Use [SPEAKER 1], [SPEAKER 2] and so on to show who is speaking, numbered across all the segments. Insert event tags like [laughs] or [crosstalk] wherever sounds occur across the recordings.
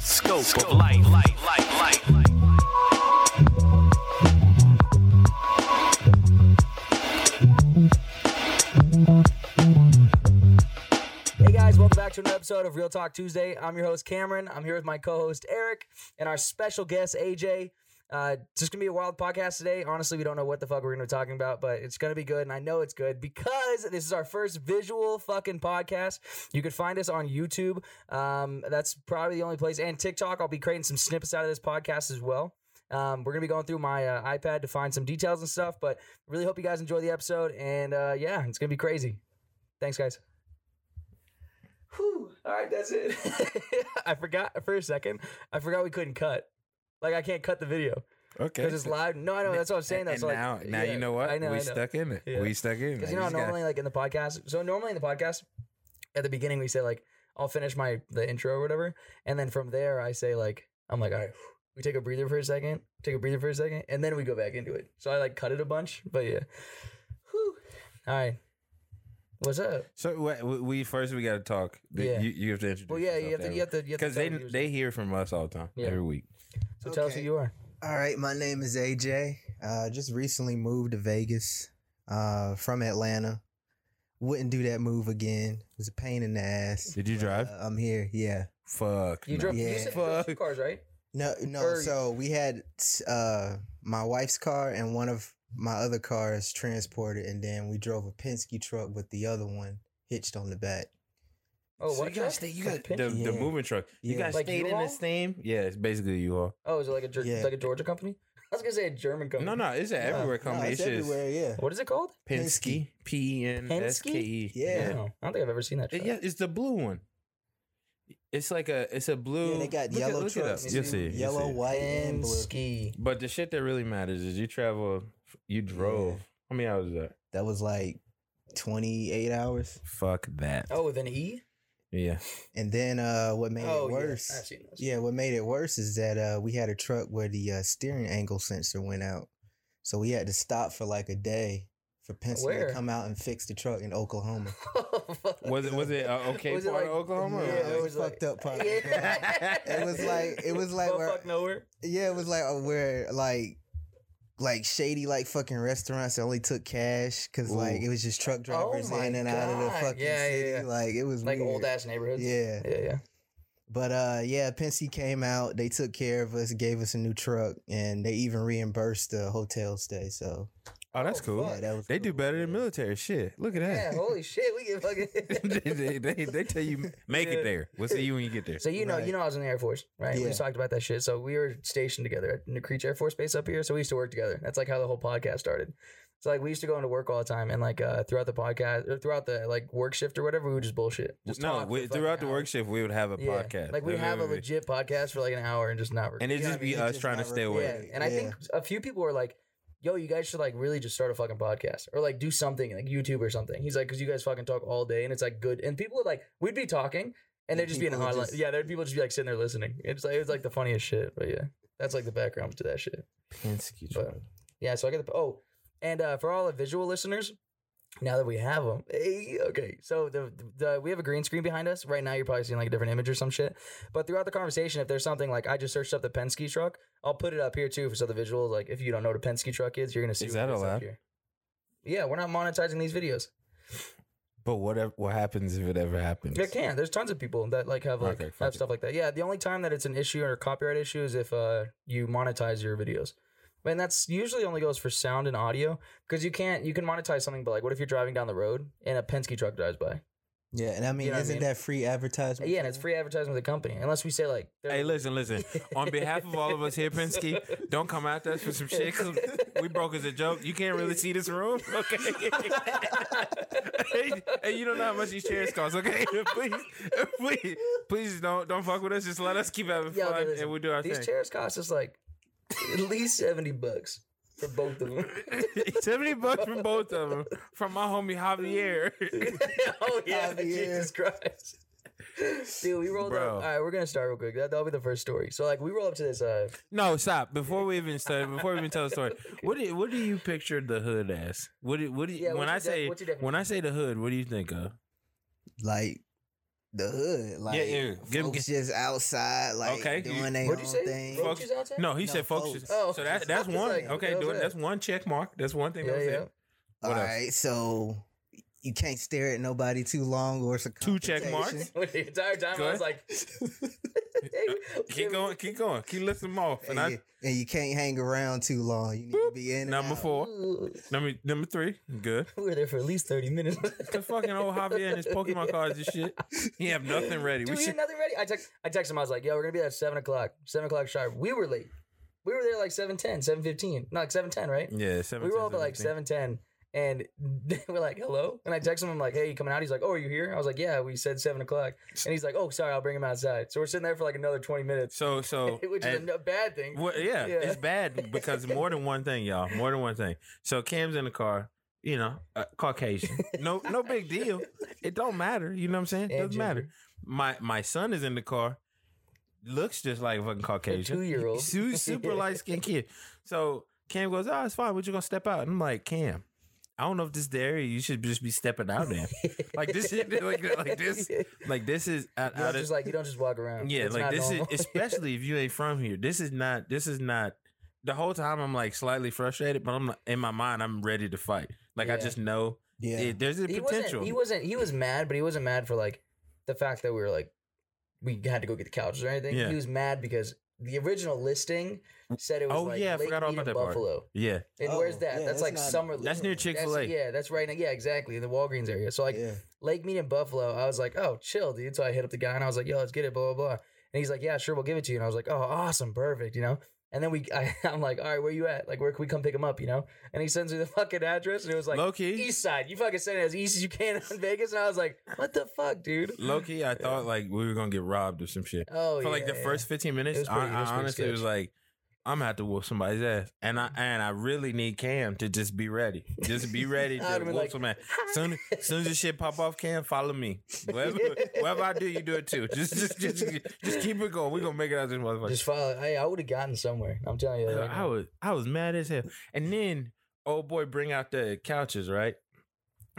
[SPEAKER 1] Scope, of life, life, life, life.
[SPEAKER 2] Hey guys, welcome back to another episode of Real Talk Tuesday. I'm your host Cameron. I'm here with my co-host Eric and our special guest AJ. Uh, it's just gonna be a wild podcast today. Honestly, we don't know what the fuck we're gonna be talking about, but it's gonna be good, and I know it's good because this is our first visual fucking podcast. You can find us on YouTube. Um, that's probably the only place, and TikTok. I'll be creating some snippets out of this podcast as well. Um, we're gonna be going through my uh, iPad to find some details and stuff, but really hope you guys enjoy the episode. And uh, yeah, it's gonna be crazy. Thanks, guys. Whew. All right, that's it. [laughs] I forgot for a second. I forgot we couldn't cut. Like I can't cut the video
[SPEAKER 3] Okay.
[SPEAKER 2] because it's loud. No, I know that's what I'm saying.
[SPEAKER 3] And,
[SPEAKER 2] That's like
[SPEAKER 3] now, now
[SPEAKER 2] yeah,
[SPEAKER 3] you know what?
[SPEAKER 2] I know.
[SPEAKER 3] we
[SPEAKER 2] I know.
[SPEAKER 3] stuck in it.
[SPEAKER 2] Yeah.
[SPEAKER 3] We stuck in it.
[SPEAKER 2] Because you know how
[SPEAKER 3] just gotta-
[SPEAKER 2] normally like in the podcast. So normally in the podcast, at the beginning we say like I'll finish my the intro or whatever, and then from there I say like I'm like all right, we take a breather for a second, take a breather for a second, and then we go back into it. So I like cut it a bunch, but yeah. Whew. All right. What's up?
[SPEAKER 3] so wha- we, we first we got to talk. The-
[SPEAKER 2] Yeah.
[SPEAKER 3] You, you have to introduce.
[SPEAKER 2] Well, yeah, you have
[SPEAKER 3] yourself
[SPEAKER 2] to, you have to, you have to.
[SPEAKER 3] because they
[SPEAKER 2] tell me who's-
[SPEAKER 3] they hear from us all the time
[SPEAKER 2] Yeah.
[SPEAKER 3] every week.
[SPEAKER 2] so tell us who
[SPEAKER 4] Okay.
[SPEAKER 2] you are.
[SPEAKER 4] All right, my name is AJ. Uh, just recently moved to Vegas uh, from Atlanta. Wouldn't do that move again. It was a pain in the ass.
[SPEAKER 3] Did you drive?
[SPEAKER 4] Uh, I'm here. Yeah.
[SPEAKER 3] Fuck.
[SPEAKER 2] You
[SPEAKER 3] no.
[SPEAKER 2] drove. You
[SPEAKER 4] Yeah.
[SPEAKER 2] said you drove two
[SPEAKER 3] Fuck.
[SPEAKER 2] cars, right?
[SPEAKER 4] No, no.
[SPEAKER 2] Or-
[SPEAKER 4] so we had uh, my wife's car and one of my other cars transported, and then we drove a Penske truck with the other one hitched on the back.
[SPEAKER 2] Oh,
[SPEAKER 3] So
[SPEAKER 2] what
[SPEAKER 3] you gotta
[SPEAKER 2] truck?
[SPEAKER 3] stay. You
[SPEAKER 2] Like
[SPEAKER 3] got
[SPEAKER 2] pin-
[SPEAKER 3] the, the
[SPEAKER 4] Yeah.
[SPEAKER 3] moving truck. You
[SPEAKER 4] Yeah.
[SPEAKER 3] got
[SPEAKER 2] Like
[SPEAKER 3] stayed in
[SPEAKER 2] U-Haul?
[SPEAKER 3] the same. Yeah, it's basically you all.
[SPEAKER 2] Oh, is it like a Ger-
[SPEAKER 4] Yeah.
[SPEAKER 2] like a Georgia company? [laughs] I was gonna say a German company.
[SPEAKER 3] No, no, it's an everywhere
[SPEAKER 4] No, no,
[SPEAKER 3] company.
[SPEAKER 4] it's
[SPEAKER 3] it's just
[SPEAKER 4] everywhere. Yeah.
[SPEAKER 2] What is it called?
[SPEAKER 3] Penske. P E N S K E.
[SPEAKER 4] Penske? Yeah.
[SPEAKER 2] No, I don't think I've ever seen that.
[SPEAKER 3] It-
[SPEAKER 2] Truck.
[SPEAKER 3] yeah, it's the blue one. It's like a it's a blue.
[SPEAKER 4] Yeah, they got
[SPEAKER 3] look it-
[SPEAKER 4] yellow
[SPEAKER 3] look it up.
[SPEAKER 4] trucks.
[SPEAKER 3] You'll
[SPEAKER 4] too.
[SPEAKER 3] see. you'll
[SPEAKER 4] Yellow,
[SPEAKER 3] see.
[SPEAKER 4] white, and blue.
[SPEAKER 2] Penske.
[SPEAKER 3] But the shit that really matters is you travel, you drove. How many hours is that?
[SPEAKER 4] That was like 28 hours.
[SPEAKER 3] Fuck that.
[SPEAKER 2] Oh, with an E.
[SPEAKER 3] Yeah.
[SPEAKER 4] And then uh, what made
[SPEAKER 2] oh,
[SPEAKER 4] it worse?
[SPEAKER 2] Yeah, I've seen [laughs] those.
[SPEAKER 4] Yeah, what made it worse is that uh, we had a truck where the uh, steering angle sensor went out, so we had to stop for like a day for Penske
[SPEAKER 2] Where?
[SPEAKER 4] to come out and fix the truck in Oklahoma.
[SPEAKER 2] Fuck.
[SPEAKER 4] [laughs]
[SPEAKER 3] Was it was it uh, okay
[SPEAKER 2] Was it
[SPEAKER 3] part of
[SPEAKER 2] like-
[SPEAKER 3] Oklahoma? or
[SPEAKER 4] Yeah,
[SPEAKER 3] was
[SPEAKER 4] it was fucked up part of
[SPEAKER 2] Yeah.
[SPEAKER 4] It was like- it was like
[SPEAKER 2] Well,
[SPEAKER 4] where-
[SPEAKER 2] fuck nowhere.
[SPEAKER 4] [laughs] yeah, it was like uh, where like like shady like fucking restaurants that only took cash because like
[SPEAKER 3] Ooh.
[SPEAKER 4] it was just truck drivers
[SPEAKER 2] Oh my
[SPEAKER 4] in and out of the
[SPEAKER 2] God.
[SPEAKER 4] fucking
[SPEAKER 2] Yeah, yeah,
[SPEAKER 4] city.
[SPEAKER 2] yeah.
[SPEAKER 4] Like it was
[SPEAKER 2] Like
[SPEAKER 4] weird.
[SPEAKER 2] old ass neighborhoods.
[SPEAKER 4] Yeah.
[SPEAKER 2] Yeah, yeah.
[SPEAKER 4] But uh yeah, Pensy came out, they took care of us, gave us a new truck, and they even reimbursed the hotel stay. So
[SPEAKER 3] oh, that's
[SPEAKER 2] Oh,
[SPEAKER 3] cool.
[SPEAKER 2] fuck.
[SPEAKER 4] yeah, that was
[SPEAKER 3] They do
[SPEAKER 4] cool.
[SPEAKER 3] better than
[SPEAKER 4] Yeah.
[SPEAKER 3] military shit. Look at
[SPEAKER 2] Yeah.
[SPEAKER 3] that.
[SPEAKER 2] Holy shit, we
[SPEAKER 3] [laughs]
[SPEAKER 2] get fucking.
[SPEAKER 3] they, they, they, they tell you make
[SPEAKER 2] Yeah.
[SPEAKER 3] it there. We'll see you when you get there.
[SPEAKER 2] So you know,
[SPEAKER 4] Right.
[SPEAKER 2] you know, I was in the Air Force, right? We
[SPEAKER 4] Yeah.
[SPEAKER 2] just talked about that shit. So we were stationed together at New Creech Air Force Base up here. So we used to work together. That's like how the whole podcast started. So like we used to go into work all the time, and like uh, throughout the podcast, or throughout the like work shift or whatever, we would just bullshit. Just
[SPEAKER 3] no,
[SPEAKER 2] talk for
[SPEAKER 3] we,
[SPEAKER 2] fucking
[SPEAKER 3] throughout the
[SPEAKER 2] hours.
[SPEAKER 3] work shift, we would have a
[SPEAKER 2] Yeah.
[SPEAKER 3] podcast.
[SPEAKER 2] Like we
[SPEAKER 3] It
[SPEAKER 2] have a
[SPEAKER 3] would be-
[SPEAKER 2] legit podcast for like an hour and just not.
[SPEAKER 3] And it'd
[SPEAKER 4] Yeah, I
[SPEAKER 3] just be
[SPEAKER 4] mean, it
[SPEAKER 3] us
[SPEAKER 4] just
[SPEAKER 3] trying to
[SPEAKER 4] never-
[SPEAKER 3] stay away.
[SPEAKER 2] yeah,
[SPEAKER 4] wait.
[SPEAKER 2] and I
[SPEAKER 4] Yeah.
[SPEAKER 2] think a few people were like, "Yo, you guys should like really just start a fucking podcast or like do something like YouTube or something." He's like, "Cause you guys fucking talk all day and it's like good." And people would like, we'd be talking and
[SPEAKER 4] And
[SPEAKER 2] there'd just be an
[SPEAKER 4] people would
[SPEAKER 2] online,
[SPEAKER 4] just-
[SPEAKER 2] yeah, there'd people just be like sitting there listening. It's like it was like the funniest shit, but yeah, that's like the background to that shit. But-
[SPEAKER 3] Penske truck.
[SPEAKER 2] Yeah, so I got the oh, and uh, for all the visual listeners, now that we have them, hey, okay, so the, the we have a green screen behind us right now. You're probably seeing like a different image or some shit. But throughout the conversation, if there's something like I just searched up the Penske truck, I'll put it up here too for so the visuals. Like if you don't know what a Penske truck is, you're gonna see
[SPEAKER 3] Is
[SPEAKER 2] what
[SPEAKER 3] that
[SPEAKER 2] it up
[SPEAKER 3] allowed?
[SPEAKER 2] here. Yeah, we're not monetizing these videos.
[SPEAKER 3] But whatever, what happens if it ever happens?
[SPEAKER 2] There can. There's tons of people that like have like
[SPEAKER 3] Okay, fuck
[SPEAKER 2] have
[SPEAKER 3] it.
[SPEAKER 2] stuff like that. Yeah, the only time that it's an issue or a copyright issue is if uh you monetize your videos. And that's usually only goes for sound and audio because you can't you can monetize something, but like what if you're driving down the road and a Penske truck drives by?
[SPEAKER 4] Yeah, and I mean,
[SPEAKER 2] know what I
[SPEAKER 4] isn't
[SPEAKER 2] mean?
[SPEAKER 4] that free advertisement?
[SPEAKER 2] Yeah, and
[SPEAKER 4] for
[SPEAKER 2] it's
[SPEAKER 4] them?
[SPEAKER 2] free advertising with the company. Unless we say like they're-
[SPEAKER 3] Hey, listen, listen. On behalf of all of us here, Penske, don't come after us for some shit 'cause we broke as a joke. You can't really see this room, okay? hey, hey, you don't know how much these chairs cost, okay? [laughs] please, please, please don't don't fuck with us. Just let us keep having
[SPEAKER 2] Yeah, okay,
[SPEAKER 3] fun
[SPEAKER 2] listen.
[SPEAKER 3] and we do
[SPEAKER 2] [laughs]
[SPEAKER 3] our
[SPEAKER 2] these
[SPEAKER 3] thing.
[SPEAKER 2] chairs cost us like at least seventy bucks for both of them.
[SPEAKER 3] [laughs] Seventy bucks from both of them from my homie Javier.
[SPEAKER 2] [laughs]
[SPEAKER 3] [laughs]
[SPEAKER 2] oh yeah,
[SPEAKER 4] Javier.
[SPEAKER 2] Jesus Christ. Dude, we rolled
[SPEAKER 3] Bro.
[SPEAKER 2] up. All right, we're gonna start real quick. That, that'll be the first story. So, like, we roll up to this. Uh,
[SPEAKER 3] no, stop. Before we even start, before we even tell the story, what do you, what do you picture the hood as? What do, what do you,
[SPEAKER 2] Yeah,
[SPEAKER 3] when I
[SPEAKER 2] what's your def-
[SPEAKER 3] say
[SPEAKER 2] what's your definition?
[SPEAKER 3] when I say the hood, what do you think of?
[SPEAKER 4] Like the hood. Like
[SPEAKER 3] yeah, yeah. Give-
[SPEAKER 4] folks just outside, like
[SPEAKER 3] Okay.
[SPEAKER 4] doing their own
[SPEAKER 2] What'd you say?
[SPEAKER 4] thing.
[SPEAKER 2] Folks- Folks out there?
[SPEAKER 3] No, he
[SPEAKER 4] No,
[SPEAKER 3] said folks.
[SPEAKER 4] folks.
[SPEAKER 2] Oh.
[SPEAKER 3] So that's that's
[SPEAKER 2] I was
[SPEAKER 3] one.
[SPEAKER 2] like,
[SPEAKER 3] okay,
[SPEAKER 2] that was
[SPEAKER 3] doing,
[SPEAKER 2] it.
[SPEAKER 3] that's one check mark. That's one thing.
[SPEAKER 2] Yeah,
[SPEAKER 3] that was
[SPEAKER 2] yeah.
[SPEAKER 3] it. What
[SPEAKER 4] All
[SPEAKER 3] else?
[SPEAKER 4] right, so you can't stare at nobody too long, or it's a
[SPEAKER 3] Two check marks.
[SPEAKER 4] confrontation.
[SPEAKER 2] [laughs] Wait, the entire time
[SPEAKER 3] Go
[SPEAKER 2] I was
[SPEAKER 3] ahead.
[SPEAKER 2] like, hey, [laughs]
[SPEAKER 3] Keep
[SPEAKER 2] give me-
[SPEAKER 3] going. Keep going. Keep listing them off. And
[SPEAKER 4] And,
[SPEAKER 3] I
[SPEAKER 4] you, and you can't hang around too long. You need to be in and
[SPEAKER 3] number
[SPEAKER 4] out.
[SPEAKER 3] four, number number three, good.
[SPEAKER 2] We were there for at least 30 minutes. [laughs]
[SPEAKER 3] The fucking old Javier and his Pokemon cards and shit. He have nothing ready.
[SPEAKER 2] Dude,
[SPEAKER 3] We
[SPEAKER 2] we
[SPEAKER 3] should.
[SPEAKER 2] had nothing ready. I text, I text him. I was like, "Yo, we're gonna be there at seven o'clock. Seven o'clock sharp. We were late. We were there like 7.10, 7.15. No, like seven ten, right?
[SPEAKER 3] Yeah, seven.
[SPEAKER 2] we were all up at like seven ten, and [laughs] we're like, "Hello," and I text him. I'm like, "Hey, you coming out?" He's like, "Oh, are you here?" I was like, "Yeah." We said seven o'clock, and he's like, "Oh, sorry, I'll bring him outside." So we're sitting there for like another twenty minutes,
[SPEAKER 3] So so.
[SPEAKER 2] [laughs] which is a
[SPEAKER 3] and-
[SPEAKER 2] no- bad thing.
[SPEAKER 3] Well, yeah,
[SPEAKER 2] Yeah.
[SPEAKER 3] it's bad because more than one thing, y'all. More than one thing. So Cam's in the car, you know, uh, Caucasian. No, no big deal. It don't matter. You know what I'm saying?
[SPEAKER 2] And
[SPEAKER 3] Doesn't matter.
[SPEAKER 2] ginger.
[SPEAKER 3] My my son is in the car, looks just like a fucking
[SPEAKER 2] A
[SPEAKER 3] Caucasian.
[SPEAKER 2] two year old.
[SPEAKER 3] Su- super light skinned kid. So Cam goes, Oh, it's fine. What you gonna step out? And I'm like, Cam, I don't know if this the area you should just be stepping out
[SPEAKER 2] [laughs]
[SPEAKER 3] in. like this shit [laughs] like, like this like this is out,
[SPEAKER 2] You don't
[SPEAKER 3] out
[SPEAKER 2] just
[SPEAKER 3] of,
[SPEAKER 2] like you don't just walk around.
[SPEAKER 3] yeah,
[SPEAKER 2] It's
[SPEAKER 3] like
[SPEAKER 2] not
[SPEAKER 3] this
[SPEAKER 2] normal. [laughs]
[SPEAKER 3] is especially if you ain't from here. This is not. This is not. The whole time I'm like slightly frustrated, but I'm like, in my mind I'm ready to fight. Like I
[SPEAKER 2] Yeah.
[SPEAKER 3] just know
[SPEAKER 4] Yeah.
[SPEAKER 3] it- there's a
[SPEAKER 2] he
[SPEAKER 3] potential.
[SPEAKER 2] Wasn't, he wasn't. He was mad, but he wasn't mad for like the fact that we were like we had to go get the couches or anything.
[SPEAKER 3] Yeah.
[SPEAKER 2] He was mad because the original listing said it was
[SPEAKER 3] Oh,
[SPEAKER 2] like
[SPEAKER 3] yeah, I
[SPEAKER 2] Lake
[SPEAKER 3] forgot all
[SPEAKER 2] Mead
[SPEAKER 3] about
[SPEAKER 2] and
[SPEAKER 3] that part.
[SPEAKER 2] Buffalo.
[SPEAKER 3] yeah,
[SPEAKER 2] And
[SPEAKER 4] Oh,
[SPEAKER 2] where's that?
[SPEAKER 4] yeah,
[SPEAKER 2] that's
[SPEAKER 4] that's
[SPEAKER 2] like
[SPEAKER 4] not-
[SPEAKER 2] summer.
[SPEAKER 3] that's near Chick Fil A.
[SPEAKER 2] Yeah, that's right. Yeah, exactly. The Walgreens area. So like
[SPEAKER 4] yeah.
[SPEAKER 2] Lake Mead and Buffalo, I was like, oh, chill, dude. So I hit up the guy and I was like, yo, let's get it, blah, blah, blah. And he's like, yeah, sure, we'll give it to you. And I was like, oh, awesome, perfect, you know? And then we, [laughs] I, I'm like, all right, where you at? Like, where can we come pick him up, you know? And he sends me the fucking address and it was like,
[SPEAKER 3] low key,
[SPEAKER 2] East Side. You fucking sent it as east as you can in [laughs] Vegas. And I was like, what the fuck, dude? [laughs]
[SPEAKER 3] low key. I thought like we were gonna get robbed or some shit.
[SPEAKER 2] Oh,
[SPEAKER 3] For like
[SPEAKER 2] yeah,
[SPEAKER 3] the
[SPEAKER 2] yeah. [laughs]
[SPEAKER 3] first 15 minutes,
[SPEAKER 2] It was
[SPEAKER 3] I,
[SPEAKER 2] pretty- it
[SPEAKER 3] I
[SPEAKER 2] was pretty
[SPEAKER 3] honestly was
[SPEAKER 2] sketch.
[SPEAKER 3] like, I'm gonna have to whoop somebody's ass, and I and I really need Cam to just be ready, just be ready
[SPEAKER 2] [laughs]
[SPEAKER 3] to
[SPEAKER 2] I'd be
[SPEAKER 3] whoop
[SPEAKER 2] like,
[SPEAKER 3] some ass. Soon, soon as this shit pop off, Cam, follow me.
[SPEAKER 2] [laughs]
[SPEAKER 3] Whatever, whatever I do, you do it too. Just, just, just, just keep it going. We are gonna make it out of this motherfucker.
[SPEAKER 2] Just follow. Hey, I would have gotten somewhere. I'm telling you. that right
[SPEAKER 3] I
[SPEAKER 2] now.
[SPEAKER 3] was I was mad as hell. And then old boy bring out the couches, right?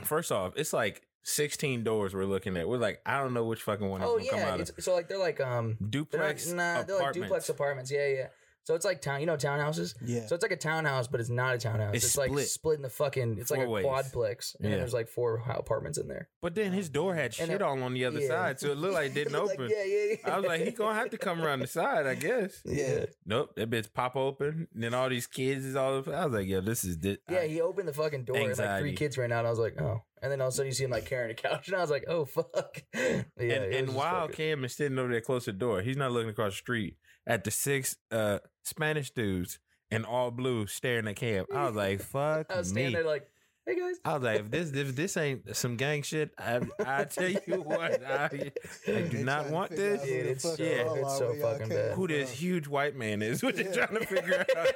[SPEAKER 3] First off, it's like 16 doors we're looking at. We're like, I don't know which fucking one is
[SPEAKER 2] Oh,
[SPEAKER 3] gonna come
[SPEAKER 2] yeah.
[SPEAKER 3] out of.
[SPEAKER 2] It's, so like, they're like, um, they're not-
[SPEAKER 3] Duplex
[SPEAKER 2] nah, they're like
[SPEAKER 3] apartments.
[SPEAKER 2] duplex apartments. Yeah, yeah. So it's like town, you know, townhouses.
[SPEAKER 4] Yeah.
[SPEAKER 2] So it's like a townhouse, but it's not a townhouse.
[SPEAKER 3] It's
[SPEAKER 2] It's, like
[SPEAKER 3] split.
[SPEAKER 2] split in the fucking. It's like
[SPEAKER 3] Four
[SPEAKER 2] a
[SPEAKER 3] ways.
[SPEAKER 2] quadplex, and
[SPEAKER 3] Yeah.
[SPEAKER 2] then there's like four ho- apartments in there.
[SPEAKER 3] But then his door had
[SPEAKER 2] And
[SPEAKER 3] shit
[SPEAKER 2] a-
[SPEAKER 3] all on the other
[SPEAKER 2] yeah.
[SPEAKER 3] side, so it looked like it
[SPEAKER 2] [laughs]
[SPEAKER 3] didn't
[SPEAKER 2] Like,
[SPEAKER 3] open.
[SPEAKER 2] yeah, yeah, yeah.
[SPEAKER 3] I was like, he gonna have to come
[SPEAKER 2] [laughs]
[SPEAKER 3] around the side, I guess.
[SPEAKER 4] Yeah.
[SPEAKER 3] Nope, that bitch pop open. And then all these kids is all. I was like, yo, this is this.
[SPEAKER 2] Yeah, he opened the fucking door, and like
[SPEAKER 3] Anxiety.
[SPEAKER 2] three kids ran out. And I was like, oh. And then all of a sudden, you see him like carrying a couch, and I was like, oh fuck. [laughs] Yeah, it
[SPEAKER 3] and
[SPEAKER 2] was
[SPEAKER 3] and
[SPEAKER 2] just
[SPEAKER 3] while
[SPEAKER 2] fucking-
[SPEAKER 3] Cam is sitting over there close to the door, he's not looking across the street at the six uh Spanish dudes in all blue staring at Cam. I was like, fuck
[SPEAKER 2] [laughs] I was
[SPEAKER 3] me.
[SPEAKER 2] standing there like, hey guys.
[SPEAKER 3] I was like, if this if this ain't some gang shit, I I tell you what, I, I
[SPEAKER 4] They
[SPEAKER 2] [laughs]
[SPEAKER 3] do not
[SPEAKER 4] trying to
[SPEAKER 3] want
[SPEAKER 4] figure
[SPEAKER 3] this.
[SPEAKER 4] out who the
[SPEAKER 2] Dude, it's
[SPEAKER 4] fuck
[SPEAKER 3] so-
[SPEAKER 4] all
[SPEAKER 2] it's
[SPEAKER 4] are
[SPEAKER 2] so
[SPEAKER 4] we all
[SPEAKER 2] fucking
[SPEAKER 4] came
[SPEAKER 2] bad. [laughs]
[SPEAKER 3] Who this
[SPEAKER 4] from.
[SPEAKER 3] huge white man is? [laughs] What they're
[SPEAKER 4] Yeah.
[SPEAKER 3] trying to figure out.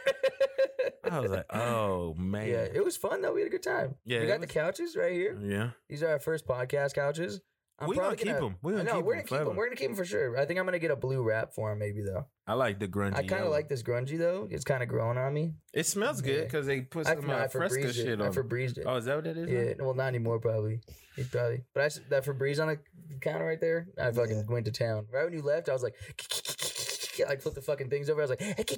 [SPEAKER 3] I was like,
[SPEAKER 2] [laughs]
[SPEAKER 3] oh man,
[SPEAKER 2] yeah, it was fun though. We had a good time.
[SPEAKER 3] Yeah,
[SPEAKER 2] we
[SPEAKER 3] it
[SPEAKER 2] got
[SPEAKER 3] was-
[SPEAKER 2] the couches right here.
[SPEAKER 3] yeah.
[SPEAKER 2] These are our first podcast couches.
[SPEAKER 3] We gonna
[SPEAKER 2] probably
[SPEAKER 3] keep 'em. We gonna
[SPEAKER 2] I know,
[SPEAKER 3] keep
[SPEAKER 2] we're
[SPEAKER 3] 'em
[SPEAKER 2] gonna keep
[SPEAKER 3] forever.
[SPEAKER 2] them. We're gonna keep them for sure. I think I'm gonna get a blue wrap for them, maybe though.
[SPEAKER 3] I like the grungy.
[SPEAKER 2] I kind
[SPEAKER 3] yellow.
[SPEAKER 2] of like this grungy though. It's kind of growing on me.
[SPEAKER 3] It smells good
[SPEAKER 2] Yeah.
[SPEAKER 3] because they put
[SPEAKER 2] I,
[SPEAKER 3] some
[SPEAKER 2] no, I
[SPEAKER 3] uh, fresca
[SPEAKER 2] Febrez'd
[SPEAKER 3] shit
[SPEAKER 2] it. I
[SPEAKER 3] on. it.
[SPEAKER 2] Febrez'd it.
[SPEAKER 3] Oh, is that what that is? now?
[SPEAKER 2] yeah, well, not anymore probably. It probably, but I s- that Febreze on the counter right there. I fucking
[SPEAKER 4] Yeah.
[SPEAKER 2] went to town. Right when you left, I was like, [laughs] like flip the fucking things over. I was like, [laughs] no, it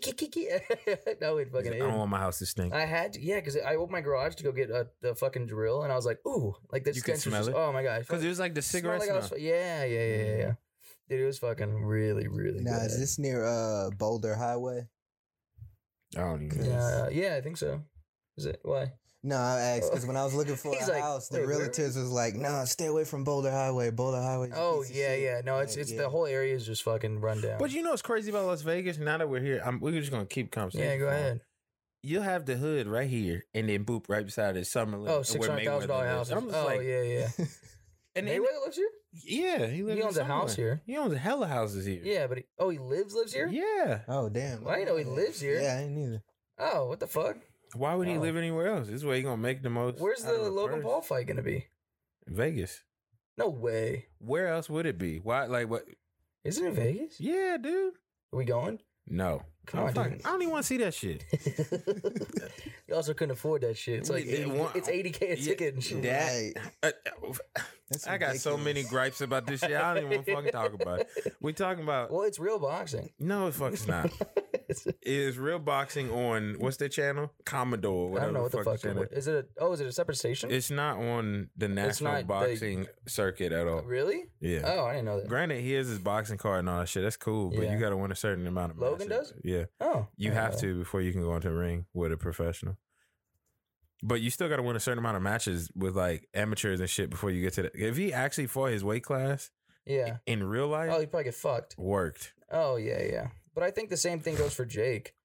[SPEAKER 2] fucking.
[SPEAKER 3] He's like, I
[SPEAKER 2] ate 'em.
[SPEAKER 3] don't want my house to stink. [laughs]
[SPEAKER 2] I had to, yeah, because I opened my garage to go get a, the fucking drill, and I was like, ooh, like this.
[SPEAKER 3] You could smell it?
[SPEAKER 2] Oh my god,
[SPEAKER 3] Because it was like the
[SPEAKER 2] Smelled
[SPEAKER 3] cigarette
[SPEAKER 2] like I
[SPEAKER 3] smell.
[SPEAKER 2] was
[SPEAKER 3] Mm.
[SPEAKER 2] fu- yeah, yeah, yeah, yeah, yeah. Dude, it was fucking really, really
[SPEAKER 4] Now,
[SPEAKER 2] bad.
[SPEAKER 4] is this near uh Boulder Highway?
[SPEAKER 3] I don't even
[SPEAKER 4] Yeah.
[SPEAKER 3] know.
[SPEAKER 2] Uh, yeah, I think so. Is it why?
[SPEAKER 4] No, I asked because when I was looking for a
[SPEAKER 2] He's like,
[SPEAKER 4] house, the
[SPEAKER 2] "Wait, where?"
[SPEAKER 4] realtors was like, "No, stay away from Boulder Highway. Boulder Highway."
[SPEAKER 2] Oh yeah, yeah. No, it's it's the whole area is just fucking run down.
[SPEAKER 3] But you know what's crazy about Las Vegas? Now that we're here, I'm, we're just going to keep conversation.
[SPEAKER 2] yeah, go
[SPEAKER 3] flowing.
[SPEAKER 2] ahead.
[SPEAKER 3] You'll have the hood right here and then boop right beside it, Summerlin.
[SPEAKER 2] Oh,
[SPEAKER 3] where
[SPEAKER 2] six hundred thousand dollar
[SPEAKER 3] Mayweather
[SPEAKER 2] house.
[SPEAKER 3] lives.
[SPEAKER 2] Oh
[SPEAKER 3] I'm just like,
[SPEAKER 2] yeah, yeah.
[SPEAKER 3] and then,
[SPEAKER 2] Mayweather lives here.
[SPEAKER 3] yeah, he lives
[SPEAKER 2] He
[SPEAKER 3] in
[SPEAKER 2] owns a house
[SPEAKER 3] Summerlin.
[SPEAKER 2] here.
[SPEAKER 3] He owns a hella houses here.
[SPEAKER 2] Yeah, but he, oh, he lives lives here.
[SPEAKER 3] Yeah.
[SPEAKER 4] Oh damn!
[SPEAKER 2] Well, I didn't know he lives here.
[SPEAKER 4] Yeah, I didn't either.
[SPEAKER 2] Oh, what the fuck?
[SPEAKER 3] Why would he
[SPEAKER 2] Wow.
[SPEAKER 3] live anywhere else? This way he gonna make the most.
[SPEAKER 2] Where's
[SPEAKER 3] out
[SPEAKER 2] the
[SPEAKER 3] of a
[SPEAKER 2] Logan
[SPEAKER 3] purse.
[SPEAKER 2] Paul fight gonna be?
[SPEAKER 3] Vegas.
[SPEAKER 2] No way.
[SPEAKER 3] Where else would it be? Why? Like what?
[SPEAKER 2] Isn't it Vegas?
[SPEAKER 3] Yeah, dude.
[SPEAKER 2] Are we going?
[SPEAKER 3] No.
[SPEAKER 2] Come on,
[SPEAKER 3] I'm fucking-
[SPEAKER 2] dude.
[SPEAKER 3] I don't even want to see that shit.
[SPEAKER 2] You also couldn't afford that shit. It's like
[SPEAKER 3] They
[SPEAKER 2] 80,
[SPEAKER 3] want-
[SPEAKER 2] it's eighty k a
[SPEAKER 3] Yeah,
[SPEAKER 2] ticket and shit.
[SPEAKER 3] That, uh, uh, [laughs]
[SPEAKER 4] That's
[SPEAKER 3] I got so many
[SPEAKER 4] ridiculous.
[SPEAKER 3] gripes about this shit. I don't even want to fucking talk about it. We talking
[SPEAKER 2] [laughs]
[SPEAKER 3] about
[SPEAKER 2] Well, it's real boxing.
[SPEAKER 3] no, it
[SPEAKER 2] [laughs]
[SPEAKER 3] fucks not. It is real boxing on what's their channel? Commodore.
[SPEAKER 2] I
[SPEAKER 3] Whatever
[SPEAKER 2] don't know what the fuck.
[SPEAKER 3] the channel.
[SPEAKER 2] it- Is it? A, oh, is it a separate station?
[SPEAKER 3] It's not on the national
[SPEAKER 2] not the-
[SPEAKER 3] boxing circuit at all.
[SPEAKER 2] really?
[SPEAKER 3] Yeah.
[SPEAKER 2] Oh, I didn't know that.
[SPEAKER 3] Granted, he has his boxing card and all that shit. That's cool, but
[SPEAKER 2] Yeah.
[SPEAKER 3] you got to win a certain amount of
[SPEAKER 2] Logan
[SPEAKER 3] matches.
[SPEAKER 2] does?
[SPEAKER 3] Yeah,
[SPEAKER 2] Oh,
[SPEAKER 3] you
[SPEAKER 2] I didn't
[SPEAKER 3] have
[SPEAKER 2] know
[SPEAKER 3] to before you can go into a ring with a professional. But you still got to win a certain amount of matches with like amateurs and shit before you get to the. If he actually fought his weight class
[SPEAKER 2] that. Yeah.
[SPEAKER 3] in real life,
[SPEAKER 2] Oh, you probably get fucked.
[SPEAKER 3] worked.
[SPEAKER 2] Oh yeah, yeah. But I think the same thing goes for Jake.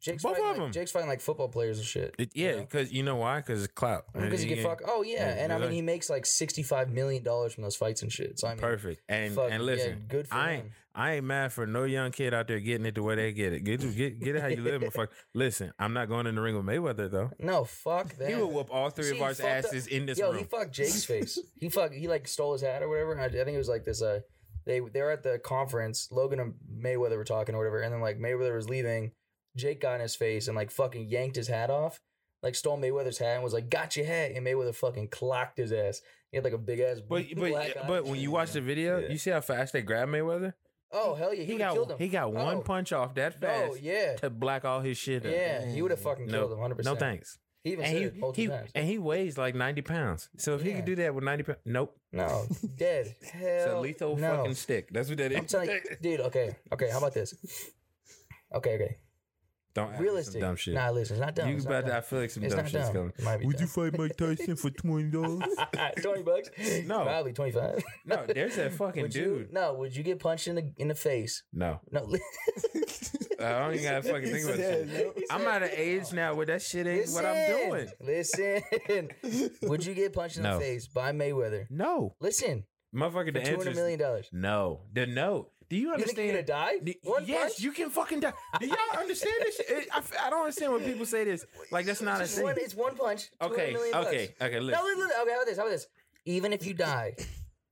[SPEAKER 2] Jake's
[SPEAKER 3] Both
[SPEAKER 2] fighting,
[SPEAKER 3] of
[SPEAKER 2] like,
[SPEAKER 3] them.
[SPEAKER 2] Jake's fighting like football players and shit.
[SPEAKER 3] It, yeah,
[SPEAKER 2] know?
[SPEAKER 3] because you know why? Because it's clout.
[SPEAKER 2] Because he
[SPEAKER 3] You
[SPEAKER 2] get
[SPEAKER 3] can-
[SPEAKER 2] fucked. Oh yeah,
[SPEAKER 3] yeah,
[SPEAKER 2] and I mean
[SPEAKER 3] exactly.
[SPEAKER 2] he makes like sixty five million dollars from those fights and shit. So I mean,
[SPEAKER 3] Perfect. And
[SPEAKER 2] fuck,
[SPEAKER 3] and
[SPEAKER 2] yeah,
[SPEAKER 3] listen,
[SPEAKER 2] good for
[SPEAKER 3] I
[SPEAKER 2] him.
[SPEAKER 3] ain't I ain't mad for no young kid out there getting it the way they get it. Get get get it how you
[SPEAKER 2] [laughs]
[SPEAKER 3] live, motherfucker. Listen, I'm not going in the ring with Mayweather though.
[SPEAKER 2] No, fuck that.
[SPEAKER 3] He would whoop all three
[SPEAKER 2] See,
[SPEAKER 3] of
[SPEAKER 2] he
[SPEAKER 3] our
[SPEAKER 2] fucked up-
[SPEAKER 3] asses in this
[SPEAKER 2] Yo, he
[SPEAKER 3] room.
[SPEAKER 2] fucked
[SPEAKER 3] [laughs]
[SPEAKER 2] Jake's face. he fuck. He like stole his hat or whatever. I, I think it was like this. Uh, they they were at the conference. Logan and Mayweather were talking or whatever, and then like Mayweather was leaving. Jake got in his face and like fucking yanked his hat off. Like stole Mayweather's hat and was like, "Got your hat!" And Mayweather fucking clocked his ass. He had like a big ass.
[SPEAKER 3] But
[SPEAKER 2] black
[SPEAKER 3] but
[SPEAKER 2] eye
[SPEAKER 3] but
[SPEAKER 2] and
[SPEAKER 3] when
[SPEAKER 2] shit.
[SPEAKER 3] you watch the video,
[SPEAKER 2] Yeah.
[SPEAKER 3] you see how fast they grabbed Mayweather.
[SPEAKER 2] oh hell yeah, he,
[SPEAKER 3] He
[SPEAKER 2] would've killed
[SPEAKER 3] got
[SPEAKER 2] him.
[SPEAKER 3] he got one
[SPEAKER 2] Oh.
[SPEAKER 3] punch off that fast
[SPEAKER 2] Oh yeah,
[SPEAKER 3] to black all his shit. up.
[SPEAKER 2] yeah, he would have fucking
[SPEAKER 3] No,
[SPEAKER 2] killed him. Hundred
[SPEAKER 3] no
[SPEAKER 2] percent.
[SPEAKER 3] thanks.
[SPEAKER 2] He even
[SPEAKER 3] And
[SPEAKER 2] said
[SPEAKER 3] he,
[SPEAKER 2] it multiple
[SPEAKER 3] he
[SPEAKER 2] times.
[SPEAKER 3] and he weighs like ninety pounds. So if he
[SPEAKER 2] Yeah.
[SPEAKER 3] could do that with ninety pounds, nope.
[SPEAKER 2] no, dead. Hell,
[SPEAKER 3] [laughs] It's a lethal
[SPEAKER 2] no.
[SPEAKER 3] fucking stick. That's what that is.
[SPEAKER 2] I'm telling
[SPEAKER 3] [laughs]
[SPEAKER 2] you, dude. Okay, okay. How about this? Okay, okay.
[SPEAKER 3] Don't ask me
[SPEAKER 2] Realistic.
[SPEAKER 3] some dumb shit.
[SPEAKER 2] Nah, listen, it's not dumb.
[SPEAKER 3] you
[SPEAKER 2] it's
[SPEAKER 3] about
[SPEAKER 2] not
[SPEAKER 3] to, I
[SPEAKER 2] dumb.
[SPEAKER 3] feel like some
[SPEAKER 2] It's
[SPEAKER 3] dumb
[SPEAKER 2] not
[SPEAKER 3] shit's
[SPEAKER 2] dumb.
[SPEAKER 3] coming.
[SPEAKER 2] It might be
[SPEAKER 3] Would you
[SPEAKER 2] dumb.
[SPEAKER 3] fight Mike Tyson for twenty dollars?
[SPEAKER 2] [laughs] Twenty bucks?
[SPEAKER 3] No.
[SPEAKER 2] probably twenty five.
[SPEAKER 3] [laughs] no,
[SPEAKER 2] [laughs]
[SPEAKER 3] there's that fucking
[SPEAKER 2] Would
[SPEAKER 3] dude.
[SPEAKER 2] you? No, would you get punched in the in the face?
[SPEAKER 3] No,
[SPEAKER 2] No. [laughs] li-
[SPEAKER 3] I
[SPEAKER 2] [laughs]
[SPEAKER 3] don't even gotta fucking think about that. shit.
[SPEAKER 4] Nope.
[SPEAKER 3] I'm at an age now where that shit ain't what I'm doing.
[SPEAKER 2] Listen,
[SPEAKER 3] [laughs]
[SPEAKER 2] listen. would you get punched in the
[SPEAKER 3] No.
[SPEAKER 2] face by Mayweather?
[SPEAKER 3] No,
[SPEAKER 2] Listen,
[SPEAKER 3] motherfucker, the
[SPEAKER 2] two
[SPEAKER 3] answer
[SPEAKER 2] hundred
[SPEAKER 3] is
[SPEAKER 2] million dollars.
[SPEAKER 3] no. The no. Do you
[SPEAKER 2] You think you're gonna
[SPEAKER 3] understand?
[SPEAKER 2] die?
[SPEAKER 3] The-
[SPEAKER 2] One
[SPEAKER 3] yes,
[SPEAKER 2] punch?
[SPEAKER 3] you can fucking die. Do y'all understand this? Shit? It- I, f- I don't understand when people say this. Like that's not a
[SPEAKER 2] Just one,
[SPEAKER 3] thing.
[SPEAKER 2] it's one punch.
[SPEAKER 3] Okay,
[SPEAKER 2] 200 million bucks.
[SPEAKER 3] okay, okay.
[SPEAKER 2] No,
[SPEAKER 3] Listen,
[SPEAKER 2] li- li- okay. How about this? How about this? Even if you die,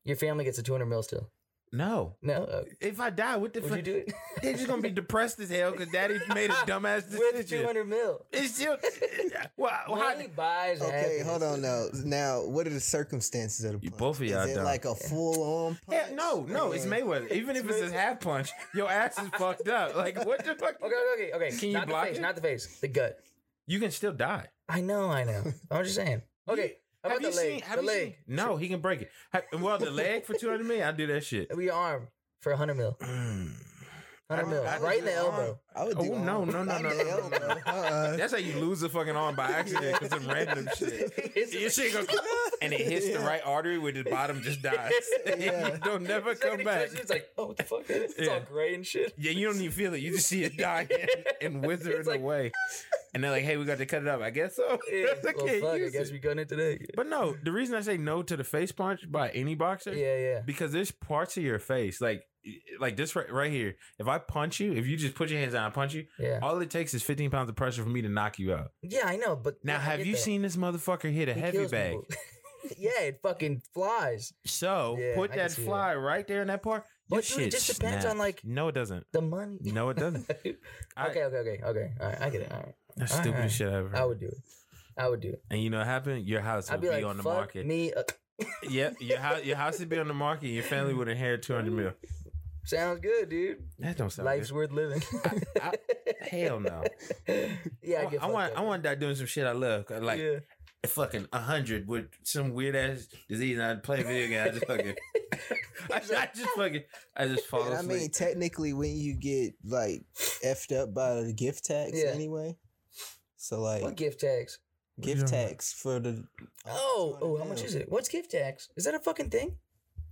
[SPEAKER 2] your family gets a two hundred mil still.
[SPEAKER 3] no.
[SPEAKER 2] No, uh,
[SPEAKER 3] If I die, what the
[SPEAKER 2] would you
[SPEAKER 3] fuck?
[SPEAKER 2] do it
[SPEAKER 3] [laughs] They're just gonna be depressed as hell because
[SPEAKER 2] [laughs]
[SPEAKER 3] daddy made a dumbass
[SPEAKER 2] with two
[SPEAKER 3] decision.
[SPEAKER 2] hundred mil?
[SPEAKER 3] It's still
[SPEAKER 2] [laughs]
[SPEAKER 3] [laughs] well, Oh, how,
[SPEAKER 2] Money buys
[SPEAKER 4] Okay,
[SPEAKER 2] happiness.
[SPEAKER 4] hold on now. Now, what are the circumstances of the
[SPEAKER 3] You
[SPEAKER 4] punch?
[SPEAKER 3] both of y'all
[SPEAKER 4] Is it
[SPEAKER 3] dumb.
[SPEAKER 4] like a full on punch?
[SPEAKER 3] Hell, no, no, it's
[SPEAKER 4] Or-
[SPEAKER 3] Mayweather. Even if it's a half punch, your ass is fucked up. Like what the fuck?
[SPEAKER 2] Okay, okay, okay. okay.
[SPEAKER 3] Can you
[SPEAKER 2] not
[SPEAKER 3] block
[SPEAKER 2] the face,
[SPEAKER 3] it?
[SPEAKER 2] Not the face. The gut.
[SPEAKER 3] You can still die.
[SPEAKER 2] I know, I
[SPEAKER 4] [laughs]
[SPEAKER 2] know. I'm just saying. Okay. How about
[SPEAKER 3] Have you
[SPEAKER 2] the leg?
[SPEAKER 3] seen? Have
[SPEAKER 2] the
[SPEAKER 3] you
[SPEAKER 2] leg.
[SPEAKER 3] seen? No, he can break it. Ha- Well, the leg for two hundred million, I do that shit.
[SPEAKER 2] Your arm for 100 mil. 100 mil.
[SPEAKER 4] Mm. I would
[SPEAKER 2] Right in
[SPEAKER 4] do
[SPEAKER 2] the
[SPEAKER 4] arm.
[SPEAKER 2] elbow.
[SPEAKER 4] I would
[SPEAKER 3] Oh,
[SPEAKER 4] do
[SPEAKER 3] no,
[SPEAKER 4] arm.
[SPEAKER 3] no, no,
[SPEAKER 4] Not
[SPEAKER 3] no,
[SPEAKER 4] the
[SPEAKER 3] no, no, no.
[SPEAKER 4] elbow. Uh-uh.
[SPEAKER 3] That's how you lose a fucking arm by accident because some random
[SPEAKER 2] [laughs]
[SPEAKER 3] shit.
[SPEAKER 2] [laughs] It's-
[SPEAKER 3] Your shit go, [laughs] and it hits the right artery where the
[SPEAKER 2] [laughs]
[SPEAKER 3] bottom just dies. [laughs]
[SPEAKER 4] Yeah.
[SPEAKER 3] you don't never
[SPEAKER 2] it's like
[SPEAKER 3] come
[SPEAKER 2] he
[SPEAKER 3] back.
[SPEAKER 2] touches it, It's like, oh, what the fuck? It's all
[SPEAKER 3] Yeah.
[SPEAKER 2] gray and
[SPEAKER 3] [laughs]
[SPEAKER 2] shit.
[SPEAKER 3] Yeah, you don't even feel it. You just see it
[SPEAKER 2] [laughs]
[SPEAKER 3] dying [laughs] and withering
[SPEAKER 2] It's like-
[SPEAKER 3] away. And they're like, "Hey, we got to cut it up." I guess so. [laughs]
[SPEAKER 2] Yeah.
[SPEAKER 3] I
[SPEAKER 2] well,
[SPEAKER 3] can't
[SPEAKER 2] fuck, I
[SPEAKER 3] use
[SPEAKER 2] guess
[SPEAKER 3] it.
[SPEAKER 2] we gun it today.
[SPEAKER 3] But no, the reason I say no to the face punch by any boxer,
[SPEAKER 2] Yeah, yeah.
[SPEAKER 3] because there's parts of your face like like this right, right here. If I punch you, if you just put your hands down and punch you,
[SPEAKER 2] Yeah.
[SPEAKER 3] all it takes is 15 pounds of pressure for me to knock you out.
[SPEAKER 2] Yeah, I know, but
[SPEAKER 3] Now,
[SPEAKER 2] I
[SPEAKER 3] have
[SPEAKER 2] get
[SPEAKER 3] you
[SPEAKER 2] that.
[SPEAKER 3] seen this motherfucker hit a
[SPEAKER 2] He
[SPEAKER 3] heavy
[SPEAKER 2] kills
[SPEAKER 3] bag?
[SPEAKER 2] people. [laughs] yeah, it fucking flies.
[SPEAKER 3] So
[SPEAKER 2] Yeah,
[SPEAKER 3] put
[SPEAKER 2] I can
[SPEAKER 3] that
[SPEAKER 2] see that.
[SPEAKER 3] fly right there in that part.
[SPEAKER 2] But
[SPEAKER 3] your
[SPEAKER 2] dude, it
[SPEAKER 3] shit
[SPEAKER 2] just depends on,
[SPEAKER 3] snaps.
[SPEAKER 2] like-
[SPEAKER 3] No, it doesn't.
[SPEAKER 2] The money.
[SPEAKER 3] No, it
[SPEAKER 2] [laughs]
[SPEAKER 3] doesn't.
[SPEAKER 2] okay,
[SPEAKER 3] I-
[SPEAKER 2] okay, okay. Okay. All right. I get it. All right.
[SPEAKER 3] That's
[SPEAKER 2] All
[SPEAKER 3] stupid
[SPEAKER 2] right.
[SPEAKER 3] shit I ever.
[SPEAKER 2] I
[SPEAKER 3] heard.
[SPEAKER 2] would do it. I would do it.
[SPEAKER 3] And you know what happened? Your house
[SPEAKER 2] I'd
[SPEAKER 3] would
[SPEAKER 2] be
[SPEAKER 3] be,
[SPEAKER 2] like,
[SPEAKER 3] on the
[SPEAKER 2] fuck
[SPEAKER 3] market.
[SPEAKER 2] me. up."
[SPEAKER 3] [laughs] Yeah, your house, your house would be on the market. and Your family would inherit two hundred
[SPEAKER 2] [laughs]
[SPEAKER 3] mil.
[SPEAKER 2] Sounds good, dude.
[SPEAKER 3] That don't sound
[SPEAKER 2] Life's
[SPEAKER 3] good.
[SPEAKER 2] worth living.
[SPEAKER 3] I, hell no.
[SPEAKER 2] [laughs] yeah, I,
[SPEAKER 3] I,
[SPEAKER 2] get
[SPEAKER 3] I want
[SPEAKER 2] fucked
[SPEAKER 3] I
[SPEAKER 2] up.
[SPEAKER 3] want that doing some shit I love. 'Cause, Like
[SPEAKER 2] yeah.
[SPEAKER 3] fucking a hundred with some weird ass disease, and I'd play a video game. I
[SPEAKER 2] [laughs]
[SPEAKER 3] just fucking, [laughs] I, just- I just fucking, I just fall
[SPEAKER 4] And I
[SPEAKER 3] asleep.
[SPEAKER 4] mean, technically, when you get like effed up by the gift tax
[SPEAKER 2] Yeah.
[SPEAKER 4] anyway. So like
[SPEAKER 2] What gift tax?
[SPEAKER 4] gift
[SPEAKER 3] talking about?
[SPEAKER 4] tax for the
[SPEAKER 2] Oh, oh, how
[SPEAKER 4] 200
[SPEAKER 2] much
[SPEAKER 4] mil.
[SPEAKER 2] is it? What's gift tax? Is that a fucking thing?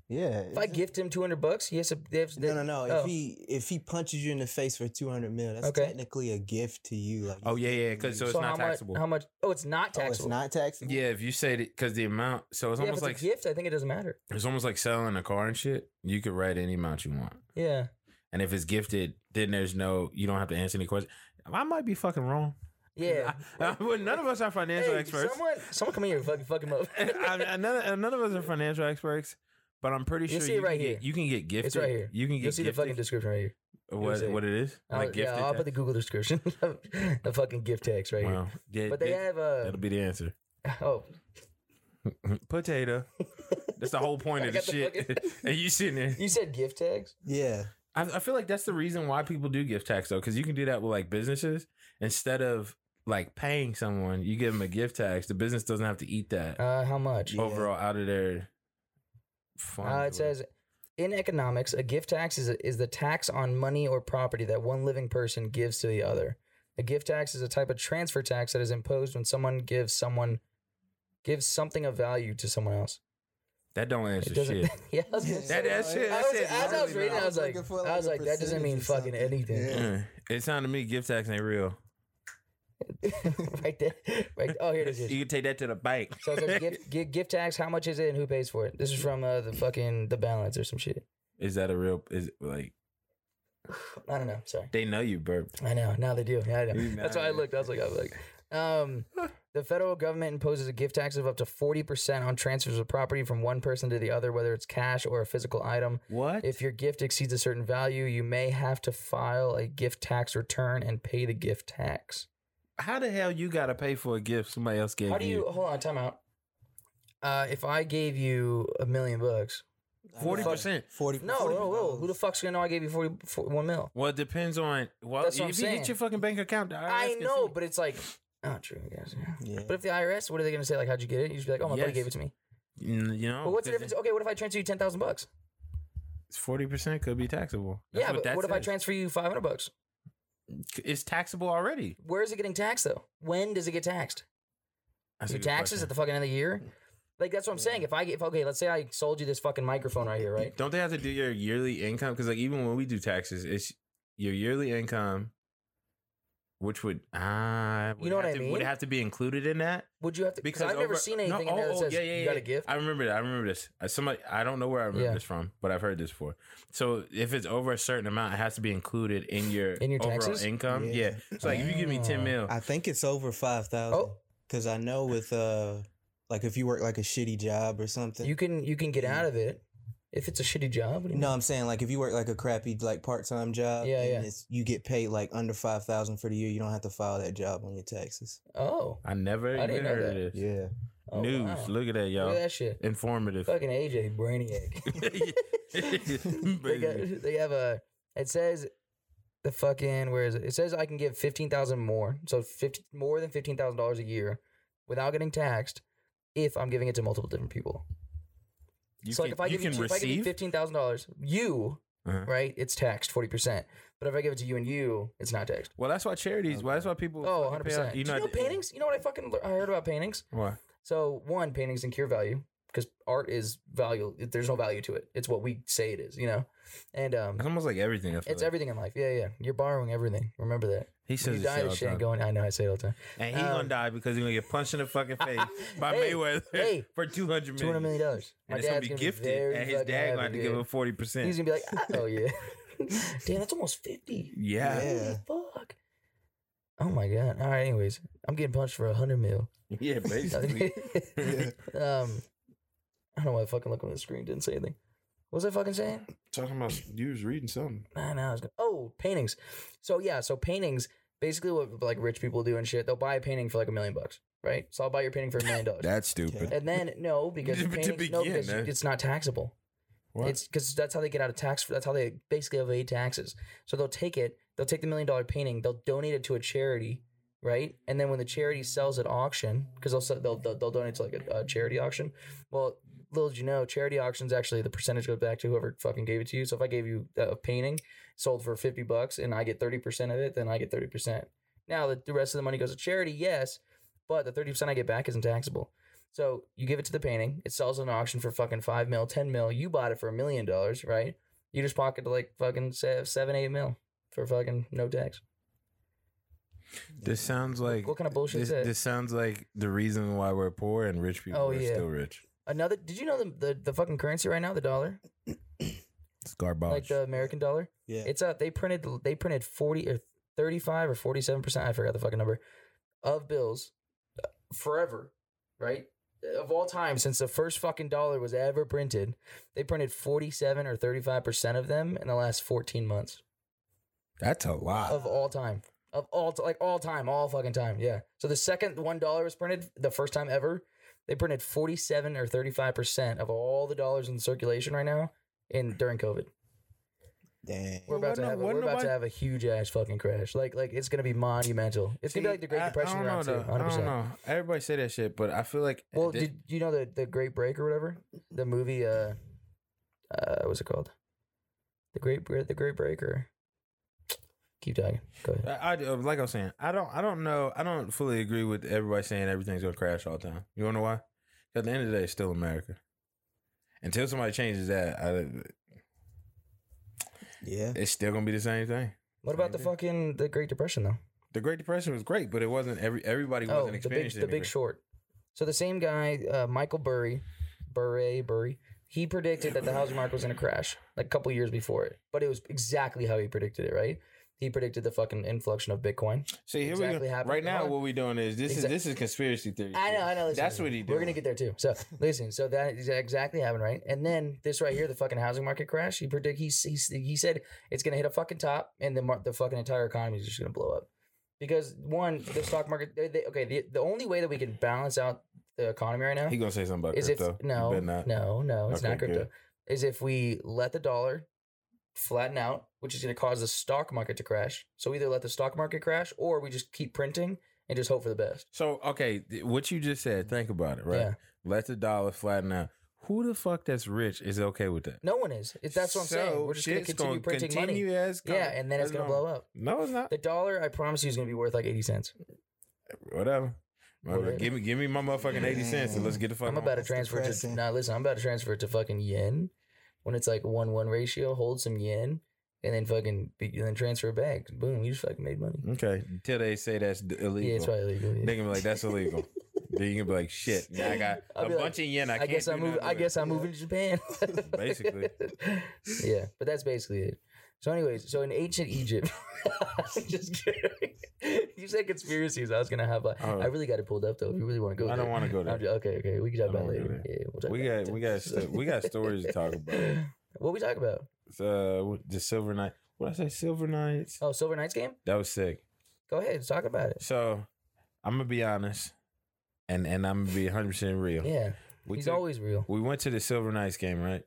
[SPEAKER 4] Yeah.
[SPEAKER 2] If I
[SPEAKER 4] it's-
[SPEAKER 2] gift him two hundred bucks, he has to. They have to
[SPEAKER 4] No, no, no.
[SPEAKER 2] Oh.
[SPEAKER 4] If he if he punches you in the face for two hundred mil, that's
[SPEAKER 2] Okay.
[SPEAKER 4] technically a gift to you. Like,
[SPEAKER 3] oh yeah, yeah, because so, it's
[SPEAKER 2] how
[SPEAKER 3] not
[SPEAKER 2] much-
[SPEAKER 3] taxable.
[SPEAKER 2] how much? Oh, it's not
[SPEAKER 4] Oh,
[SPEAKER 2] taxable.
[SPEAKER 4] it's not taxable.
[SPEAKER 3] yeah, if you say it, because the amount, so it's
[SPEAKER 2] yeah,
[SPEAKER 3] almost
[SPEAKER 2] if it's
[SPEAKER 3] like
[SPEAKER 2] a gift. I think it doesn't matter.
[SPEAKER 3] it's almost like selling a car and shit. You could write any amount you want,
[SPEAKER 2] Yeah.
[SPEAKER 3] and if it's gifted, then there's no, you don't have to answer any questions. I might be fucking wrong. [laughs]
[SPEAKER 2] Yeah.
[SPEAKER 3] I, I wouldn't- none of us are financial
[SPEAKER 2] Hey,
[SPEAKER 3] experts. [laughs]
[SPEAKER 2] someone, someone come here and fucking fuck him up.
[SPEAKER 3] I, I, none, of- none of us are financial experts, but I'm pretty
[SPEAKER 2] You'll
[SPEAKER 3] sure
[SPEAKER 2] see it
[SPEAKER 3] you,
[SPEAKER 2] right
[SPEAKER 3] can
[SPEAKER 2] here.
[SPEAKER 3] Get, you can get gifted.
[SPEAKER 2] right here.
[SPEAKER 3] You can
[SPEAKER 2] [laughs]
[SPEAKER 3] get
[SPEAKER 2] You'll see the
[SPEAKER 3] gifted.
[SPEAKER 2] fucking description right here.
[SPEAKER 3] What
[SPEAKER 2] Music.
[SPEAKER 3] what it is?
[SPEAKER 2] I'll,
[SPEAKER 3] Like
[SPEAKER 2] Oh, yeah,
[SPEAKER 3] gifted
[SPEAKER 2] I'll put the
[SPEAKER 3] text?
[SPEAKER 2] Google description. [laughs] the fucking gift text right
[SPEAKER 3] Wow. Yeah,
[SPEAKER 2] here. But they
[SPEAKER 3] that-
[SPEAKER 2] have a
[SPEAKER 3] that'll be the answer.
[SPEAKER 2] [laughs] oh [laughs]
[SPEAKER 3] Potato. That's the whole point
[SPEAKER 2] I
[SPEAKER 3] of the
[SPEAKER 2] got the
[SPEAKER 3] shit. [laughs] and you sitting there.
[SPEAKER 2] you said gift tags?
[SPEAKER 4] Yeah.
[SPEAKER 3] I, I feel like that's the reason why people do gift tax though, because you can do that with like businesses instead of like paying someone, you give them a gift tax. The business doesn't have to eat that
[SPEAKER 2] Uh how much?
[SPEAKER 4] Yeah.
[SPEAKER 3] overall out of their. funds
[SPEAKER 2] Uh,
[SPEAKER 3] or
[SPEAKER 2] it says in economics, a gift tax is, is the tax on money or property that one living person gives to the other. A gift tax is a type of transfer tax that is imposed when someone gives someone gives something of value to someone else.
[SPEAKER 3] That don't
[SPEAKER 2] It
[SPEAKER 3] answer
[SPEAKER 2] doesn't. [laughs]
[SPEAKER 3] shit.
[SPEAKER 2] yeah, I was gonna say-
[SPEAKER 3] That- that
[SPEAKER 2] I
[SPEAKER 3] shit- that
[SPEAKER 2] was-
[SPEAKER 3] shit
[SPEAKER 2] as I was
[SPEAKER 3] really
[SPEAKER 2] reading, it, I
[SPEAKER 3] not-
[SPEAKER 2] was like,
[SPEAKER 4] looking for, like,
[SPEAKER 2] I was
[SPEAKER 4] a
[SPEAKER 2] like, that doesn't
[SPEAKER 4] percentage
[SPEAKER 2] mean
[SPEAKER 4] or
[SPEAKER 2] fucking
[SPEAKER 4] something.
[SPEAKER 2] anything.
[SPEAKER 4] Yeah.
[SPEAKER 3] Mm. it sounded to me gift tax ain't real.
[SPEAKER 2] [laughs] right there, right. Oh, here it is. here it is.
[SPEAKER 3] You can take that to the bank.
[SPEAKER 2] So it says gift, gi- gift tax. How much is it, and who pays for it? This is from uh, the fucking the balance or some shit.
[SPEAKER 3] Is that a real? Is it like
[SPEAKER 2] I don't know. Sorry.
[SPEAKER 3] they know you burped?
[SPEAKER 2] I know. Now they do. Yeah, I know.
[SPEAKER 3] You
[SPEAKER 2] That's why I
[SPEAKER 3] know.
[SPEAKER 2] looked. I was like, I was like, um, the federal government imposes a gift tax of up to forty percent on transfers of property from one person to the other, whether it's cash or a physical item.
[SPEAKER 3] What?
[SPEAKER 2] If your gift exceeds a certain value, you may have to file a gift tax return and pay the gift tax.
[SPEAKER 3] How the hell you gotta pay for a gift somebody else gave
[SPEAKER 2] How do you hold on? Time out. Uh, if I gave you a million bucks,
[SPEAKER 3] Forty percent.
[SPEAKER 4] Forty.
[SPEAKER 2] no, whoa, whoa, who the fuck's gonna know I gave you 40, fo- one mil?
[SPEAKER 3] Well, it depends on well.
[SPEAKER 2] That's
[SPEAKER 3] if
[SPEAKER 2] what I'm
[SPEAKER 3] you
[SPEAKER 2] saying.
[SPEAKER 3] hit your fucking bank account, the IRS
[SPEAKER 2] I
[SPEAKER 3] can
[SPEAKER 2] know,
[SPEAKER 3] see.
[SPEAKER 2] but it's like, oh, true, I guess. Yeah.
[SPEAKER 4] Yeah.
[SPEAKER 2] But if the IRS, what are they gonna say? Like, how'd you get it? You should be like, oh, my buddy
[SPEAKER 3] Yes.
[SPEAKER 2] gave it to me.
[SPEAKER 3] Mm, you know.
[SPEAKER 2] But what's the difference? Okay, what if I transfer you ten thousand bucks?
[SPEAKER 3] Forty percent could be taxable. That's
[SPEAKER 2] Yeah, but
[SPEAKER 3] that
[SPEAKER 2] what if I
[SPEAKER 3] says.
[SPEAKER 2] transfer you five hundred bucks?
[SPEAKER 3] It's taxable already.
[SPEAKER 2] Where is it getting taxed though? When does it get taxed?
[SPEAKER 3] That's a
[SPEAKER 2] Do
[SPEAKER 3] good
[SPEAKER 2] taxes at
[SPEAKER 3] question.
[SPEAKER 2] the fucking end of the year? Like that's what I'm saying. If I get, if, okay, let's say I sold you this fucking microphone right here, right?
[SPEAKER 3] Don't they have to do your yearly income? Because like even when we do taxes, it's your yearly income, which would ah, would
[SPEAKER 2] know what
[SPEAKER 3] have
[SPEAKER 2] I
[SPEAKER 3] to-
[SPEAKER 2] mean?
[SPEAKER 3] Would have to be included in that.
[SPEAKER 2] Would you have to? Because I've never
[SPEAKER 3] over-
[SPEAKER 2] seen
[SPEAKER 3] no,
[SPEAKER 2] anything in there that
[SPEAKER 3] oh, oh,
[SPEAKER 2] says you got a gift.
[SPEAKER 3] I remember that. I remember this. Uh, Somebody, I don't know where I remember
[SPEAKER 2] Yeah.
[SPEAKER 3] this from, but I've heard this before. So if it's over a certain amount, it has to be included in your
[SPEAKER 2] In your
[SPEAKER 3] overall
[SPEAKER 2] taxes?
[SPEAKER 3] income.
[SPEAKER 4] Yeah.
[SPEAKER 3] Yeah. It's like if you give me
[SPEAKER 2] Oh.
[SPEAKER 3] ten mil,
[SPEAKER 4] I think it's over five thousand.
[SPEAKER 2] Oh.
[SPEAKER 4] Cause I know with uh, like if you work like a shitty job or something.
[SPEAKER 2] You can you can get
[SPEAKER 4] Yeah.
[SPEAKER 2] out of it if it's a shitty job. What do you
[SPEAKER 4] no, I'm saying like if you work like a crappy like part time job.
[SPEAKER 2] Yeah,
[SPEAKER 4] and
[SPEAKER 2] yeah.
[SPEAKER 4] It's, you get paid like under five thousand for the year. You don't have to file that job on your taxes.
[SPEAKER 2] mean? Oh,
[SPEAKER 3] I never
[SPEAKER 2] I
[SPEAKER 3] even
[SPEAKER 2] didn't know
[SPEAKER 3] heard of
[SPEAKER 2] that.
[SPEAKER 3] this.
[SPEAKER 4] Yeah.
[SPEAKER 2] oh,
[SPEAKER 3] News.
[SPEAKER 2] wow.
[SPEAKER 3] Look at that, y'all.
[SPEAKER 2] Look at that shit.
[SPEAKER 3] Informative. [laughs]
[SPEAKER 2] Fucking AJ Brainiac. [laughs] they, got, they have a. It says the fucking where is it? It says I can give fifteen thousand more, so fifty more than fifteen thousand dollars a year, without getting taxed, if I'm giving it to multiple different people.
[SPEAKER 3] You
[SPEAKER 2] so like
[SPEAKER 3] can-
[SPEAKER 2] if I
[SPEAKER 3] you
[SPEAKER 2] give you,
[SPEAKER 3] can
[SPEAKER 2] two- if I give you
[SPEAKER 3] receive.
[SPEAKER 2] fifteen thousand dollars, you
[SPEAKER 3] Uh-huh.
[SPEAKER 2] right, it's taxed forty percent. But if I give it to you and you, it's not taxed.
[SPEAKER 3] Well, that's why charities. Well, that's why people.
[SPEAKER 2] Oh,
[SPEAKER 3] fucking
[SPEAKER 2] 100
[SPEAKER 3] pay out-
[SPEAKER 2] percent. You know,
[SPEAKER 3] at the-
[SPEAKER 2] paintings? You know what I fucking lear- I heard about paintings?
[SPEAKER 3] Why?
[SPEAKER 2] So one, paintings and cure value because art is value. There's no value to it. It's what we say it is, you know. And um,
[SPEAKER 3] It's almost like everything. I feel
[SPEAKER 2] It's
[SPEAKER 3] like.
[SPEAKER 2] everything in life. Yeah, yeah. You're borrowing everything. Remember that.
[SPEAKER 3] He
[SPEAKER 2] When
[SPEAKER 3] says
[SPEAKER 2] you
[SPEAKER 3] this
[SPEAKER 2] die,
[SPEAKER 3] shit all
[SPEAKER 2] this
[SPEAKER 3] the
[SPEAKER 2] shit
[SPEAKER 3] time.
[SPEAKER 2] ain't going. I know. I say it all the time.
[SPEAKER 3] and he gonna
[SPEAKER 2] um,
[SPEAKER 3] die because he's gonna get punched in
[SPEAKER 2] [laughs]
[SPEAKER 3] the fucking face by
[SPEAKER 2] Hey,
[SPEAKER 3] Mayweather [laughs]
[SPEAKER 2] hey,
[SPEAKER 3] for two hundred
[SPEAKER 2] Two hundred million dollars.
[SPEAKER 3] And it's gonna be gifted, and his dad gonna have to give him forty percent.
[SPEAKER 2] He's gonna be like, oh
[SPEAKER 3] [laughs]
[SPEAKER 2] yeah, damn, that's almost fifty.
[SPEAKER 3] Yeah.
[SPEAKER 4] Yeah.
[SPEAKER 2] Holy fuck. Oh my god. All right. Anyways, I'm getting punched for a hundred mil.
[SPEAKER 3] [laughs] Yeah, basically. [laughs]
[SPEAKER 2] [laughs]
[SPEAKER 4] Yeah.
[SPEAKER 2] um, I don't know why I fucking looking at the screen didn't say anything. What was I fucking saying?
[SPEAKER 3] Talking about you was reading something.
[SPEAKER 2] I know. I was gonna, oh, paintings. So yeah, so paintings basically what like rich people do and shit. They'll buy a painting for like a million bucks, right? So I'll buy your painting for a
[SPEAKER 3] [laughs]
[SPEAKER 2] million dollars.
[SPEAKER 3] That's stupid.
[SPEAKER 2] And then no, because
[SPEAKER 3] [laughs] To
[SPEAKER 2] the paintings, no,
[SPEAKER 3] begin,
[SPEAKER 2] because you-
[SPEAKER 3] eh?
[SPEAKER 2] it's not taxable.
[SPEAKER 3] What?
[SPEAKER 2] It's because that's how they get out of tax. That's how they basically evade taxes. So they'll take it. They'll take the million dollar painting. They'll donate it to a charity, right? And then when the charity sells at auction, because they'll, sell- they'll they'll they'll donate to like a, a charity auction. Well, little did you know, charity auctions actually the percentage goes back to whoever fucking gave it to you. So if I gave you a painting sold for fifty bucks and I get thirty percent of it, then I get thirty percent. Now the, the rest of the money goes to charity, yes, but the thirty percent I get back isn't taxable. So you give it to the painting. It sells at an auction for fucking five mil, ten mil. You bought it for a million dollars, right? You just pocketed like fucking se- seven, eight mil for fucking no tax.
[SPEAKER 3] This sounds like
[SPEAKER 2] what kind of bullshit
[SPEAKER 3] This,
[SPEAKER 2] is that?
[SPEAKER 3] this sounds like the reason why we're poor and rich people
[SPEAKER 2] Oh,
[SPEAKER 3] are
[SPEAKER 2] yeah.
[SPEAKER 3] still rich.
[SPEAKER 2] Another? Did you know the, the the fucking currency right now, the dollar,
[SPEAKER 3] It's garbage.
[SPEAKER 2] like the American dollar?
[SPEAKER 4] Yeah.
[SPEAKER 2] It's up. They printed they printed forty or thirty five or forty seven percent. I forgot the fucking number of bills uh, forever, right? Of all time, since the first fucking dollar was ever printed, they printed forty seven or thirty five percent of them in the last fourteen months.
[SPEAKER 5] That's a lot.
[SPEAKER 2] of all time. Of all t- like all time, all fucking time. Yeah. So the second one dollar was printed, the first time ever, they printed forty seven or thirty five percent of all the dollars in circulation right now in during COVID.
[SPEAKER 4] Dang.
[SPEAKER 2] We're about to
[SPEAKER 5] Well,
[SPEAKER 2] have a,
[SPEAKER 5] wasn't
[SPEAKER 2] we're about to
[SPEAKER 5] nobody-
[SPEAKER 2] have a huge ass fucking crash. Like like it's gonna be monumental. It's gonna be like the Great
[SPEAKER 3] I-
[SPEAKER 2] Depression
[SPEAKER 3] I,
[SPEAKER 2] around
[SPEAKER 3] don't know,
[SPEAKER 2] too.
[SPEAKER 3] though. I
[SPEAKER 2] Hundred
[SPEAKER 3] don't
[SPEAKER 2] percent.
[SPEAKER 3] know. Everybody say that shit, but I feel like
[SPEAKER 2] Well,
[SPEAKER 3] thi-
[SPEAKER 2] did you know the the Great Break or whatever? The movie uh uh what's it called? The Great Bre- the Great Break or keep talking. Go ahead.
[SPEAKER 3] I, I uh, like I was saying, I don't, I don't know, I don't fully agree with everybody saying everything's gonna crash all the time. You wanna know why? 'Cause At the end of the day, it's still America. Until somebody changes that, I,
[SPEAKER 4] Yeah.
[SPEAKER 3] it's still gonna be the same thing.
[SPEAKER 2] What about the
[SPEAKER 3] Maybe.
[SPEAKER 2] fucking the Great Depression though?
[SPEAKER 3] The Great Depression was great, but it wasn't every everybody wasn't
[SPEAKER 2] Oh, the big,
[SPEAKER 3] experiencing
[SPEAKER 2] the Big
[SPEAKER 3] it.
[SPEAKER 2] Short. So the same guy, uh, Michael Burry, Burry, Burry, he predicted that the housing market was going to crash like a couple years before it, but it was exactly how he predicted it. Right? He predicted the fucking inflection of Bitcoin.
[SPEAKER 3] See, here
[SPEAKER 2] exactly
[SPEAKER 3] we go.
[SPEAKER 2] happened.
[SPEAKER 3] Right now,
[SPEAKER 2] Hold on.
[SPEAKER 3] what we're doing is this
[SPEAKER 2] Exact-
[SPEAKER 3] is this is conspiracy theory.
[SPEAKER 2] I know, I know. Listen,
[SPEAKER 3] That's what he did.
[SPEAKER 2] We're gonna get there too. So listen, so that is exactly happened, right? And then this right here, the fucking housing market crash. He predict he he, he said it's gonna hit a fucking top, and the mar- the fucking entire economy is just gonna blow up because one, the stock market. They, they, okay, the the only way that we can balance out the economy right now
[SPEAKER 3] He gonna say something about
[SPEAKER 2] is if
[SPEAKER 3] crypto. You
[SPEAKER 2] no,
[SPEAKER 3] better not.
[SPEAKER 2] no, no, it's not
[SPEAKER 3] Okay,
[SPEAKER 2] crypto.
[SPEAKER 3] good.
[SPEAKER 2] Is if we let the dollar flatten out, which is going to cause the stock market to crash. So either let the stock market crash, or we just keep printing and just hope for the best.
[SPEAKER 3] So okay, th- what you just said. Think about it. Right.
[SPEAKER 2] Yeah.
[SPEAKER 3] Let the dollar flatten out. Who the fuck that's rich is okay with that?
[SPEAKER 2] No one is. It's, that's what I'm saying. We're just going to
[SPEAKER 3] shit's
[SPEAKER 2] continue
[SPEAKER 3] gonna
[SPEAKER 2] printing
[SPEAKER 3] continue
[SPEAKER 2] money.
[SPEAKER 3] As
[SPEAKER 2] Yeah, and then it's going to blow up.
[SPEAKER 3] No, it's not.
[SPEAKER 2] The dollar, I promise you, is going to be worth like eighty cents.
[SPEAKER 3] Whatever. Motherfucker,
[SPEAKER 2] Whatever.
[SPEAKER 3] Give me, give me my motherfucking eighty cents and let's get the fuck.
[SPEAKER 2] I'm about to
[SPEAKER 4] that's
[SPEAKER 2] transfer it to.
[SPEAKER 4] depressing.
[SPEAKER 2] Nah, listen, I'm about to transfer it to fucking yen. When it's like one one ratio, hold some yen, and then fucking be, and then transfer it back. Boom, you just fucking made money.
[SPEAKER 3] on. Okay, until they say that's d- illegal.
[SPEAKER 2] Yeah, it's probably legal. yeah.
[SPEAKER 3] They gonna be like, that's illegal. then you gonna be like, shit. Now I got
[SPEAKER 2] I'll
[SPEAKER 3] a
[SPEAKER 2] be like,
[SPEAKER 3] bunch of yen. I,
[SPEAKER 2] I,
[SPEAKER 3] can't
[SPEAKER 2] guess
[SPEAKER 3] do
[SPEAKER 2] I'm moving.
[SPEAKER 3] nothing
[SPEAKER 2] I
[SPEAKER 3] with."
[SPEAKER 2] guess I'm moving to Japan. [laughs]
[SPEAKER 3] Basically.
[SPEAKER 2] yeah, but that's basically it. So, anyways, so in ancient Egypt, [laughs] just kidding. You said conspiracies. I was gonna have. A,
[SPEAKER 3] Oh.
[SPEAKER 2] I really got it pulled up though. If you really want to go,
[SPEAKER 3] I don't want to go
[SPEAKER 2] to.
[SPEAKER 3] there.
[SPEAKER 2] okay, okay, we can
[SPEAKER 3] I
[SPEAKER 2] talk about
[SPEAKER 3] don't
[SPEAKER 2] it
[SPEAKER 3] wanna go
[SPEAKER 2] later. Yeah, we'll talk
[SPEAKER 3] We
[SPEAKER 2] about it
[SPEAKER 3] got- we
[SPEAKER 2] later.
[SPEAKER 3] got sto- we got stories to talk about.
[SPEAKER 2] [laughs] What we talk about?
[SPEAKER 3] Uh, the Silver Knight. What I say, Silver Knights.
[SPEAKER 2] Oh, Silver Knights game.
[SPEAKER 3] That was sick.
[SPEAKER 2] Go ahead, talk about it.
[SPEAKER 3] So, I'm gonna be honest, and and I'm gonna be 100 percent real.
[SPEAKER 2] Yeah,
[SPEAKER 3] we
[SPEAKER 2] he's
[SPEAKER 3] took-
[SPEAKER 2] always real.
[SPEAKER 3] we went to the Silver Knights game, right?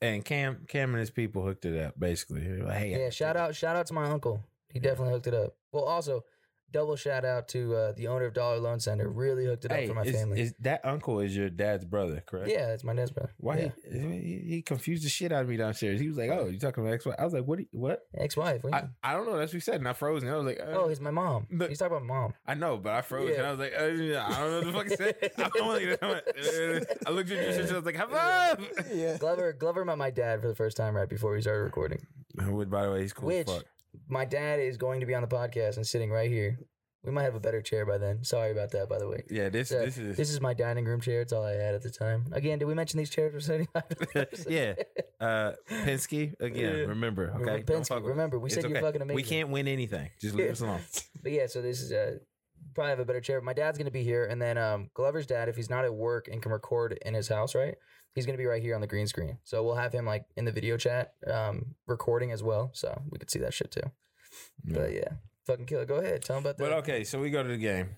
[SPEAKER 3] And Cam Cam and his people hooked it up. Basically, They were like, hey,
[SPEAKER 2] Yeah, shout out, shout out to my uncle. He definitely hooked it up. Well, also. Double shout out to uh, the owner of Dollar Loan Center. Really hooked it up
[SPEAKER 3] Hey,
[SPEAKER 2] for my
[SPEAKER 3] is,
[SPEAKER 2] family.
[SPEAKER 3] is that uncle is your dad's brother, correct?
[SPEAKER 2] Yeah, it's my dad's brother.
[SPEAKER 3] Why
[SPEAKER 2] Yeah.
[SPEAKER 3] he, he he confused the shit out of me downstairs. He was like, "Oh, you talking about ex?" I was like, "What? do you- What?"
[SPEAKER 2] Ex-wife. what do you
[SPEAKER 3] I, I don't know. That's what he said, and I froze. And I was like, uh,
[SPEAKER 2] mean? oh, he's my mom.
[SPEAKER 3] the-
[SPEAKER 2] He's talking about mom.
[SPEAKER 3] I know, but I froze, and
[SPEAKER 2] Yeah.
[SPEAKER 3] I was like, uh, yeah, I don't know what the fuck
[SPEAKER 2] [laughs]
[SPEAKER 3] he said. I'm like, I'm like, uh, I looked at you, and I was like, "Have up!"
[SPEAKER 4] Yeah.
[SPEAKER 2] Glover, Glover met my dad for the first time right before we started recording.
[SPEAKER 3] [laughs] Wood, by the way, he's cool. as
[SPEAKER 2] Which-
[SPEAKER 3] fuck.
[SPEAKER 2] My dad is going to be on the podcast and sitting right here. We might have a better chair by then. Sorry about that, by the way.
[SPEAKER 3] Yeah, this
[SPEAKER 2] Uh,
[SPEAKER 3] this is
[SPEAKER 2] This is my dining room chair. It's all I had at the time. Again, did we mention these chairs were seventy five?
[SPEAKER 3] [laughs]
[SPEAKER 2] [laughs]
[SPEAKER 3] yeah. Uh, Penske again.
[SPEAKER 2] Yeah.
[SPEAKER 3] Remember, okay? Don't
[SPEAKER 2] Penske,
[SPEAKER 3] fuck with us.
[SPEAKER 2] remember, we
[SPEAKER 3] It's
[SPEAKER 2] said you're
[SPEAKER 3] okay.
[SPEAKER 2] fucking amazing.
[SPEAKER 3] We can't win anything. Just leave us alone.
[SPEAKER 2] But yeah, so this is uh probably have a better chair. My dad's gonna be here, and then um, Glover's dad, if he's not at work and can record in his house, right? He's gonna be right here on the green screen. So we'll have him like in the video chat, um, recording as well, so we could see that shit too. But yeah, fucking killer. Go ahead, tell him about that.
[SPEAKER 3] But okay, so we go to the game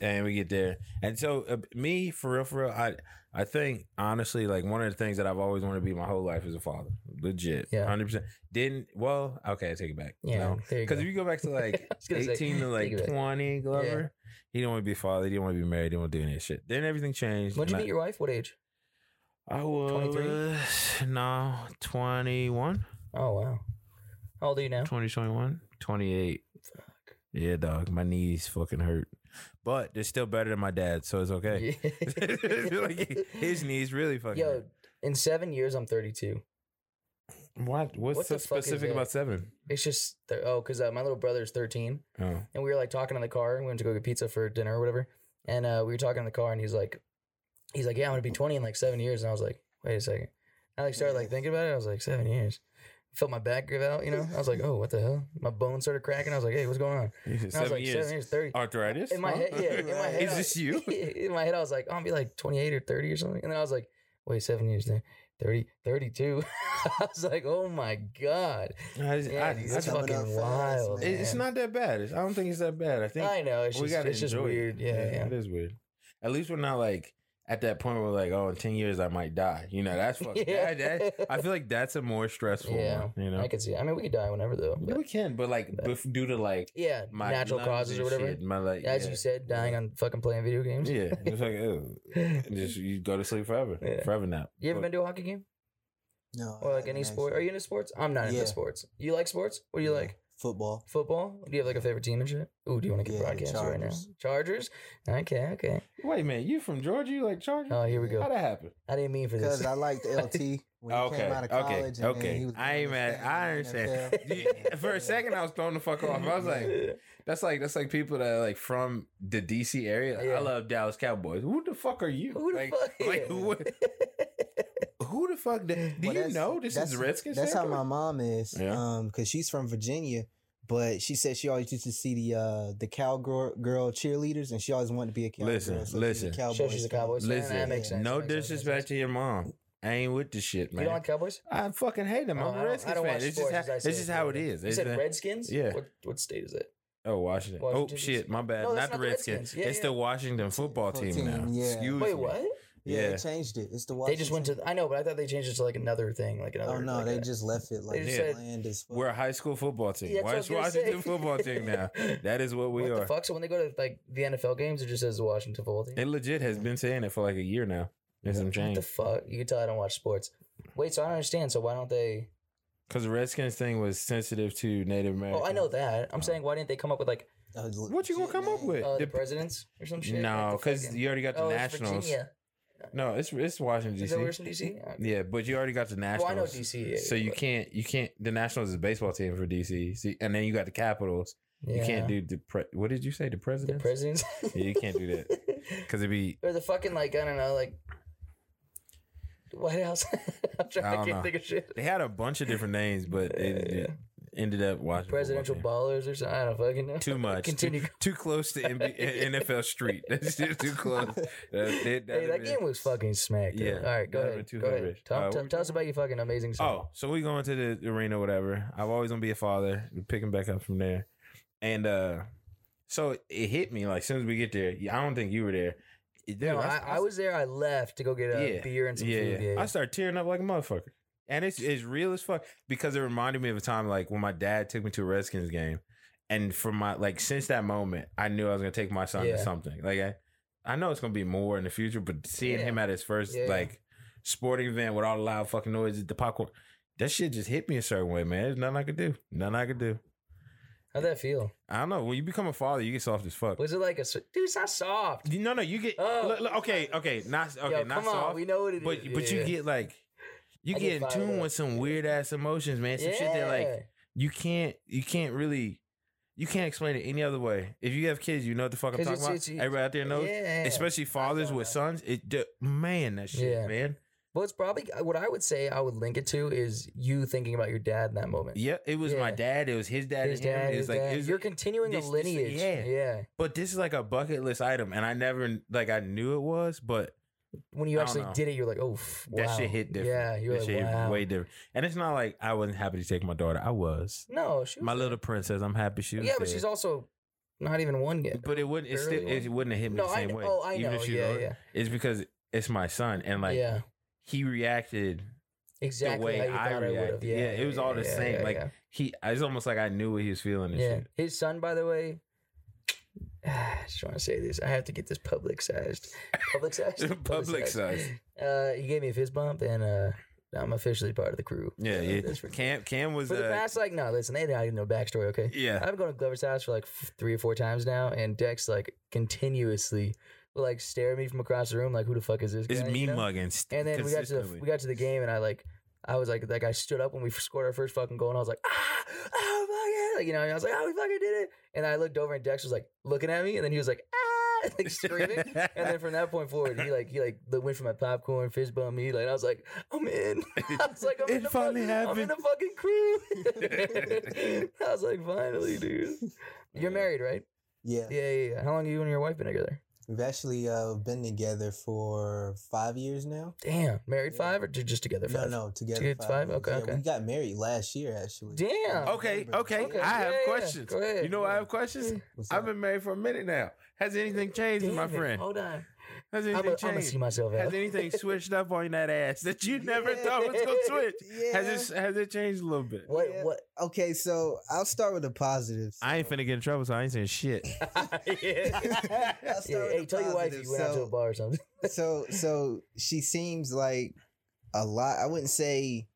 [SPEAKER 3] and we get there. And so uh, me, for real, for real, I I think honestly, like one of the things that I've always wanted to be my whole life is a father. Legit,
[SPEAKER 2] Yeah.
[SPEAKER 3] hundred percent. Didn't well, okay, I take it back.
[SPEAKER 2] Yeah, there you
[SPEAKER 3] because
[SPEAKER 2] go.
[SPEAKER 3] if you go back to like
[SPEAKER 2] [laughs] I was gonna say,
[SPEAKER 3] eighteen to
[SPEAKER 2] take it
[SPEAKER 3] like
[SPEAKER 2] back.
[SPEAKER 3] twenty, Glover, he didn't want to be a father. He didn't want to be married. He didn't want to do any of that shit. Then everything changed.
[SPEAKER 2] When'd you
[SPEAKER 3] and
[SPEAKER 2] meet your wife? What age?
[SPEAKER 3] I, I was 23? no twenty one.
[SPEAKER 2] Oh wow, how old are you now?
[SPEAKER 3] 2021 28 yeah dog my knees fucking hurt but they're still better than my dad so it's okay [laughs] like, his knees really fucking
[SPEAKER 2] Yo,
[SPEAKER 3] hurt.
[SPEAKER 2] in seven years, I'm 32.
[SPEAKER 3] what what's
[SPEAKER 2] what
[SPEAKER 3] so
[SPEAKER 2] the fuck is
[SPEAKER 3] specific
[SPEAKER 2] that?
[SPEAKER 3] about seven?
[SPEAKER 2] It's just th- oh, because uh, my little brother's 13.
[SPEAKER 3] Oh.
[SPEAKER 2] and we were like talking in the car. We went to go get pizza for dinner or whatever. And uh, we were talking in the car, and he's like, he's like, yeah, I'm gonna be 20 in like seven years. And I was like, wait a second. I like started like thinking about it. I was like, seven years. Felt my back give out, you know. I was like, oh, what the hell? My bones started cracking. I was like, hey, what's going on?
[SPEAKER 3] seven
[SPEAKER 2] And I was like,
[SPEAKER 3] years
[SPEAKER 2] seven years, thirty.
[SPEAKER 3] arthritis
[SPEAKER 2] In my
[SPEAKER 3] huh?
[SPEAKER 2] head, yeah. In my
[SPEAKER 4] Right.
[SPEAKER 2] head,
[SPEAKER 3] Is
[SPEAKER 2] I- [laughs]
[SPEAKER 3] this you?
[SPEAKER 2] in my head, I was like, oh, I'll be like 28 or 30 or something. And then I was like, wait, seven years there. 30, 32. [laughs] I was like, oh my God.
[SPEAKER 3] I just-
[SPEAKER 2] Yeah,
[SPEAKER 3] I-
[SPEAKER 2] dude,
[SPEAKER 3] I
[SPEAKER 2] that's
[SPEAKER 3] just-
[SPEAKER 4] coming up
[SPEAKER 2] fucking
[SPEAKER 4] fast,
[SPEAKER 2] wild.
[SPEAKER 4] man.
[SPEAKER 3] it- it's
[SPEAKER 2] man.
[SPEAKER 3] not that bad. It's, I don't think it's that bad. I think
[SPEAKER 2] I know. It's
[SPEAKER 3] we
[SPEAKER 2] just,
[SPEAKER 3] got
[SPEAKER 2] it's just weird. Yeah, yeah.
[SPEAKER 3] it is weird. At least we're not like at that point where we're like, oh, in ten years I might die. You know, that's fuck.
[SPEAKER 2] [laughs] Yeah.
[SPEAKER 3] that- that- I feel like that's a more stressful
[SPEAKER 2] Yeah,
[SPEAKER 3] one. You know,
[SPEAKER 2] I could see. I mean, we could die whenever though.
[SPEAKER 3] yeah,
[SPEAKER 2] but-
[SPEAKER 3] we can, but like
[SPEAKER 2] but-
[SPEAKER 3] bef- due to like
[SPEAKER 2] yeah,
[SPEAKER 3] my
[SPEAKER 2] natural
[SPEAKER 3] lungs
[SPEAKER 2] causes or
[SPEAKER 3] and
[SPEAKER 2] whatever.
[SPEAKER 3] shit, my like,
[SPEAKER 2] As
[SPEAKER 3] yeah.
[SPEAKER 2] you said, dying on fucking playing video games. [laughs]
[SPEAKER 3] Yeah, it's like ew. [laughs] just you go to sleep forever,
[SPEAKER 2] Yeah.
[SPEAKER 3] forever nap.
[SPEAKER 2] You ever
[SPEAKER 3] But-
[SPEAKER 2] been to a hockey game
[SPEAKER 4] No. I
[SPEAKER 2] or like
[SPEAKER 4] haven't
[SPEAKER 2] any sport? Are
[SPEAKER 4] actually.
[SPEAKER 2] you into sports? I'm not
[SPEAKER 4] Oh, Yeah.
[SPEAKER 2] into sports. You like sports? What do you
[SPEAKER 4] Yeah.
[SPEAKER 2] like?
[SPEAKER 4] Football.
[SPEAKER 2] Football? Do you have like a favorite team and shit? Ooh, do you want to get
[SPEAKER 4] Yeah, the
[SPEAKER 2] broadcast right now?
[SPEAKER 4] Chargers.
[SPEAKER 2] Chargers. Okay, okay.
[SPEAKER 3] Wait, man, you from Georgia? You like Chargers?
[SPEAKER 2] Oh, here we
[SPEAKER 3] How'd
[SPEAKER 2] go.
[SPEAKER 3] that happen?
[SPEAKER 2] I didn't mean for this.
[SPEAKER 3] [laughs]
[SPEAKER 4] Because
[SPEAKER 2] [laughs]
[SPEAKER 4] I liked LT when he
[SPEAKER 3] Okay,
[SPEAKER 4] came out of
[SPEAKER 3] okay,
[SPEAKER 4] college. and then
[SPEAKER 3] okay.
[SPEAKER 4] he was
[SPEAKER 3] I ain't
[SPEAKER 4] going to
[SPEAKER 3] mad. I
[SPEAKER 4] Stanford and
[SPEAKER 3] understand. [laughs]
[SPEAKER 4] NFL.
[SPEAKER 3] You-
[SPEAKER 4] [laughs]
[SPEAKER 3] For a second, I was thrown the fuck off. I
[SPEAKER 2] [laughs]
[SPEAKER 3] was like, that's like that's like people that are like from the DC area.
[SPEAKER 2] Yeah.
[SPEAKER 3] I love Dallas Cowboys. Who the fuck are you?
[SPEAKER 2] who the
[SPEAKER 3] like,
[SPEAKER 2] fuck?
[SPEAKER 3] Like who? Who the fuck? Did, do
[SPEAKER 4] Well,
[SPEAKER 3] you
[SPEAKER 4] that's-
[SPEAKER 3] know this is
[SPEAKER 4] that's-
[SPEAKER 3] Redskins?
[SPEAKER 4] That's how
[SPEAKER 3] territory?
[SPEAKER 4] my mom is.
[SPEAKER 3] Yeah.
[SPEAKER 4] Um, because she's from Virginia, but she said she always used to see the uh the cowgirl girl cheerleaders, and she always wanted to be a cowgirl.
[SPEAKER 3] Listen,
[SPEAKER 4] so she's a
[SPEAKER 3] listen.
[SPEAKER 4] Cowboys
[SPEAKER 2] So she's a
[SPEAKER 4] fan.
[SPEAKER 2] Cowboys fan.
[SPEAKER 3] Listen,
[SPEAKER 2] That makes sense.
[SPEAKER 3] no
[SPEAKER 2] Makes sense, makes
[SPEAKER 3] disrespect
[SPEAKER 2] sense.
[SPEAKER 3] to your mom. I ain't with this
[SPEAKER 2] [laughs]
[SPEAKER 3] shit,
[SPEAKER 2] You
[SPEAKER 3] man.
[SPEAKER 2] don't like Cowboys?
[SPEAKER 3] I fucking hate them.
[SPEAKER 2] Oh,
[SPEAKER 3] I'm
[SPEAKER 2] I
[SPEAKER 3] a
[SPEAKER 2] don't- I
[SPEAKER 3] Redskins
[SPEAKER 2] don't
[SPEAKER 3] fan.
[SPEAKER 2] watch
[SPEAKER 3] It's just
[SPEAKER 2] sports,
[SPEAKER 3] how,
[SPEAKER 2] as I
[SPEAKER 3] it's
[SPEAKER 2] said,
[SPEAKER 3] just how it
[SPEAKER 2] but-
[SPEAKER 3] is.
[SPEAKER 2] You
[SPEAKER 3] It's uh,
[SPEAKER 2] said
[SPEAKER 3] the-
[SPEAKER 2] Redskins?
[SPEAKER 3] Yeah.
[SPEAKER 2] What, what state is it?
[SPEAKER 3] Oh, Washington.
[SPEAKER 2] Washington,
[SPEAKER 3] oh,
[SPEAKER 2] D.C.
[SPEAKER 3] shit. My bad.
[SPEAKER 2] No, that's
[SPEAKER 3] not the Redskins.
[SPEAKER 2] Yeah,
[SPEAKER 3] it's
[SPEAKER 2] yeah.
[SPEAKER 3] the Washington football
[SPEAKER 4] Football
[SPEAKER 3] team
[SPEAKER 4] team,
[SPEAKER 3] now.
[SPEAKER 4] yeah.
[SPEAKER 3] Excuse
[SPEAKER 2] Wait,
[SPEAKER 3] me.
[SPEAKER 2] what?
[SPEAKER 4] Yeah,
[SPEAKER 3] Yeah.
[SPEAKER 4] they changed it. It's the
[SPEAKER 2] They just went
[SPEAKER 4] Washington-
[SPEAKER 2] to. I know, but I thought they changed it to like another thing, like another.
[SPEAKER 4] Oh no,
[SPEAKER 2] like
[SPEAKER 4] they
[SPEAKER 2] a-
[SPEAKER 4] just left it like
[SPEAKER 2] just
[SPEAKER 3] said-
[SPEAKER 4] bland as fuck.
[SPEAKER 3] We're a high school football
[SPEAKER 2] Yeah,
[SPEAKER 3] team.
[SPEAKER 2] that's what I
[SPEAKER 3] Why
[SPEAKER 2] was
[SPEAKER 3] is
[SPEAKER 2] gonna
[SPEAKER 3] Washington
[SPEAKER 2] say.
[SPEAKER 3] football
[SPEAKER 2] [laughs]
[SPEAKER 3] team now? That is what we
[SPEAKER 2] what
[SPEAKER 3] are.
[SPEAKER 2] the fuck? So when they go to like the NFL games, it just says the Washington football team.
[SPEAKER 3] It legit has been saying it for like a year now. There's some
[SPEAKER 2] what
[SPEAKER 3] change
[SPEAKER 2] the fuck? You can tell I don't watch sports. Wait, so I don't understand. So why don't they?
[SPEAKER 3] because the Redskins thing was sensitive to Native Americans.
[SPEAKER 2] Oh, I know that. I'm
[SPEAKER 3] Oh.
[SPEAKER 2] saying why didn't they come up with like
[SPEAKER 4] A le-
[SPEAKER 3] What you gonna
[SPEAKER 4] legit
[SPEAKER 3] come up
[SPEAKER 4] name.
[SPEAKER 3] with?
[SPEAKER 2] uh, the
[SPEAKER 3] The-
[SPEAKER 2] presidents or some shit?
[SPEAKER 3] no, because you already got the
[SPEAKER 2] oh, It's
[SPEAKER 3] Nationals.
[SPEAKER 2] Virginia.
[SPEAKER 3] No, it's it's Washington
[SPEAKER 2] Is that where it's
[SPEAKER 3] D.C.
[SPEAKER 2] in DC? Okay.
[SPEAKER 3] Yeah, but you already got the Nationals.
[SPEAKER 2] Well, I know DC. yeah,
[SPEAKER 3] So you
[SPEAKER 2] but-
[SPEAKER 3] can't you can't the Nationals is a baseball team for D.C. See, and then you got the Capitals. You
[SPEAKER 2] Yeah.
[SPEAKER 3] can't do the pre- what did you say the
[SPEAKER 2] the
[SPEAKER 3] president?
[SPEAKER 2] presidents. [laughs]
[SPEAKER 3] Yeah, you can't do that because it'd be
[SPEAKER 2] or the fucking like I don't know like White House. [laughs] I'm trying. I,
[SPEAKER 3] I don't
[SPEAKER 2] can't
[SPEAKER 3] know.
[SPEAKER 2] think of shit.
[SPEAKER 3] They had a bunch of different names, but it, it ended up watching
[SPEAKER 2] Presidential
[SPEAKER 3] football
[SPEAKER 2] ballers or something. I don't fucking know.
[SPEAKER 3] team.
[SPEAKER 2] [laughs]
[SPEAKER 3] Too much.
[SPEAKER 2] Continue.
[SPEAKER 3] Too, too close to NBA, NFL Street. That's just too
[SPEAKER 2] [laughs]
[SPEAKER 3] close. That, that-
[SPEAKER 2] Hey, that
[SPEAKER 3] that'd
[SPEAKER 2] game
[SPEAKER 3] been-
[SPEAKER 2] was fucking smacked. Yeah.
[SPEAKER 3] Yeah,
[SPEAKER 2] All right, go
[SPEAKER 3] that'd
[SPEAKER 2] ahead.
[SPEAKER 3] been too
[SPEAKER 2] Go ahead.
[SPEAKER 3] hungry.
[SPEAKER 2] Tell,
[SPEAKER 3] Uh,
[SPEAKER 2] tell,
[SPEAKER 3] we-
[SPEAKER 2] tell us about your fucking amazing song.
[SPEAKER 3] Oh, so we going to the arena, whatever. I've always gonna be a father. We're picking back up from there, and uh so it hit me like soon as we get there. I don't think you were there. Dude,
[SPEAKER 2] no,
[SPEAKER 3] I-
[SPEAKER 2] I, I was there. I left to go get a
[SPEAKER 3] Yeah.
[SPEAKER 2] beer and some
[SPEAKER 3] yeah,
[SPEAKER 2] food.
[SPEAKER 3] yeah.
[SPEAKER 2] Yeah,
[SPEAKER 3] I started tearing up like a motherfucker. And it's it's real as fuck because it reminded me of a time like when my dad took me to a Redskins game, and from my like since that moment, I knew I was gonna take my son
[SPEAKER 2] Yeah.
[SPEAKER 3] to something. Like I, I know it's gonna be more in the future, but seeing
[SPEAKER 2] Yeah.
[SPEAKER 3] him at his first
[SPEAKER 2] Yeah, yeah.
[SPEAKER 3] like sporting event with all the loud fucking noises, the popcorn, that shit just hit me a certain way, man. There's nothing I could do. Nothing I could do.
[SPEAKER 2] How'd that feel?
[SPEAKER 3] I don't know. When you become a father, you get soft as fuck.
[SPEAKER 2] Was it like a s- dude? It's not soft.
[SPEAKER 3] You- No, no, you get
[SPEAKER 2] Oh.
[SPEAKER 3] look, look, okay, okay, not okay,
[SPEAKER 2] Yo,
[SPEAKER 3] not
[SPEAKER 2] come
[SPEAKER 3] soft.
[SPEAKER 2] on, we know what it is.
[SPEAKER 3] But but you
[SPEAKER 2] Yeah.
[SPEAKER 3] get like you
[SPEAKER 2] I
[SPEAKER 3] get
[SPEAKER 2] get
[SPEAKER 3] in
[SPEAKER 2] fired
[SPEAKER 3] tune
[SPEAKER 2] up.
[SPEAKER 3] with some weird ass emotions, man. Some shit that like
[SPEAKER 2] Yeah.
[SPEAKER 3] you can't you can't really you can't explain it any other way. If you have kids, you know what the fuck I'm
[SPEAKER 2] 'Cause
[SPEAKER 3] talking
[SPEAKER 2] it's-
[SPEAKER 3] about.
[SPEAKER 2] it's- it's-
[SPEAKER 3] Everybody out there knows.
[SPEAKER 2] yeah.
[SPEAKER 3] Especially fathers
[SPEAKER 2] know
[SPEAKER 3] with
[SPEAKER 2] that.
[SPEAKER 3] sons, it d- man, that shit,
[SPEAKER 2] Yeah.
[SPEAKER 3] man.
[SPEAKER 2] Well, it's probably what I would say. I would link it to is you thinking about your dad in that moment.
[SPEAKER 3] Yeah, it was my
[SPEAKER 2] Yeah.
[SPEAKER 3] dad. It was his dad.
[SPEAKER 2] his
[SPEAKER 3] and him.
[SPEAKER 2] dad,
[SPEAKER 3] It
[SPEAKER 2] his
[SPEAKER 3] was like
[SPEAKER 2] dad.
[SPEAKER 3] it was-
[SPEAKER 2] you're continuing the
[SPEAKER 3] this- this-
[SPEAKER 2] lineage.
[SPEAKER 3] yeah.
[SPEAKER 2] yeah.
[SPEAKER 3] but this is like a bucket list item, and I never like I knew it was, but
[SPEAKER 2] When you
[SPEAKER 3] I don't
[SPEAKER 2] actually
[SPEAKER 3] know.
[SPEAKER 2] did it, you're like, oh, f- wow.
[SPEAKER 3] that shit hit different.
[SPEAKER 2] Yeah, you're
[SPEAKER 3] that
[SPEAKER 2] like,
[SPEAKER 3] shit hit
[SPEAKER 2] wow.
[SPEAKER 3] way different. And it's not like I wasn't happy to take my daughter. I was
[SPEAKER 2] no, she was
[SPEAKER 3] my little princess. I'm happy she was.
[SPEAKER 2] Yeah, but
[SPEAKER 3] there.
[SPEAKER 2] she's also not even one yet.
[SPEAKER 3] But it wouldn't. It still.
[SPEAKER 2] barely
[SPEAKER 3] It
[SPEAKER 2] one.
[SPEAKER 3] wouldn't have hit me
[SPEAKER 2] No,
[SPEAKER 3] the
[SPEAKER 2] I
[SPEAKER 3] same
[SPEAKER 2] kn-
[SPEAKER 3] way.
[SPEAKER 2] oh, I know.
[SPEAKER 3] if she was
[SPEAKER 2] Yeah,
[SPEAKER 3] older.
[SPEAKER 2] yeah.
[SPEAKER 3] It's because it's my son, and like
[SPEAKER 2] yeah,
[SPEAKER 3] he reacted
[SPEAKER 2] exactly.
[SPEAKER 3] the way
[SPEAKER 2] how you
[SPEAKER 3] I
[SPEAKER 2] thought I would
[SPEAKER 3] reacted.
[SPEAKER 2] have.
[SPEAKER 3] yeah, it was all the
[SPEAKER 2] yeah,
[SPEAKER 3] same.
[SPEAKER 2] yeah,
[SPEAKER 3] like
[SPEAKER 2] yeah.
[SPEAKER 3] he, it's almost like I knew what he was feeling. And
[SPEAKER 2] yeah.
[SPEAKER 3] shit.
[SPEAKER 2] His son, by the way. [sighs] I just want to say this. I have to get this public sized. Public
[SPEAKER 3] [laughs]
[SPEAKER 2] sized.
[SPEAKER 3] Public
[SPEAKER 2] Uh, he gave me a fist bump, and uh, I'm officially part of the crew.
[SPEAKER 3] Yeah,
[SPEAKER 2] Uh,
[SPEAKER 3] yeah.
[SPEAKER 2] that's for-
[SPEAKER 3] Cam, Cam was.
[SPEAKER 2] For the
[SPEAKER 3] uh,
[SPEAKER 2] past, like, no, listen, they don't even know backstory, okay? [laughs]
[SPEAKER 3] yeah,
[SPEAKER 2] I've gone to Glover's house for like f- three or four times now, and Dex, like, continuously will, like, stare at me from across the room, like, who the fuck is this
[SPEAKER 3] it's
[SPEAKER 2] guy, you
[SPEAKER 3] me
[SPEAKER 2] know?
[SPEAKER 3] mugging. st-
[SPEAKER 2] And then we got to the,
[SPEAKER 3] consistently.
[SPEAKER 2] we got to the game, and I, like, I was like, like I stood up when we scored our first fucking goal, and I was like, ah, oh my god, like, you know, and I was like, oh, we fucking did it, and I looked over, and Dex was like looking at me, and then he was like, ah, [laughs] like screaming,
[SPEAKER 3] [laughs]
[SPEAKER 2] and then from that point forward, he like he like li- went for my popcorn, fist bumped me, like and I was like, I'm in. [laughs] I was like, I'm
[SPEAKER 3] It
[SPEAKER 2] in the
[SPEAKER 3] finally
[SPEAKER 2] fuck- I'm in
[SPEAKER 3] happened.
[SPEAKER 2] the fucking crew. [laughs] I
[SPEAKER 4] [laughs]
[SPEAKER 2] was like, finally, dude. You're married, right?
[SPEAKER 4] Yeah.
[SPEAKER 2] Yeah, yeah, yeah. How long have you and your wife been together?
[SPEAKER 4] We've actually uh, been together for five years now.
[SPEAKER 2] Damn, married
[SPEAKER 4] Yeah.
[SPEAKER 2] five or ju- just together
[SPEAKER 4] No,
[SPEAKER 2] five?
[SPEAKER 4] no, together.
[SPEAKER 2] Together five?
[SPEAKER 4] years.
[SPEAKER 2] Okay, okay.
[SPEAKER 4] We got married last year, actually.
[SPEAKER 2] Damn.
[SPEAKER 3] Okay,
[SPEAKER 4] Remember.
[SPEAKER 3] okay.
[SPEAKER 2] Okay,
[SPEAKER 3] I have
[SPEAKER 2] yeah, yeah,
[SPEAKER 3] questions.
[SPEAKER 2] go ahead.
[SPEAKER 3] You know I have questions?
[SPEAKER 4] What's
[SPEAKER 3] I've
[SPEAKER 4] up?
[SPEAKER 3] been married for a minute now. Has anything changed,
[SPEAKER 2] Damn
[SPEAKER 3] my
[SPEAKER 2] it,
[SPEAKER 3] friend?
[SPEAKER 2] Hold on.
[SPEAKER 3] Has
[SPEAKER 2] I'm
[SPEAKER 3] anything
[SPEAKER 2] gonna
[SPEAKER 3] changed?
[SPEAKER 2] see myself out. [laughs]
[SPEAKER 3] Has anything switched up on that ass that you never thought was gonna switch?
[SPEAKER 4] yeah.
[SPEAKER 3] Has it has it changed a little bit?
[SPEAKER 2] what?
[SPEAKER 4] Yeah. [laughs]
[SPEAKER 2] What? [laughs]
[SPEAKER 4] Okay, so I'll start with the positives. [laughs]
[SPEAKER 3] I ain't finna get in trouble, so I ain't saying shit.
[SPEAKER 2] yeah.
[SPEAKER 4] I'll start with
[SPEAKER 2] Hey,
[SPEAKER 4] the
[SPEAKER 2] tell your wife you
[SPEAKER 4] positives.
[SPEAKER 2] went out to a
[SPEAKER 4] So-
[SPEAKER 2] bar or something.
[SPEAKER 4] so so she seems like a lot i wouldn't say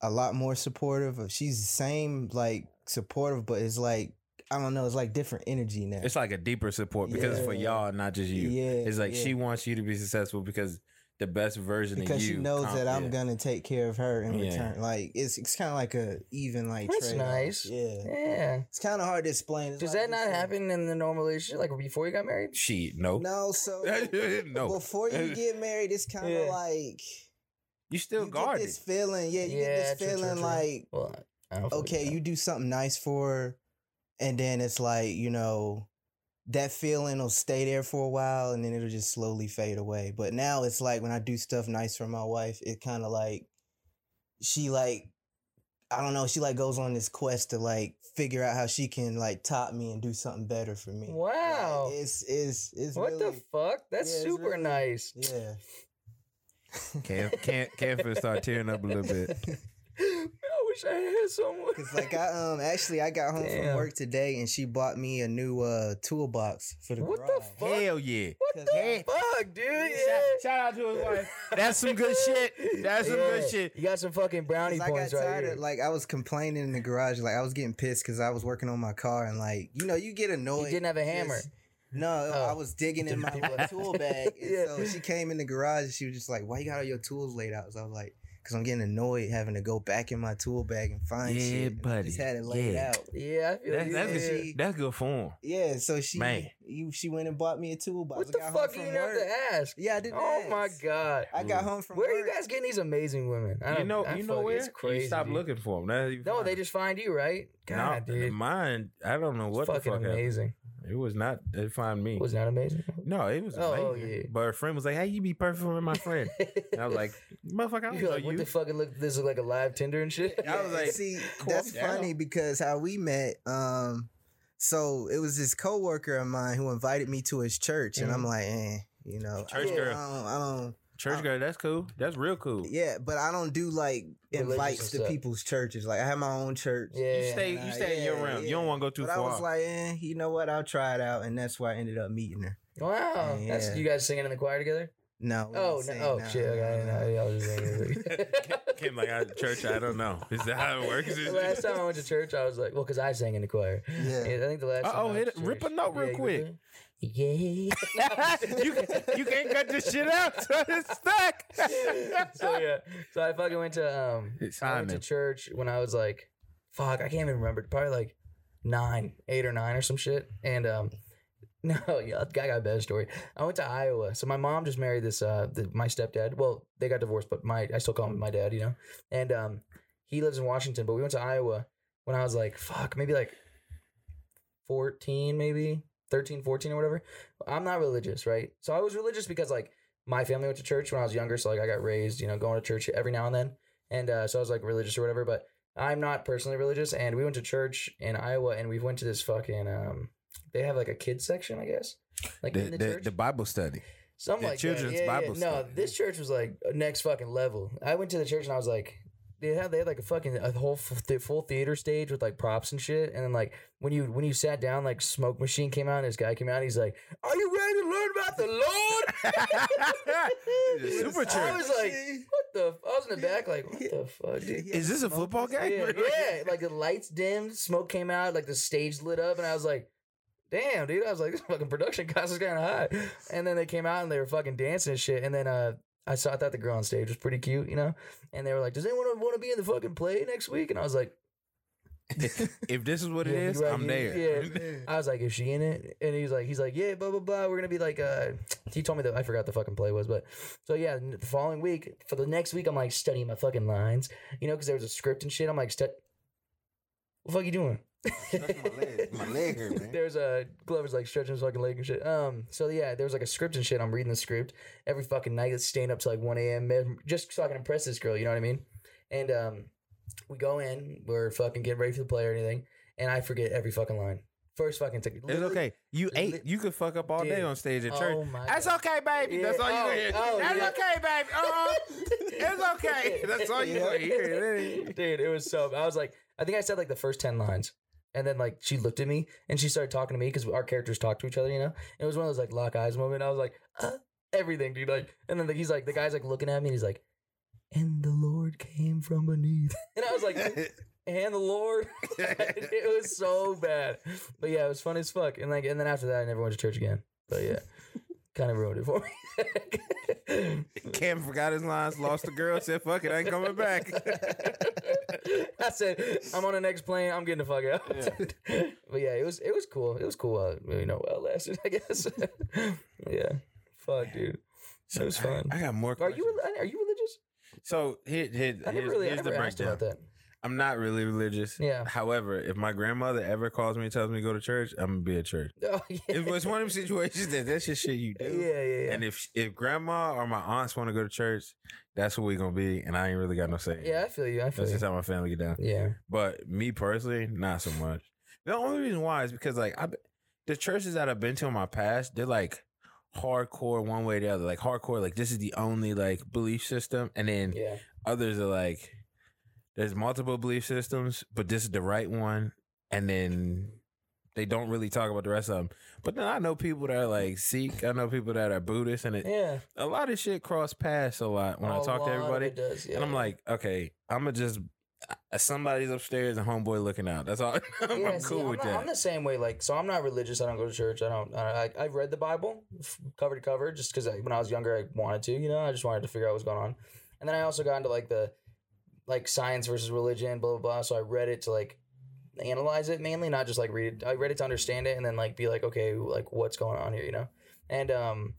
[SPEAKER 4] a lot more supportive of she's the same like supportive but it's like i don't know it's like different energy now
[SPEAKER 3] It's like a deeper support because it's for
[SPEAKER 4] Yeah.
[SPEAKER 3] y'all, not just you.
[SPEAKER 4] yeah
[SPEAKER 3] It's like
[SPEAKER 4] yeah.
[SPEAKER 3] she wants you to be successful because the best version
[SPEAKER 4] because
[SPEAKER 3] of you.
[SPEAKER 4] she knows
[SPEAKER 3] com-
[SPEAKER 4] that i'm
[SPEAKER 3] yeah.
[SPEAKER 4] gonna take care of her in
[SPEAKER 3] Yeah.
[SPEAKER 4] return like it's it's kind of like a even like
[SPEAKER 2] That's
[SPEAKER 4] trade-off.
[SPEAKER 2] nice.
[SPEAKER 4] yeah
[SPEAKER 2] Yeah.
[SPEAKER 4] it's kind of hard to explain It's
[SPEAKER 2] Does
[SPEAKER 4] like
[SPEAKER 2] that
[SPEAKER 4] you
[SPEAKER 2] not
[SPEAKER 4] said.
[SPEAKER 2] happen in the normal relationship, like before you got married?
[SPEAKER 3] She no.
[SPEAKER 4] no so
[SPEAKER 3] [laughs] no.
[SPEAKER 4] before
[SPEAKER 3] [laughs]
[SPEAKER 4] you get married it's kind of
[SPEAKER 2] Yeah.
[SPEAKER 4] like
[SPEAKER 3] you still
[SPEAKER 4] you get
[SPEAKER 3] guarded.
[SPEAKER 4] this feeling yeah you
[SPEAKER 2] Yeah, true,
[SPEAKER 4] get this
[SPEAKER 2] true,
[SPEAKER 4] feeling
[SPEAKER 2] true.
[SPEAKER 4] like
[SPEAKER 2] Well, I don't feel
[SPEAKER 3] Oh,
[SPEAKER 2] like
[SPEAKER 4] okay,
[SPEAKER 2] that.
[SPEAKER 4] you do something nice for her, and then it's like, you know, that feeling will stay there for a while and then it'll just slowly fade away. But now it's like when I do stuff nice for my wife, it kind of like, she like, I don't know, she like goes on this quest to like figure out how she can like top me and do something better for me. Like,
[SPEAKER 2] Wow.
[SPEAKER 4] it's, it's, it's,
[SPEAKER 2] What the
[SPEAKER 4] really,
[SPEAKER 2] fuck? That's
[SPEAKER 4] yeah, it's
[SPEAKER 2] super
[SPEAKER 4] really-
[SPEAKER 2] nice.
[SPEAKER 4] yeah.
[SPEAKER 2] [laughs]
[SPEAKER 3] Can't can't can't feel start tearing up a little bit.
[SPEAKER 2] [gasps] I wish I had someone.
[SPEAKER 4] Cause like I um actually I got home
[SPEAKER 2] Damn.
[SPEAKER 4] from work today and she bought me a new uh toolbox for the
[SPEAKER 2] What the
[SPEAKER 4] garage.
[SPEAKER 2] [laughs] Fuck.
[SPEAKER 3] Hell yeah.
[SPEAKER 2] [laughs] what the
[SPEAKER 4] Cause hey,
[SPEAKER 2] fuck, dude? Yeah.
[SPEAKER 3] Shout, shout out to his wife. That's
[SPEAKER 2] [laughs]
[SPEAKER 3] some good shit. That's some
[SPEAKER 2] Yeah.
[SPEAKER 3] good shit.
[SPEAKER 2] You got some fucking brownie
[SPEAKER 4] 'Cause I
[SPEAKER 2] points
[SPEAKER 4] got
[SPEAKER 2] right
[SPEAKER 4] tired
[SPEAKER 2] here.
[SPEAKER 4] of like I was complaining in the garage, like I was getting pissed because I was working on my car and like you know you get
[SPEAKER 2] you
[SPEAKER 4] annoyed.
[SPEAKER 2] didn't have Oh. a hammer.
[SPEAKER 4] just- no, I was digging in my little tool bag.
[SPEAKER 2] [laughs]
[SPEAKER 4] And
[SPEAKER 2] Yeah.
[SPEAKER 4] So she came in the garage and she was just like, "Why you got all your tools laid out?" So I was like, "Cause I'm getting annoyed having to go back in my tool bag and find
[SPEAKER 3] Yeah,
[SPEAKER 4] shit." And I just
[SPEAKER 3] buddy.
[SPEAKER 4] had it laid
[SPEAKER 3] Yeah.
[SPEAKER 4] out.
[SPEAKER 2] Yeah, I feel
[SPEAKER 3] That,
[SPEAKER 2] you.
[SPEAKER 3] that's,
[SPEAKER 2] yeah.
[SPEAKER 3] good, that's good form.
[SPEAKER 4] Yeah, so she
[SPEAKER 3] Man.
[SPEAKER 4] you she went and bought me a toolbox.
[SPEAKER 2] What
[SPEAKER 4] I
[SPEAKER 2] the
[SPEAKER 4] got home
[SPEAKER 2] fuck? You
[SPEAKER 4] from
[SPEAKER 2] didn't have
[SPEAKER 4] work.
[SPEAKER 2] to ask.
[SPEAKER 4] Yeah, I didn't.
[SPEAKER 2] Oh my
[SPEAKER 4] ask.
[SPEAKER 2] god.
[SPEAKER 4] I got home from
[SPEAKER 2] Where are
[SPEAKER 4] work.
[SPEAKER 2] you guys getting these amazing women? I
[SPEAKER 3] You
[SPEAKER 2] don't-
[SPEAKER 3] know,
[SPEAKER 2] I
[SPEAKER 3] you know
[SPEAKER 2] fuck-
[SPEAKER 3] where
[SPEAKER 2] It's crazy.
[SPEAKER 3] You stop
[SPEAKER 2] dude.
[SPEAKER 3] looking for them. That's- you
[SPEAKER 2] No,
[SPEAKER 3] find
[SPEAKER 2] they
[SPEAKER 3] them.
[SPEAKER 2] just find you, right? God,
[SPEAKER 3] no,
[SPEAKER 2] dude.
[SPEAKER 3] mine. I don't know
[SPEAKER 2] It's
[SPEAKER 3] what the
[SPEAKER 2] fucking
[SPEAKER 3] fuck. happened.
[SPEAKER 2] amazing.
[SPEAKER 3] It was not. It find me.
[SPEAKER 2] Was that amazing?
[SPEAKER 3] no, it was.
[SPEAKER 2] Oh, oh,
[SPEAKER 3] amazing.
[SPEAKER 2] yeah.
[SPEAKER 3] But her friend was like, "How you be perfect with my friend?" And I
[SPEAKER 2] [laughs]
[SPEAKER 3] was like, "Motherfucker, I don't
[SPEAKER 2] You're
[SPEAKER 3] know
[SPEAKER 2] like, what
[SPEAKER 3] you."
[SPEAKER 2] the fuck? It look, this look like a live Tinder and shit.
[SPEAKER 3] I was
[SPEAKER 4] Yeah,
[SPEAKER 3] like,
[SPEAKER 4] see,
[SPEAKER 3] "Calm
[SPEAKER 4] that's
[SPEAKER 3] down."
[SPEAKER 4] funny because how we met. Um, so it was this coworker of mine who invited me to his church, and
[SPEAKER 2] Mm-hmm.
[SPEAKER 4] I'm like, eh, you know,
[SPEAKER 3] Church
[SPEAKER 4] I,
[SPEAKER 3] girl.
[SPEAKER 4] I don't, I don't,
[SPEAKER 2] Uh,
[SPEAKER 3] Church girl, that's cool. That's real cool.
[SPEAKER 4] yeah, but I don't do like
[SPEAKER 2] Religious
[SPEAKER 4] invites to
[SPEAKER 2] stuff.
[SPEAKER 4] people's churches. Like I have my own church,
[SPEAKER 2] [laughs] yeah.
[SPEAKER 3] You stay.
[SPEAKER 4] nah,
[SPEAKER 3] you stay in your
[SPEAKER 4] yeah,
[SPEAKER 3] realm. You
[SPEAKER 4] yeah.
[SPEAKER 3] don't want to go too
[SPEAKER 4] but I
[SPEAKER 3] far.
[SPEAKER 4] was like, eh, you know what? I'll try it out, and that's where I ended up meeting her.
[SPEAKER 2] wow.
[SPEAKER 4] Yeah.
[SPEAKER 2] That's you guys singing in the choir together?
[SPEAKER 4] No, we
[SPEAKER 2] Oh,
[SPEAKER 4] didn't
[SPEAKER 2] no,
[SPEAKER 4] say
[SPEAKER 2] oh
[SPEAKER 4] no,
[SPEAKER 2] shit.
[SPEAKER 4] no,
[SPEAKER 2] Okay,
[SPEAKER 4] no.
[SPEAKER 2] no, y'all just
[SPEAKER 4] [laughs]
[SPEAKER 2] singing.
[SPEAKER 3] Came like out of church. I don't know. [laughs] Is that how it works?
[SPEAKER 2] The [laughs] last time I went to church, I was like, well, because I sang in the choir. [laughs]
[SPEAKER 4] Yeah.
[SPEAKER 2] I think the last. time I
[SPEAKER 3] Uh-oh,
[SPEAKER 2] went
[SPEAKER 3] hit
[SPEAKER 2] to
[SPEAKER 3] it- rip
[SPEAKER 2] church-
[SPEAKER 3] a note
[SPEAKER 2] Yeah,
[SPEAKER 3] real
[SPEAKER 2] you
[SPEAKER 3] quick.
[SPEAKER 2] ready? Yeah.
[SPEAKER 3] [laughs]
[SPEAKER 2] [laughs]
[SPEAKER 3] you, you can't cut this shit out. [laughs] So it's stuck.
[SPEAKER 2] so yeah, so I fucking went to um,
[SPEAKER 3] [laughs] It's
[SPEAKER 2] I went to
[SPEAKER 3] Simon.
[SPEAKER 2] church when I was like, fuck, I can't even remember. Probably like nine, eight or nine or some shit. And um, [laughs] no, yeah, I got a better story. I went to Iowa, so my mom just married this uh, the, my stepdad. Well, they got divorced, but my I still call him my dad, you know. And um, he lives in Washington, but we went to Iowa when I was like, fuck, maybe like 14 maybe 13 14 or whatever i'm not religious right so i was religious because like my family went to church when i was younger so like i got raised you know going to church every now and then and uh, so i was like religious or whatever but i'm not personally religious and we went to church in iowa and we went to this fucking um they have like a kids section i guess like in the, church [laughs]
[SPEAKER 3] Bible study. [laughs]
[SPEAKER 2] Something
[SPEAKER 3] The
[SPEAKER 2] like
[SPEAKER 3] children's
[SPEAKER 2] that. Yeah,
[SPEAKER 3] Bible
[SPEAKER 2] yeah. No,
[SPEAKER 3] study.
[SPEAKER 2] this church was like next fucking level. I went to the church and I was like, they had they had like a fucking a whole f- the full theater stage with like props and shit. And then like when you when you sat down, like smoke machine came out and this guy came out. And he's like, "Are you ready to learn about the Lord?" [laughs]
[SPEAKER 3] Super
[SPEAKER 2] I
[SPEAKER 3] church.
[SPEAKER 2] was like, "What the?" f-" I was in the back like, "What the fuck?" Dude?
[SPEAKER 3] Is this a football game?
[SPEAKER 2] Yeah,
[SPEAKER 3] [laughs]
[SPEAKER 2] yeah, like the lights dimmed, smoke came out, like the stage lit up, and I was like, "Damn, dude!" I was like, "This [laughs] fucking production cost is kind of high." And then they came out and they were fucking dancing and shit. And then uh, I saw I thought the girl on stage was pretty cute, you know. And they were like, "Does anyone want to be in the fucking play next week?" And I was like,
[SPEAKER 3] [laughs] If this is what it
[SPEAKER 2] Yeah,
[SPEAKER 3] is,
[SPEAKER 2] right,
[SPEAKER 3] I'm
[SPEAKER 2] you-
[SPEAKER 3] there.
[SPEAKER 2] yeah. I was like, is she in it? And he's like, he's like, yeah, blah blah blah. We're gonna be like, uh, he told me that I forgot the fucking play was, but so yeah, n- the following week for the next week, I'm like studying my fucking lines, you know, because there was a script and shit. I'm like, stu- what the fuck you doing?
[SPEAKER 5] That's my leg. My leg hurt, man.
[SPEAKER 2] [laughs] There's a Glover's like stretching his fucking leg and shit. Um, so yeah, there was like a script and shit. I'm reading the script every fucking night. It's staying up to like 1 a.m. man, just so I can impress this girl. You know what I mean? And um, we go in, we're fucking getting ready for the play or anything, and I forget every fucking line. First fucking ticket.
[SPEAKER 3] It's okay. You
[SPEAKER 2] Lit-
[SPEAKER 3] ate. You could fuck up all day
[SPEAKER 2] Dude.
[SPEAKER 3] on stage at
[SPEAKER 2] Oh
[SPEAKER 3] church.
[SPEAKER 2] my
[SPEAKER 3] That's
[SPEAKER 2] God.
[SPEAKER 3] okay, baby.
[SPEAKER 2] Yeah.
[SPEAKER 3] That's all you
[SPEAKER 2] Oh,
[SPEAKER 3] gonna hear.
[SPEAKER 2] oh,
[SPEAKER 3] That's
[SPEAKER 2] yeah.
[SPEAKER 3] okay, baby. Uh-uh. it's okay. That's all you gonna hear.
[SPEAKER 2] Dude, it was so. I was like, I think I said like the first ten lines, and then like she looked at me and she started talking to me because our characters talk to each other, you know. And it was one of those like lock eyes moment. I was like, uh, everything, dude. Like, and then like, he's like, the guy's like looking at me and he's like, and the Lord came from beneath, [laughs] and I was like, and the Lord. [laughs]
[SPEAKER 3] Uh-huh.
[SPEAKER 2] it was so bad, but yeah, it was fun as fuck. And like, and then after that, I never went to church again. But
[SPEAKER 3] [laughs]
[SPEAKER 2] yeah. Kind of ruined it for me. [laughs]
[SPEAKER 3] Cam forgot his lines. Lost the girl. Said, "Fuck it, I ain't
[SPEAKER 2] [laughs]
[SPEAKER 3] coming back."
[SPEAKER 2] I said, I'm on the next plane. I'm getting the fuck out. [laughs] but yeah, it was it was cool. It was cool. Uh, you know, well it lasted, [laughs] I guess. yeah, fuck, dude. It was fun.
[SPEAKER 3] I got more.
[SPEAKER 2] Are
[SPEAKER 3] Questions.
[SPEAKER 2] you rel- are you religious?
[SPEAKER 3] So here, here,
[SPEAKER 2] I never
[SPEAKER 3] here's,
[SPEAKER 2] really
[SPEAKER 3] here's the
[SPEAKER 2] ever asked
[SPEAKER 3] breakdown.
[SPEAKER 2] about that.
[SPEAKER 3] I'm not really religious.
[SPEAKER 2] Yeah.
[SPEAKER 3] However, if my grandmother ever calls me and tells me to go to church, I'm gonna be at church.
[SPEAKER 2] [laughs] Oh, yeah.
[SPEAKER 3] It was one of them situations that that's just shit you
[SPEAKER 2] [laughs]
[SPEAKER 3] do.
[SPEAKER 2] yeah, yeah, yeah.
[SPEAKER 3] And if if grandma or my aunts want to go to church, that's what we gonna be. And I ain't really got no say.
[SPEAKER 2] yeah, I feel you. I feel
[SPEAKER 3] That's
[SPEAKER 2] you.
[SPEAKER 3] just how my family get down. [laughs]
[SPEAKER 2] Yeah,
[SPEAKER 3] But me personally, not so much. The only reason why is because like I, the churches that I've been to in my past, they're like hardcore one way or the other. Like hardcore, like this is the only like belief system, and then
[SPEAKER 2] yeah.
[SPEAKER 3] others are like there's multiple belief systems, but this is the right one, and then they don't really talk about the rest of them. But then I know people that are like Sikh, I know people that are Buddhist, and it,
[SPEAKER 2] Yeah.
[SPEAKER 3] a lot of shit cross paths a lot when
[SPEAKER 2] A
[SPEAKER 3] I talk
[SPEAKER 2] lot
[SPEAKER 3] to
[SPEAKER 2] of
[SPEAKER 3] everybody,
[SPEAKER 2] it does, yeah.
[SPEAKER 3] and I'm like, okay, I'm gonna just uh, somebody's upstairs and homeboy looking out. That's all. [laughs] I'm
[SPEAKER 2] Yeah, see,
[SPEAKER 3] cool
[SPEAKER 2] I'm
[SPEAKER 3] with
[SPEAKER 2] not-
[SPEAKER 3] that.
[SPEAKER 2] I'm the same way. Like, so I'm not religious. I don't go to church. I don't. I, I- I've read the Bible f- cover to cover just because when I was younger, I wanted to. You know, I just wanted to figure out what's going on. And then I also got into like the like science versus religion, blah blah blah. So I read it to like analyze it mainly, not just like read it. I read it to understand it and then like be like, okay, like what's going on here, you know? And um,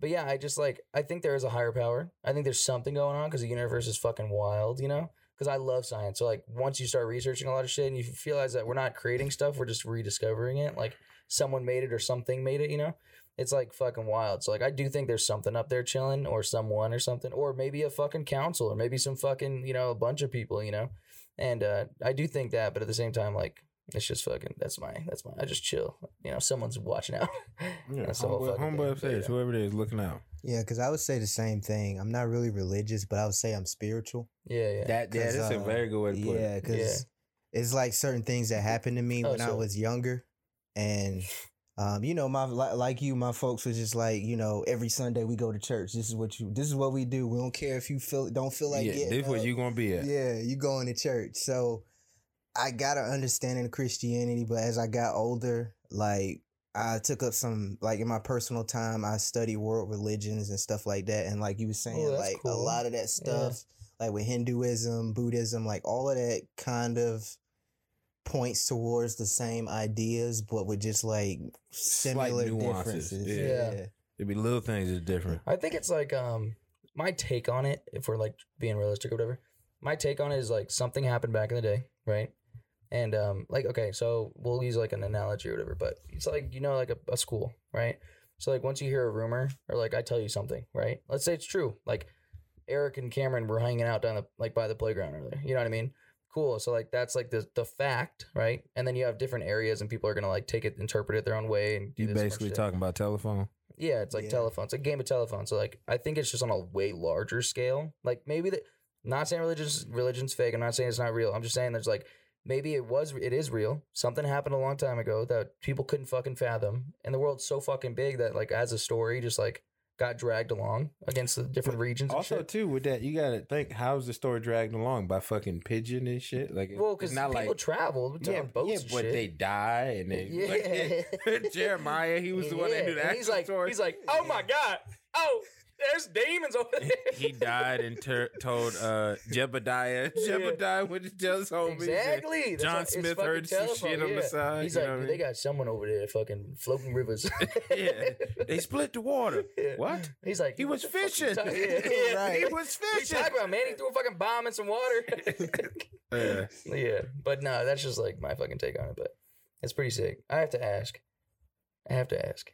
[SPEAKER 2] but yeah, I just like I think there is a higher power. I think there's something going on because the universe is fucking wild, you know? Because I love science. So like once you start researching a lot of shit and you realize that we're not creating stuff, we're just rediscovering it. Like someone made it or something made it, you know? It's like fucking wild. So like I do think there's something up there chilling or someone or something or maybe a fucking council or maybe some fucking, you know, a bunch of people, you know? And uh I do think that, but at the same time like it's just fucking that's my that's my I just chill. You know, someone's watching out. [laughs]
[SPEAKER 3] yeah,
[SPEAKER 2] That's the whole
[SPEAKER 3] homeboy,
[SPEAKER 2] fucking thing.
[SPEAKER 3] homeboy
[SPEAKER 2] But,
[SPEAKER 3] upstairs,
[SPEAKER 2] yeah.
[SPEAKER 3] whoever it is, looking out.
[SPEAKER 4] [laughs] Yeah, because I would say the same thing. I'm not really religious, but I would say I'm spiritual.
[SPEAKER 2] Yeah, yeah.
[SPEAKER 3] That yeah,
[SPEAKER 4] 'Cause,
[SPEAKER 3] that's a
[SPEAKER 4] uh,
[SPEAKER 3] very good way to put
[SPEAKER 4] Yeah,
[SPEAKER 3] it.
[SPEAKER 4] because it's like certain things that happened to me
[SPEAKER 2] Oh,
[SPEAKER 4] when I
[SPEAKER 2] sure.
[SPEAKER 4] was younger, and um, you know, my li- like you, my folks was just like, you know, every Sunday we go to church. This is what you. This is what we do. We don't care if you feel don't feel like
[SPEAKER 3] yeah,
[SPEAKER 4] getting
[SPEAKER 3] this
[SPEAKER 2] uh,
[SPEAKER 3] where
[SPEAKER 4] up.
[SPEAKER 3] you gonna be at.
[SPEAKER 4] Yeah, you going to church. So I got an understanding of Christianity, but as I got older, like I took up some like in my personal time, I studied world religions and stuff like that. And like you were saying,
[SPEAKER 2] Ooh, that's
[SPEAKER 4] like a
[SPEAKER 2] cool.
[SPEAKER 4] lot of that stuff, like with Hinduism, Buddhism, like all of that kind of points towards the same ideas, but with just like
[SPEAKER 3] Slight
[SPEAKER 4] similar
[SPEAKER 3] nuances,
[SPEAKER 4] differences.
[SPEAKER 3] yeah.
[SPEAKER 2] Yeah.
[SPEAKER 3] It'd be little things
[SPEAKER 2] [laughs]
[SPEAKER 3] that's different.
[SPEAKER 2] I think it's like um my take on it, if we're like being realistic or whatever. My take on it is like something happened back in the day, right? And um like okay, so we'll use like an analogy or whatever, but it's like you know like a, a school, right? So like once you hear a rumor or like I tell you something, right? Let's say it's true. Like Eric and Cameron were hanging out down the like by the playground earlier. You know what I mean? Cool. So like that's like the the fact, right? And then you have different areas and people are gonna like take it, interpret it their own way and do
[SPEAKER 3] You
[SPEAKER 2] this and
[SPEAKER 3] basically
[SPEAKER 2] shit.
[SPEAKER 3] talking about telephone.
[SPEAKER 2] Yeah, it's like
[SPEAKER 4] Yeah.
[SPEAKER 2] telephone. It's a game of telephone. So like I think it's just on a way larger scale. Like maybe that not saying religion's religion's fake. I'm not saying it's not real. I'm just saying there's like maybe it was it is real. Something happened a long time ago that people couldn't fucking fathom. And the world's so fucking big that like as a story just like got dragged along against the different regions. and
[SPEAKER 3] Also,
[SPEAKER 2] shit.
[SPEAKER 3] too, with that, you gotta think how's the story dragged along by fucking pigeon and shit. Like, it-
[SPEAKER 2] well,
[SPEAKER 3] it's
[SPEAKER 2] because
[SPEAKER 3] not
[SPEAKER 2] people
[SPEAKER 3] like
[SPEAKER 2] traveled.
[SPEAKER 3] yeah,
[SPEAKER 2] Yeah, boats
[SPEAKER 3] yeah,
[SPEAKER 2] and
[SPEAKER 3] but
[SPEAKER 2] shit.
[SPEAKER 3] they die and they
[SPEAKER 2] Yeah.
[SPEAKER 3] like, [laughs] Jeremiah, he was the one that
[SPEAKER 2] Yeah,
[SPEAKER 3] knew
[SPEAKER 2] and
[SPEAKER 3] that.
[SPEAKER 2] He's like,
[SPEAKER 3] story.
[SPEAKER 2] he's like, oh
[SPEAKER 3] [laughs]
[SPEAKER 2] my god, oh, there's demons over there.
[SPEAKER 3] he died and ter- told uh,
[SPEAKER 2] [laughs]
[SPEAKER 3] Jebediah. Jebediah would just tell his homies. that-
[SPEAKER 2] Exactly. That's
[SPEAKER 3] John
[SPEAKER 2] why it's
[SPEAKER 3] Smith
[SPEAKER 2] fucking
[SPEAKER 3] heard some shit on the side,
[SPEAKER 2] He's
[SPEAKER 3] you
[SPEAKER 2] like,
[SPEAKER 3] know what I
[SPEAKER 2] "Dude,
[SPEAKER 3] mean?"
[SPEAKER 2] they got someone over there fucking floating rivers.
[SPEAKER 3] yeah, they split the water.
[SPEAKER 2] Yeah.
[SPEAKER 3] [laughs] What?
[SPEAKER 2] [laughs] He's like,
[SPEAKER 3] He
[SPEAKER 2] "What
[SPEAKER 3] was
[SPEAKER 2] the fuck you
[SPEAKER 3] [laughs] fishing.
[SPEAKER 2] talking- Yeah, yeah. [laughs]
[SPEAKER 4] Right.
[SPEAKER 3] He was
[SPEAKER 2] What are you
[SPEAKER 3] fishing. [laughs]
[SPEAKER 2] talking about, man? He threw a fucking bomb in some water.
[SPEAKER 3] Yeah.
[SPEAKER 2] [laughs] yeah, but no, that's just like my fucking take on it. But it's pretty sick. I have to ask. I have to ask.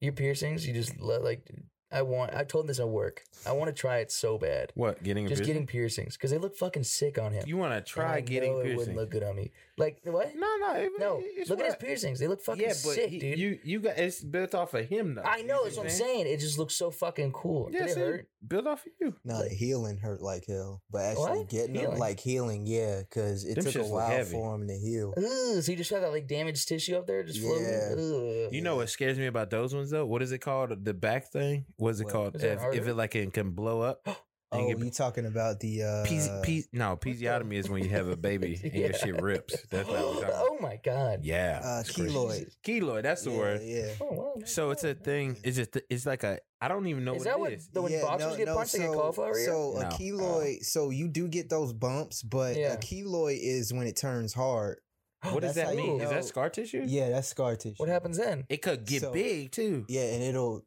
[SPEAKER 2] Your piercings, you just let like I want. I told him this at work. I want to try it so bad.
[SPEAKER 3] What? Getting a
[SPEAKER 2] Just
[SPEAKER 3] piercing?
[SPEAKER 2] getting piercings because they look fucking sick on him.
[SPEAKER 3] You want to
[SPEAKER 2] And I
[SPEAKER 3] try getting
[SPEAKER 2] know
[SPEAKER 3] a
[SPEAKER 2] it
[SPEAKER 3] piercing?
[SPEAKER 2] wouldn't look good on me. Like what?
[SPEAKER 3] no, no. It,
[SPEAKER 2] No,
[SPEAKER 3] it's
[SPEAKER 2] look at his
[SPEAKER 3] right.
[SPEAKER 2] piercings. They look fucking
[SPEAKER 3] Yeah, but
[SPEAKER 2] sick,
[SPEAKER 3] he-
[SPEAKER 2] dude.
[SPEAKER 3] you you got it's built off of him though.
[SPEAKER 2] I
[SPEAKER 3] You
[SPEAKER 2] know
[SPEAKER 3] see
[SPEAKER 2] that's what I'm saying. It just looks so fucking cool.
[SPEAKER 3] Yeah,
[SPEAKER 2] Did it
[SPEAKER 3] see,
[SPEAKER 2] hurt?
[SPEAKER 3] built off of you.
[SPEAKER 4] No, the healing hurt like hell, but actually
[SPEAKER 2] What?
[SPEAKER 4] getting them
[SPEAKER 2] Healing?
[SPEAKER 4] like healing, yeah, because it
[SPEAKER 3] Them
[SPEAKER 4] took
[SPEAKER 3] shits
[SPEAKER 4] a
[SPEAKER 3] look
[SPEAKER 4] while
[SPEAKER 3] heavy.
[SPEAKER 4] for him to heal.
[SPEAKER 2] Ugh, so you just have that like damaged tissue up there just floating.
[SPEAKER 4] Yeah.
[SPEAKER 2] Ugh.
[SPEAKER 3] You know what scares me about those ones though? What is it called? The back thing? What's it
[SPEAKER 4] What?
[SPEAKER 3] called?
[SPEAKER 2] Is it an
[SPEAKER 3] If, if
[SPEAKER 2] artery?
[SPEAKER 3] it like it can blow
[SPEAKER 4] [gasps]
[SPEAKER 3] up. and
[SPEAKER 4] Oh,
[SPEAKER 3] you get-
[SPEAKER 4] you talking about the uh,
[SPEAKER 3] Pes- pes- no,
[SPEAKER 2] the-
[SPEAKER 3] episiotomy is when you have
[SPEAKER 2] [laughs]
[SPEAKER 3] a
[SPEAKER 4] [laughs]
[SPEAKER 3] baby and your
[SPEAKER 2] Yeah.
[SPEAKER 3] shit rips. That's what I'm talking
[SPEAKER 2] [laughs]
[SPEAKER 3] about.
[SPEAKER 2] Oh my god.
[SPEAKER 3] Yeah.
[SPEAKER 4] uh,
[SPEAKER 3] it's crazy.
[SPEAKER 4] keloid?
[SPEAKER 3] Keloid, that's the
[SPEAKER 4] yeah,
[SPEAKER 3] word.
[SPEAKER 4] Yeah.
[SPEAKER 2] Oh wow. my
[SPEAKER 3] So it's a
[SPEAKER 2] God.
[SPEAKER 3] thing. It's just it's like a I don't even know
[SPEAKER 2] Is that
[SPEAKER 3] what it
[SPEAKER 2] what
[SPEAKER 4] [gasps]
[SPEAKER 3] is.
[SPEAKER 2] the when boxers get punched they get cauliflower ear?
[SPEAKER 4] So a
[SPEAKER 3] No.
[SPEAKER 4] keloid, so you do get those bumps, but
[SPEAKER 2] Oh. Yeah.
[SPEAKER 4] a keloid is when it turns hard.
[SPEAKER 3] [gasps] What does
[SPEAKER 4] That's
[SPEAKER 3] that
[SPEAKER 4] how you
[SPEAKER 3] mean? Is
[SPEAKER 4] know-
[SPEAKER 3] that scar tissue?
[SPEAKER 4] Yeah, that's scar tissue.
[SPEAKER 2] What happens then?
[SPEAKER 3] It could get
[SPEAKER 4] So-
[SPEAKER 3] big too.
[SPEAKER 4] Yeah, and it'll,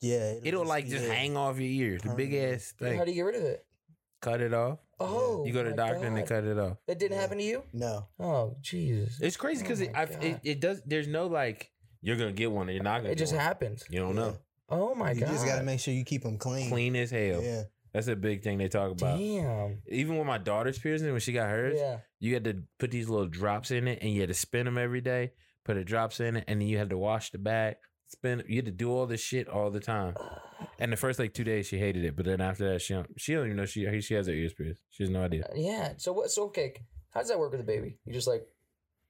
[SPEAKER 4] yeah,
[SPEAKER 3] It'll like
[SPEAKER 4] be
[SPEAKER 3] just
[SPEAKER 4] there.
[SPEAKER 3] hang off your ear. The big
[SPEAKER 4] Permanent.
[SPEAKER 3] ass
[SPEAKER 2] How
[SPEAKER 3] thing.
[SPEAKER 2] do you get rid of it?
[SPEAKER 3] Cut it off.
[SPEAKER 2] Oh,
[SPEAKER 3] You go
[SPEAKER 2] my
[SPEAKER 3] to the doctor and they
[SPEAKER 2] God.
[SPEAKER 3] cut it off.
[SPEAKER 2] That didn't
[SPEAKER 4] Yeah.
[SPEAKER 2] happen to you?
[SPEAKER 4] No,
[SPEAKER 2] Oh Jesus! It,
[SPEAKER 3] It's crazy because
[SPEAKER 2] Oh
[SPEAKER 3] it,
[SPEAKER 2] my
[SPEAKER 3] I've- it
[SPEAKER 2] God.
[SPEAKER 3] it does. There's no like you're gonna get one or you're not gonna. get
[SPEAKER 2] just
[SPEAKER 3] one.
[SPEAKER 2] happened.
[SPEAKER 3] You don't know.
[SPEAKER 2] Oh my
[SPEAKER 4] you
[SPEAKER 2] God!
[SPEAKER 4] just gotta make sure you keep them clean.
[SPEAKER 3] Clean as hell.
[SPEAKER 4] Yeah,
[SPEAKER 3] That's a big thing they talk about.
[SPEAKER 2] Damn.
[SPEAKER 3] Even with my daughter's piercing, when she got hers,
[SPEAKER 2] Yeah.
[SPEAKER 3] you had to put these little drops in it, and you had to spin them every day. Put the drops in it, and then you had to wash the bag. Spin. You had to do all this shit all the time. And the first like two days, she hated it, but then after that, she don't, she don't even know she she has her ears pierced. She has no idea.
[SPEAKER 2] Yeah. So what? So okay. How does that work with the baby? You just like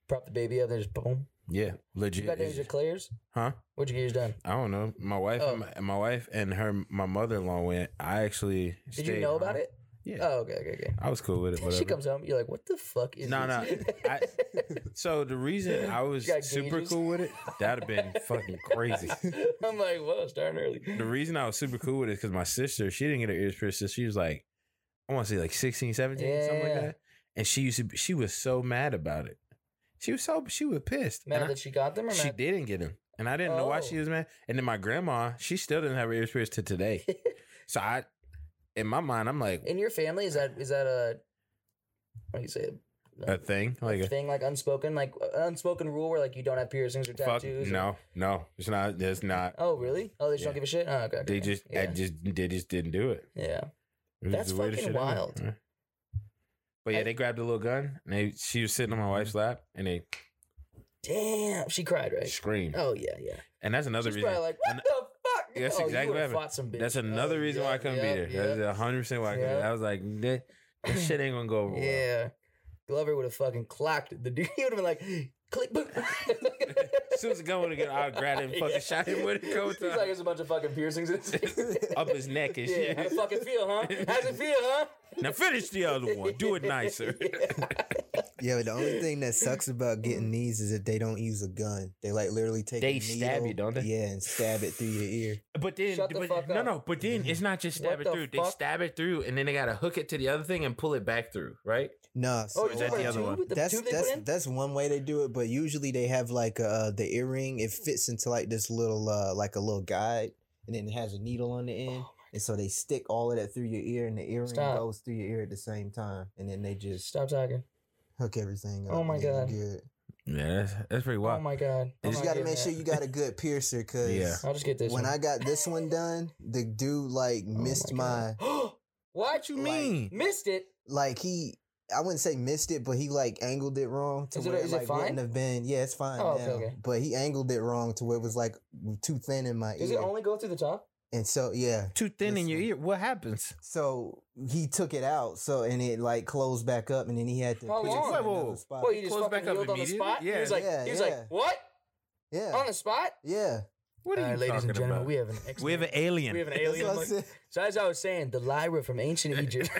[SPEAKER 2] prop the baby up and just boom.
[SPEAKER 3] Yeah,
[SPEAKER 2] You
[SPEAKER 3] legit.
[SPEAKER 2] got
[SPEAKER 3] It's-
[SPEAKER 2] names your clears.
[SPEAKER 3] Huh?
[SPEAKER 2] What'd you get yours done?
[SPEAKER 3] I don't know. My wife,
[SPEAKER 2] Oh.
[SPEAKER 3] and my, my wife, and her, my mother in law went. I actually
[SPEAKER 2] Did you know about it?
[SPEAKER 3] Yeah,
[SPEAKER 2] Oh, okay, okay, okay.
[SPEAKER 3] I was cool with it. Whatever.
[SPEAKER 2] [laughs] She comes home. You're like, what the fuck is
[SPEAKER 3] No,
[SPEAKER 2] [laughs]
[SPEAKER 3] no.
[SPEAKER 2] this?
[SPEAKER 3] I, so
[SPEAKER 2] [laughs]
[SPEAKER 3] the reason I was
[SPEAKER 2] got
[SPEAKER 3] super
[SPEAKER 2] gauges?
[SPEAKER 3] cool with it, that'd have been
[SPEAKER 2] [laughs]
[SPEAKER 3] fucking crazy.
[SPEAKER 2] I'm like, well, it's starting early.
[SPEAKER 3] The reason I was super cool with it is because my sister, she didn't get her ears pierced. till She was like, I want to say like 16, 17, something like
[SPEAKER 2] Yeah.
[SPEAKER 3] that. And she used to, be, she was so mad about it. She was so, she was pissed. And
[SPEAKER 2] Mad
[SPEAKER 3] I-
[SPEAKER 2] that she got them or
[SPEAKER 3] she
[SPEAKER 2] mad?
[SPEAKER 3] didn't get them. And I didn't know why she
[SPEAKER 2] Oh.
[SPEAKER 3] was mad. And then my grandma, she still doesn't have her ears pierced
[SPEAKER 2] [laughs]
[SPEAKER 3] to today. so I, in my mind, I'm like,
[SPEAKER 2] In your family, is that is that a how do you say it?
[SPEAKER 3] a thing? Like, a,
[SPEAKER 2] thing like unspoken, like uh, unspoken rule where like you don't have piercings or
[SPEAKER 3] fuck,
[SPEAKER 2] tattoos. or-
[SPEAKER 3] no, no, it's not, it's not.
[SPEAKER 2] Oh really? Oh, they just
[SPEAKER 3] Yeah.
[SPEAKER 2] don't give a shit. Oh, okay, okay,
[SPEAKER 3] They
[SPEAKER 2] okay.
[SPEAKER 3] just,
[SPEAKER 2] yeah.
[SPEAKER 3] I just, they just didn't do it.
[SPEAKER 2] yeah.
[SPEAKER 3] It was
[SPEAKER 2] That's
[SPEAKER 3] the weirdest
[SPEAKER 2] fucking
[SPEAKER 3] shit ever.
[SPEAKER 2] wild.
[SPEAKER 3] Yeah. But yeah,
[SPEAKER 2] I-
[SPEAKER 3] they grabbed a little gun and they she was sitting on my wife's lap and they
[SPEAKER 2] Damn, she cried right.
[SPEAKER 3] screamed.
[SPEAKER 2] Oh yeah, yeah.
[SPEAKER 3] And that's another
[SPEAKER 2] She's
[SPEAKER 3] reason.
[SPEAKER 2] probably like, what
[SPEAKER 3] and-
[SPEAKER 2] the fuck?
[SPEAKER 3] That's
[SPEAKER 2] oh,
[SPEAKER 3] exactly
[SPEAKER 2] you
[SPEAKER 3] what
[SPEAKER 2] would've
[SPEAKER 3] happened.
[SPEAKER 2] fought some bitch.
[SPEAKER 3] that's another
[SPEAKER 2] Oh,
[SPEAKER 3] reason why I
[SPEAKER 2] yep,
[SPEAKER 3] couldn't
[SPEAKER 2] yep,
[SPEAKER 3] be there.
[SPEAKER 2] yep.
[SPEAKER 3] That's hundred percent why I couldn't.
[SPEAKER 2] Yep.
[SPEAKER 3] I was like, that,
[SPEAKER 2] [laughs]
[SPEAKER 3] that shit ain't gonna go over. [laughs] Well.
[SPEAKER 2] Yeah. Glover would have fucking clocked the dude. [laughs] He would have been like, click. [laughs] boom.
[SPEAKER 3] [laughs] As soon as the gun would get, I'd grab
[SPEAKER 2] [laughs]
[SPEAKER 3] him, fucking shot him with a coat.
[SPEAKER 2] He's like, [laughs] there's a bunch of fucking piercings. in his-
[SPEAKER 3] [laughs] up his neck
[SPEAKER 2] [laughs]
[SPEAKER 3] and
[SPEAKER 2] yeah,
[SPEAKER 3] shit.
[SPEAKER 2] how the fucking feel, huh? How's it feel, huh?
[SPEAKER 3] now finish the other one.
[SPEAKER 2] [laughs]
[SPEAKER 3] Do it nicer.
[SPEAKER 4] yeah. But the only thing that sucks about getting these is that they don't use a gun. They like literally take
[SPEAKER 3] They
[SPEAKER 4] a
[SPEAKER 3] stab you,
[SPEAKER 4] needle,
[SPEAKER 3] don't they?
[SPEAKER 4] Yeah, and stab it through your ear.
[SPEAKER 3] [laughs] But then,
[SPEAKER 2] Shut the
[SPEAKER 3] but-
[SPEAKER 2] fuck
[SPEAKER 3] no,
[SPEAKER 2] up.
[SPEAKER 3] no. But then it's not just stab
[SPEAKER 2] What
[SPEAKER 3] it
[SPEAKER 2] the
[SPEAKER 3] through. They
[SPEAKER 2] fuck?
[SPEAKER 3] stab it through, and then they gotta hook it to the other thing and pull it back through. Right?
[SPEAKER 4] No,
[SPEAKER 2] Oh,
[SPEAKER 4] so,
[SPEAKER 3] is that
[SPEAKER 2] remember
[SPEAKER 3] the other
[SPEAKER 2] tube
[SPEAKER 3] one?
[SPEAKER 2] with the
[SPEAKER 4] that's
[SPEAKER 2] tube they
[SPEAKER 4] that's
[SPEAKER 2] put in?
[SPEAKER 4] that's one way they do it, but usually they have like uh the earring. It fits into like this little uh like a little guide, and then it has a needle on the end, and so they stick all of that through your ear, and the earring
[SPEAKER 2] Oh Stop.
[SPEAKER 4] goes through your ear at the same time, and then they just
[SPEAKER 2] Stop talking.
[SPEAKER 4] hook everything. Up
[SPEAKER 2] Oh my
[SPEAKER 4] and then you're
[SPEAKER 2] God.
[SPEAKER 4] Good.
[SPEAKER 3] Yeah, that's, that's pretty
[SPEAKER 2] Oh my god. Oh
[SPEAKER 4] You
[SPEAKER 2] my
[SPEAKER 4] just gotta make
[SPEAKER 2] goodness.
[SPEAKER 4] sure you got a good piercer, cause
[SPEAKER 3] Yeah.
[SPEAKER 2] I'll just get this.
[SPEAKER 4] when
[SPEAKER 2] one.
[SPEAKER 4] I got this one done, the dude like
[SPEAKER 2] Oh
[SPEAKER 4] missed my
[SPEAKER 2] God. [gasps] what
[SPEAKER 3] What
[SPEAKER 2] you
[SPEAKER 3] you
[SPEAKER 4] Like,
[SPEAKER 3] mean?
[SPEAKER 2] missed it?
[SPEAKER 4] like he. I wouldn't say missed it, but he like angled it wrong to
[SPEAKER 2] Is it-
[SPEAKER 4] where it,
[SPEAKER 2] is it
[SPEAKER 4] like
[SPEAKER 2] fine?
[SPEAKER 4] wouldn't have been. Yeah, it's fine
[SPEAKER 2] Oh,
[SPEAKER 4] now.
[SPEAKER 2] okay, okay.
[SPEAKER 4] But he angled it wrong to where it was like too thin in my
[SPEAKER 2] Does
[SPEAKER 4] ear.
[SPEAKER 2] it only go through the top?
[SPEAKER 4] and so yeah,
[SPEAKER 3] Too thin in
[SPEAKER 4] This
[SPEAKER 3] your
[SPEAKER 4] one.
[SPEAKER 3] ear. What happens?
[SPEAKER 4] so he took it out. So and it like closed back up, and then he had to.
[SPEAKER 2] How
[SPEAKER 4] put it in
[SPEAKER 2] long?
[SPEAKER 4] another
[SPEAKER 3] Whoa, whoa.
[SPEAKER 4] spot.
[SPEAKER 2] Well, you just
[SPEAKER 3] Close
[SPEAKER 2] fucking
[SPEAKER 3] back up
[SPEAKER 2] healed on the
[SPEAKER 3] immediately?
[SPEAKER 2] spot.
[SPEAKER 3] Yeah.
[SPEAKER 2] he was like,
[SPEAKER 4] Yeah,
[SPEAKER 2] he was
[SPEAKER 4] yeah.
[SPEAKER 2] like, what
[SPEAKER 4] Yeah,
[SPEAKER 2] on the spot?
[SPEAKER 4] yeah.
[SPEAKER 3] What are
[SPEAKER 2] All
[SPEAKER 3] you
[SPEAKER 2] right, ladies
[SPEAKER 3] talking
[SPEAKER 2] and gentlemen,
[SPEAKER 3] about?
[SPEAKER 2] we have an
[SPEAKER 3] We have an
[SPEAKER 2] excellent-
[SPEAKER 3] alien.
[SPEAKER 2] we have an
[SPEAKER 4] That's
[SPEAKER 2] alien.
[SPEAKER 4] what I
[SPEAKER 2] look.
[SPEAKER 4] said.
[SPEAKER 2] so as I was saying, Delilah from
[SPEAKER 3] [laughs]
[SPEAKER 2] ancient Egypt.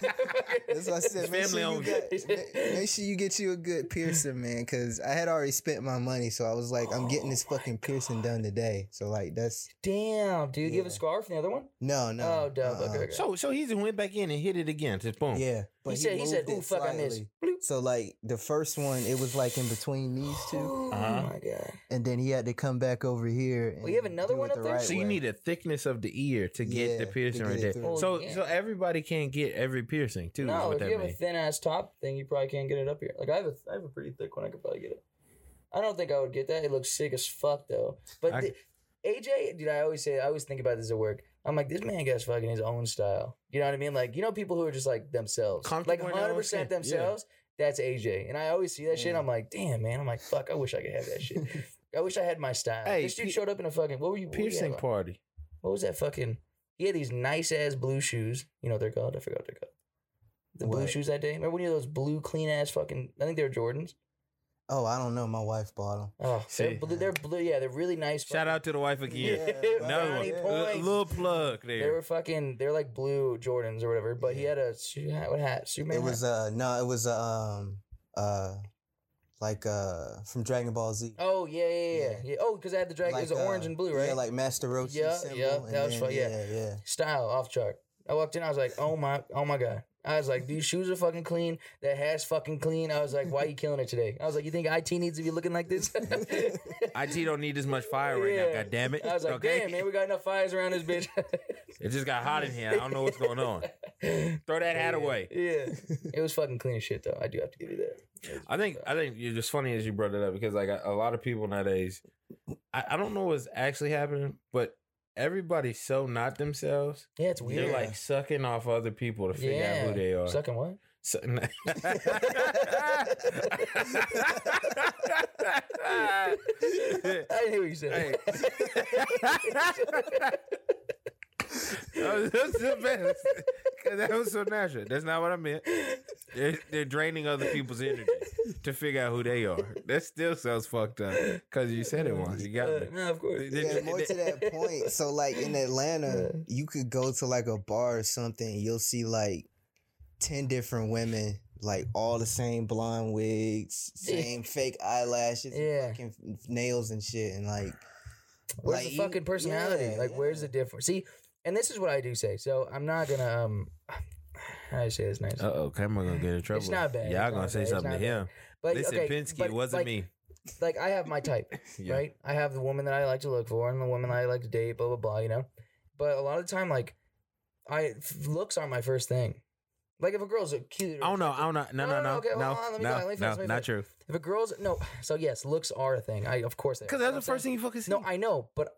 [SPEAKER 4] That's what I said. Make
[SPEAKER 3] family
[SPEAKER 4] sure, you
[SPEAKER 3] owned.
[SPEAKER 4] get, ma- make sure you get you a good piercing, man. Cause I had already spent my money, so I was like, I'm getting this fucking piercing done today. So like, that's
[SPEAKER 2] Damn, dude, you have a
[SPEAKER 4] Yeah.
[SPEAKER 2] scarf from the other one?
[SPEAKER 4] no, no.
[SPEAKER 2] Oh, dub.
[SPEAKER 4] uh-uh.
[SPEAKER 2] Okay, okay.
[SPEAKER 3] so so he just went back in and hit it again. Just boom.
[SPEAKER 4] Yeah,
[SPEAKER 2] he, said, he said,
[SPEAKER 4] moved
[SPEAKER 2] ooh,
[SPEAKER 4] it
[SPEAKER 2] fuck, I missed.
[SPEAKER 4] slightly.
[SPEAKER 2] Bloop.
[SPEAKER 4] So like the first one, it was like in between these
[SPEAKER 2] [gasps]
[SPEAKER 4] two,
[SPEAKER 2] Oh
[SPEAKER 3] Uh-huh.
[SPEAKER 2] my god.
[SPEAKER 4] and then he had to come back over here. And
[SPEAKER 2] you have another
[SPEAKER 4] do
[SPEAKER 2] one up
[SPEAKER 4] it the
[SPEAKER 2] there?
[SPEAKER 4] right [laughs]
[SPEAKER 3] So you
[SPEAKER 4] way.
[SPEAKER 3] need a thickness of the ear to get
[SPEAKER 4] Yeah.
[SPEAKER 3] the piercing
[SPEAKER 4] to get
[SPEAKER 3] right
[SPEAKER 4] it
[SPEAKER 3] there.
[SPEAKER 4] through.
[SPEAKER 3] so
[SPEAKER 2] Oh, Yeah.
[SPEAKER 3] so everybody can't get every piercing too. is
[SPEAKER 2] no,
[SPEAKER 3] what
[SPEAKER 2] if
[SPEAKER 3] that
[SPEAKER 2] you have a
[SPEAKER 3] means.
[SPEAKER 2] thin ass top thing, you probably can't get it up here. Like I have a, I have a pretty thick one. I could probably get it. I don't think I would get that. It looks sick as fuck though. But
[SPEAKER 3] I-
[SPEAKER 2] the- AJ, dude, I always say, I always think about this at work. I'm like, this man got fucking his own style. You know what I mean? Like, you know, people who are just like themselves, like
[SPEAKER 3] Comfortable in their
[SPEAKER 2] 100
[SPEAKER 3] own
[SPEAKER 2] percent
[SPEAKER 3] skin, yeah. Mm.
[SPEAKER 2] themselves. That's AJ, and I always see that shit. I'm like, damn, man. I'm like, fuck. I wish I could have that
[SPEAKER 3] [laughs]
[SPEAKER 2] shit. I wish I had my style.
[SPEAKER 3] Hey,
[SPEAKER 2] this dude
[SPEAKER 3] pe-
[SPEAKER 2] showed up in a fucking. What were you? what do you have
[SPEAKER 3] piercing
[SPEAKER 2] on?
[SPEAKER 3] party.
[SPEAKER 2] What was that fucking? He had these nice ass blue shoes. You know what they're called? I forgot what they're called. The blue
[SPEAKER 4] What?
[SPEAKER 2] shoes that day. Remember when you had those blue clean ass fucking? I think they were Jordans.
[SPEAKER 4] Oh, I don't know. My wife bought them.
[SPEAKER 2] Oh,
[SPEAKER 3] See.
[SPEAKER 2] they're blue. They're blue. Yeah, they're really nice.
[SPEAKER 3] Shout out to the wife again.
[SPEAKER 2] [laughs] [laughs] Yeah,
[SPEAKER 3] Another one.
[SPEAKER 2] brownie
[SPEAKER 3] L-
[SPEAKER 2] points.
[SPEAKER 3] little plug
[SPEAKER 2] They
[SPEAKER 3] there.
[SPEAKER 2] were fucking. They're like blue Jordans or whatever. But he
[SPEAKER 4] Yeah.
[SPEAKER 2] had a su- hat. What hat? Superman.
[SPEAKER 4] It was
[SPEAKER 2] hat.
[SPEAKER 4] uh no, it was um uh like uh from Dragon Ball Z.
[SPEAKER 2] oh yeah, yeah, yeah.
[SPEAKER 4] yeah.
[SPEAKER 2] yeah. Oh, because I had the dragon. it was
[SPEAKER 4] uh,
[SPEAKER 2] orange and blue, right?
[SPEAKER 4] Yeah, like Master Roshi's
[SPEAKER 2] Yeah,
[SPEAKER 4] symbol.
[SPEAKER 2] yeah,
[SPEAKER 4] and
[SPEAKER 2] that was
[SPEAKER 4] then-
[SPEAKER 2] fun, yeah.
[SPEAKER 4] yeah, yeah.
[SPEAKER 2] style off chart. I walked in, I was like, oh my, oh my god. I was like, these shoes are fucking clean. That hat's fucking clean. I was like, why you killing it today? I was like, you think IT needs to be looking like
[SPEAKER 4] [laughs]
[SPEAKER 2] this? [laughs]
[SPEAKER 3] IT don't need as much fire right
[SPEAKER 2] Yeah.
[SPEAKER 3] now. God damn it.
[SPEAKER 2] I was like,
[SPEAKER 3] okay?
[SPEAKER 2] damn, man, we got enough fires around this bitch.
[SPEAKER 3] It just got [laughs] hot in here. I don't know what's
[SPEAKER 2] [laughs]
[SPEAKER 3] going on. Throw that hat away.
[SPEAKER 2] yeah. It was fucking clean as shit, though. I do have to give you that. It was-
[SPEAKER 3] I think I think it's just funny as you brought it up because like a, a lot of people nowadays, I, I don't know what's actually happening, but everybody's so not themselves.
[SPEAKER 2] Yeah, it's weird.
[SPEAKER 3] They're like sucking off other people to figure
[SPEAKER 2] yeah.
[SPEAKER 3] out who they are.
[SPEAKER 2] Sucking
[SPEAKER 3] [laughs]
[SPEAKER 2] what?
[SPEAKER 3] So- Ah.
[SPEAKER 2] [laughs] I didn't hear what you [laughs] said.
[SPEAKER 3] That was- that's the best. 'Cause that was so natural. That's not what I meant. They're, they're draining other people's energy to figure out who they are. That still sounds fucked up. Cause you said it once. You got
[SPEAKER 2] Uh,
[SPEAKER 3] me.
[SPEAKER 2] no, of course.
[SPEAKER 3] They-
[SPEAKER 4] Yeah,
[SPEAKER 3] they-
[SPEAKER 4] more
[SPEAKER 3] they-
[SPEAKER 4] to that point. So
[SPEAKER 2] [laughs]
[SPEAKER 4] like in Atlanta, you could go to like a bar or something, and you'll see like ten different women, like all the same blonde wigs,
[SPEAKER 2] Yeah. [laughs]
[SPEAKER 4] same fake eyelashes, and
[SPEAKER 2] Yeah.
[SPEAKER 4] fucking f- nails and shit, and like
[SPEAKER 2] Where's
[SPEAKER 4] like,
[SPEAKER 2] the
[SPEAKER 4] you-
[SPEAKER 2] fucking personality?
[SPEAKER 4] yeah,
[SPEAKER 2] like, where's the
[SPEAKER 4] yeah.
[SPEAKER 2] difference? See, and this is what I do say. So I'm not gonna um, how do I say this nice?
[SPEAKER 3] Uh oh, camera gonna get in trouble.
[SPEAKER 2] not bad.
[SPEAKER 3] Y'all
[SPEAKER 2] It's
[SPEAKER 3] gonna
[SPEAKER 2] not bad.
[SPEAKER 3] say
[SPEAKER 2] It's
[SPEAKER 3] something to
[SPEAKER 2] not bad.
[SPEAKER 3] him.
[SPEAKER 2] but
[SPEAKER 3] Listen,
[SPEAKER 2] okay,
[SPEAKER 3] Pinsky,
[SPEAKER 2] but,
[SPEAKER 3] wasn't
[SPEAKER 2] like,
[SPEAKER 3] me.
[SPEAKER 2] Like I have my type,
[SPEAKER 3] [laughs] Yeah.
[SPEAKER 2] [laughs] right? I have the woman that I like to look for and the woman I like to date, blah blah blah. You know, but a lot of the time, like, I f- looks aren't my first thing. Like if a girl's a cute, or
[SPEAKER 3] I don't know. I don't know.
[SPEAKER 2] No,
[SPEAKER 3] No,
[SPEAKER 2] no,
[SPEAKER 3] no, no,
[SPEAKER 2] okay, hold
[SPEAKER 3] no, no,
[SPEAKER 2] on, let me
[SPEAKER 3] no,
[SPEAKER 2] go, let me finish, let me
[SPEAKER 3] not
[SPEAKER 2] finish.
[SPEAKER 3] true.
[SPEAKER 2] if a girl's no, [sighs] so yes, looks are a thing. I of course they are,
[SPEAKER 3] Because
[SPEAKER 2] you know
[SPEAKER 3] that's the
[SPEAKER 2] what I'm
[SPEAKER 3] first thing you fucking see.
[SPEAKER 2] saying? No, I know, but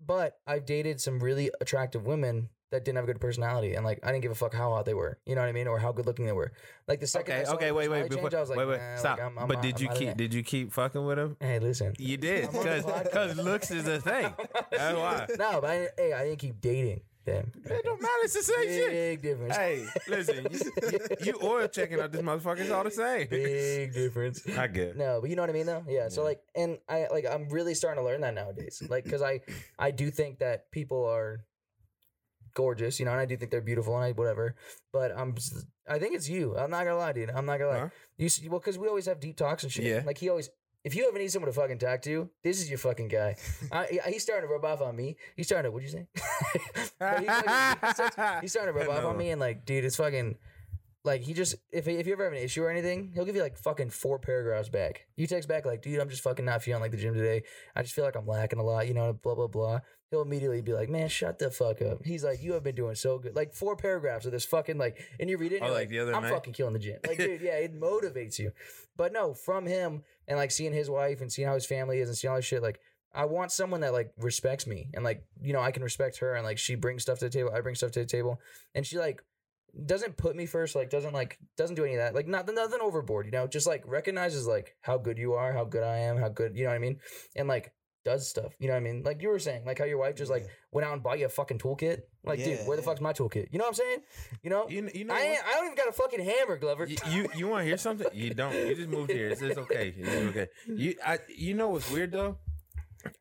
[SPEAKER 2] but I've dated some really attractive women that didn't have a good personality, and like I didn't give a fuck how hot they were, you know what I mean, or how good looking they were. Like the second,
[SPEAKER 3] okay,
[SPEAKER 2] I saw
[SPEAKER 3] okay,
[SPEAKER 2] their
[SPEAKER 3] wait, wait,
[SPEAKER 2] personality
[SPEAKER 3] before,
[SPEAKER 2] change, I was like,
[SPEAKER 3] wait, wait,
[SPEAKER 2] nah, like,
[SPEAKER 3] stop.
[SPEAKER 2] I'm- I'm
[SPEAKER 3] but
[SPEAKER 2] out-
[SPEAKER 3] did
[SPEAKER 2] I'm
[SPEAKER 3] you
[SPEAKER 2] out of
[SPEAKER 3] keep?
[SPEAKER 2] that.
[SPEAKER 3] Did you keep fucking with him?
[SPEAKER 2] Hey, listen.
[SPEAKER 3] You
[SPEAKER 2] [laughs]
[SPEAKER 3] did,
[SPEAKER 2] I'm on the
[SPEAKER 3] because
[SPEAKER 2] podcast.
[SPEAKER 3] because looks is a thing. That's
[SPEAKER 2] [laughs]
[SPEAKER 3] why.
[SPEAKER 2] No, but I, didn't- hey, I didn't keep dating them.
[SPEAKER 3] It don't matter. It's the same shit.
[SPEAKER 2] Big difference.
[SPEAKER 3] Hey, listen, you, you oil checking out this motherfucker is all the same.
[SPEAKER 2] Big difference.
[SPEAKER 3] I get. it.
[SPEAKER 2] No, but you know what I mean though. Yeah. So like, and I like, I'm really starting to learn that nowadays. Like, because I, I do think that people are gorgeous, you know, and I do think they're beautiful and I whatever. But I'm, s- I think it's you. I'm not gonna lie, dude. I'm not gonna lie.
[SPEAKER 3] Huh?
[SPEAKER 2] You s- well, because we always have deep talks and shit.
[SPEAKER 3] Yeah.
[SPEAKER 2] Like he always. If you ever need someone to fucking talk to, this is your fucking guy.
[SPEAKER 3] [laughs]
[SPEAKER 2] I, I- he's starting to rub off on me. He's starting to, what'd you say? [laughs] But he's, like, he's such- he's starting to rub off on
[SPEAKER 3] No.
[SPEAKER 2] me and like, dude, it's fucking like he just if if you ever have an issue or anything, he'll give you like fucking four paragraphs back. You text back like, dude, I'm just fucking not feeling like the gym today. I just feel like I'm lacking a lot, you know, blah blah blah. He'll immediately be like, man, shut the fuck up. He's like, you have been doing so good. Like four paragraphs of this fucking like, and you read it. And
[SPEAKER 3] Oh,
[SPEAKER 2] you're
[SPEAKER 3] like the other
[SPEAKER 2] I'm
[SPEAKER 3] night?
[SPEAKER 2] fucking killing the gym. Like,
[SPEAKER 4] [laughs]
[SPEAKER 2] dude, yeah, it motivates you. But no, from him and like seeing his wife and seeing how his family is and seeing all this shit, like I want someone that like respects me and like you know I can respect her and like she brings stuff to the table, I bring stuff to the table, and she like doesn't put me first, like doesn't like doesn't do any of that, like not nothing overboard, you know, just like recognizes like how good you are, how good I am, how good you know what I mean, and like does stuff, you know what I mean, like you were saying, like how your wife just like
[SPEAKER 4] Yeah.
[SPEAKER 2] went out and bought you a fucking toolkit, like dude,
[SPEAKER 4] Yeah,
[SPEAKER 2] where the
[SPEAKER 4] yeah.
[SPEAKER 2] fuck's my toolkit? You know what I'm saying? You know,
[SPEAKER 3] [laughs] You, you know,
[SPEAKER 2] I ain't, I
[SPEAKER 3] what?
[SPEAKER 2] don't even got a fucking hammer, Glover.
[SPEAKER 3] You- you you want to hear something? You don't. You just moved here. It's, it's okay. It's okay. You I you know what's weird though?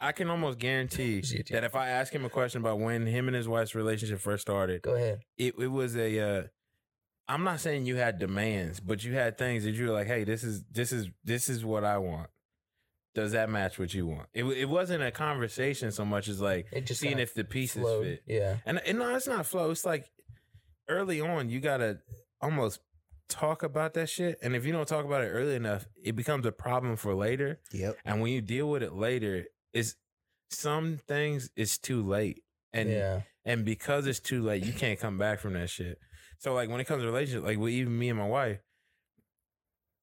[SPEAKER 3] I can almost guarantee
[SPEAKER 2] [laughs] Shit, yeah.
[SPEAKER 3] that if I ask him a question about when him and his wife's relationship first started,
[SPEAKER 2] Go ahead.
[SPEAKER 3] it, it was a uh I'm not saying you had demands, but you had things that you were like, "Hey, this is this is this is what I want. Does that match what you want?" It wa- it wasn't a conversation so much as like
[SPEAKER 2] It just
[SPEAKER 3] seeing
[SPEAKER 2] kinda
[SPEAKER 3] if the pieces
[SPEAKER 2] Flowed.
[SPEAKER 3] fit.
[SPEAKER 2] Yeah.
[SPEAKER 3] And and no, it's not flow. It's like early on, you gotta almost talk about that shit. And if you don't talk about it early enough, it becomes a problem for later.
[SPEAKER 4] Yep.
[SPEAKER 3] And when you deal with it later, it's some things it's too late. and
[SPEAKER 2] yeah.
[SPEAKER 3] and because it's too late, you can't come back from that shit. So like when it comes to relationships, like with even me and my wife,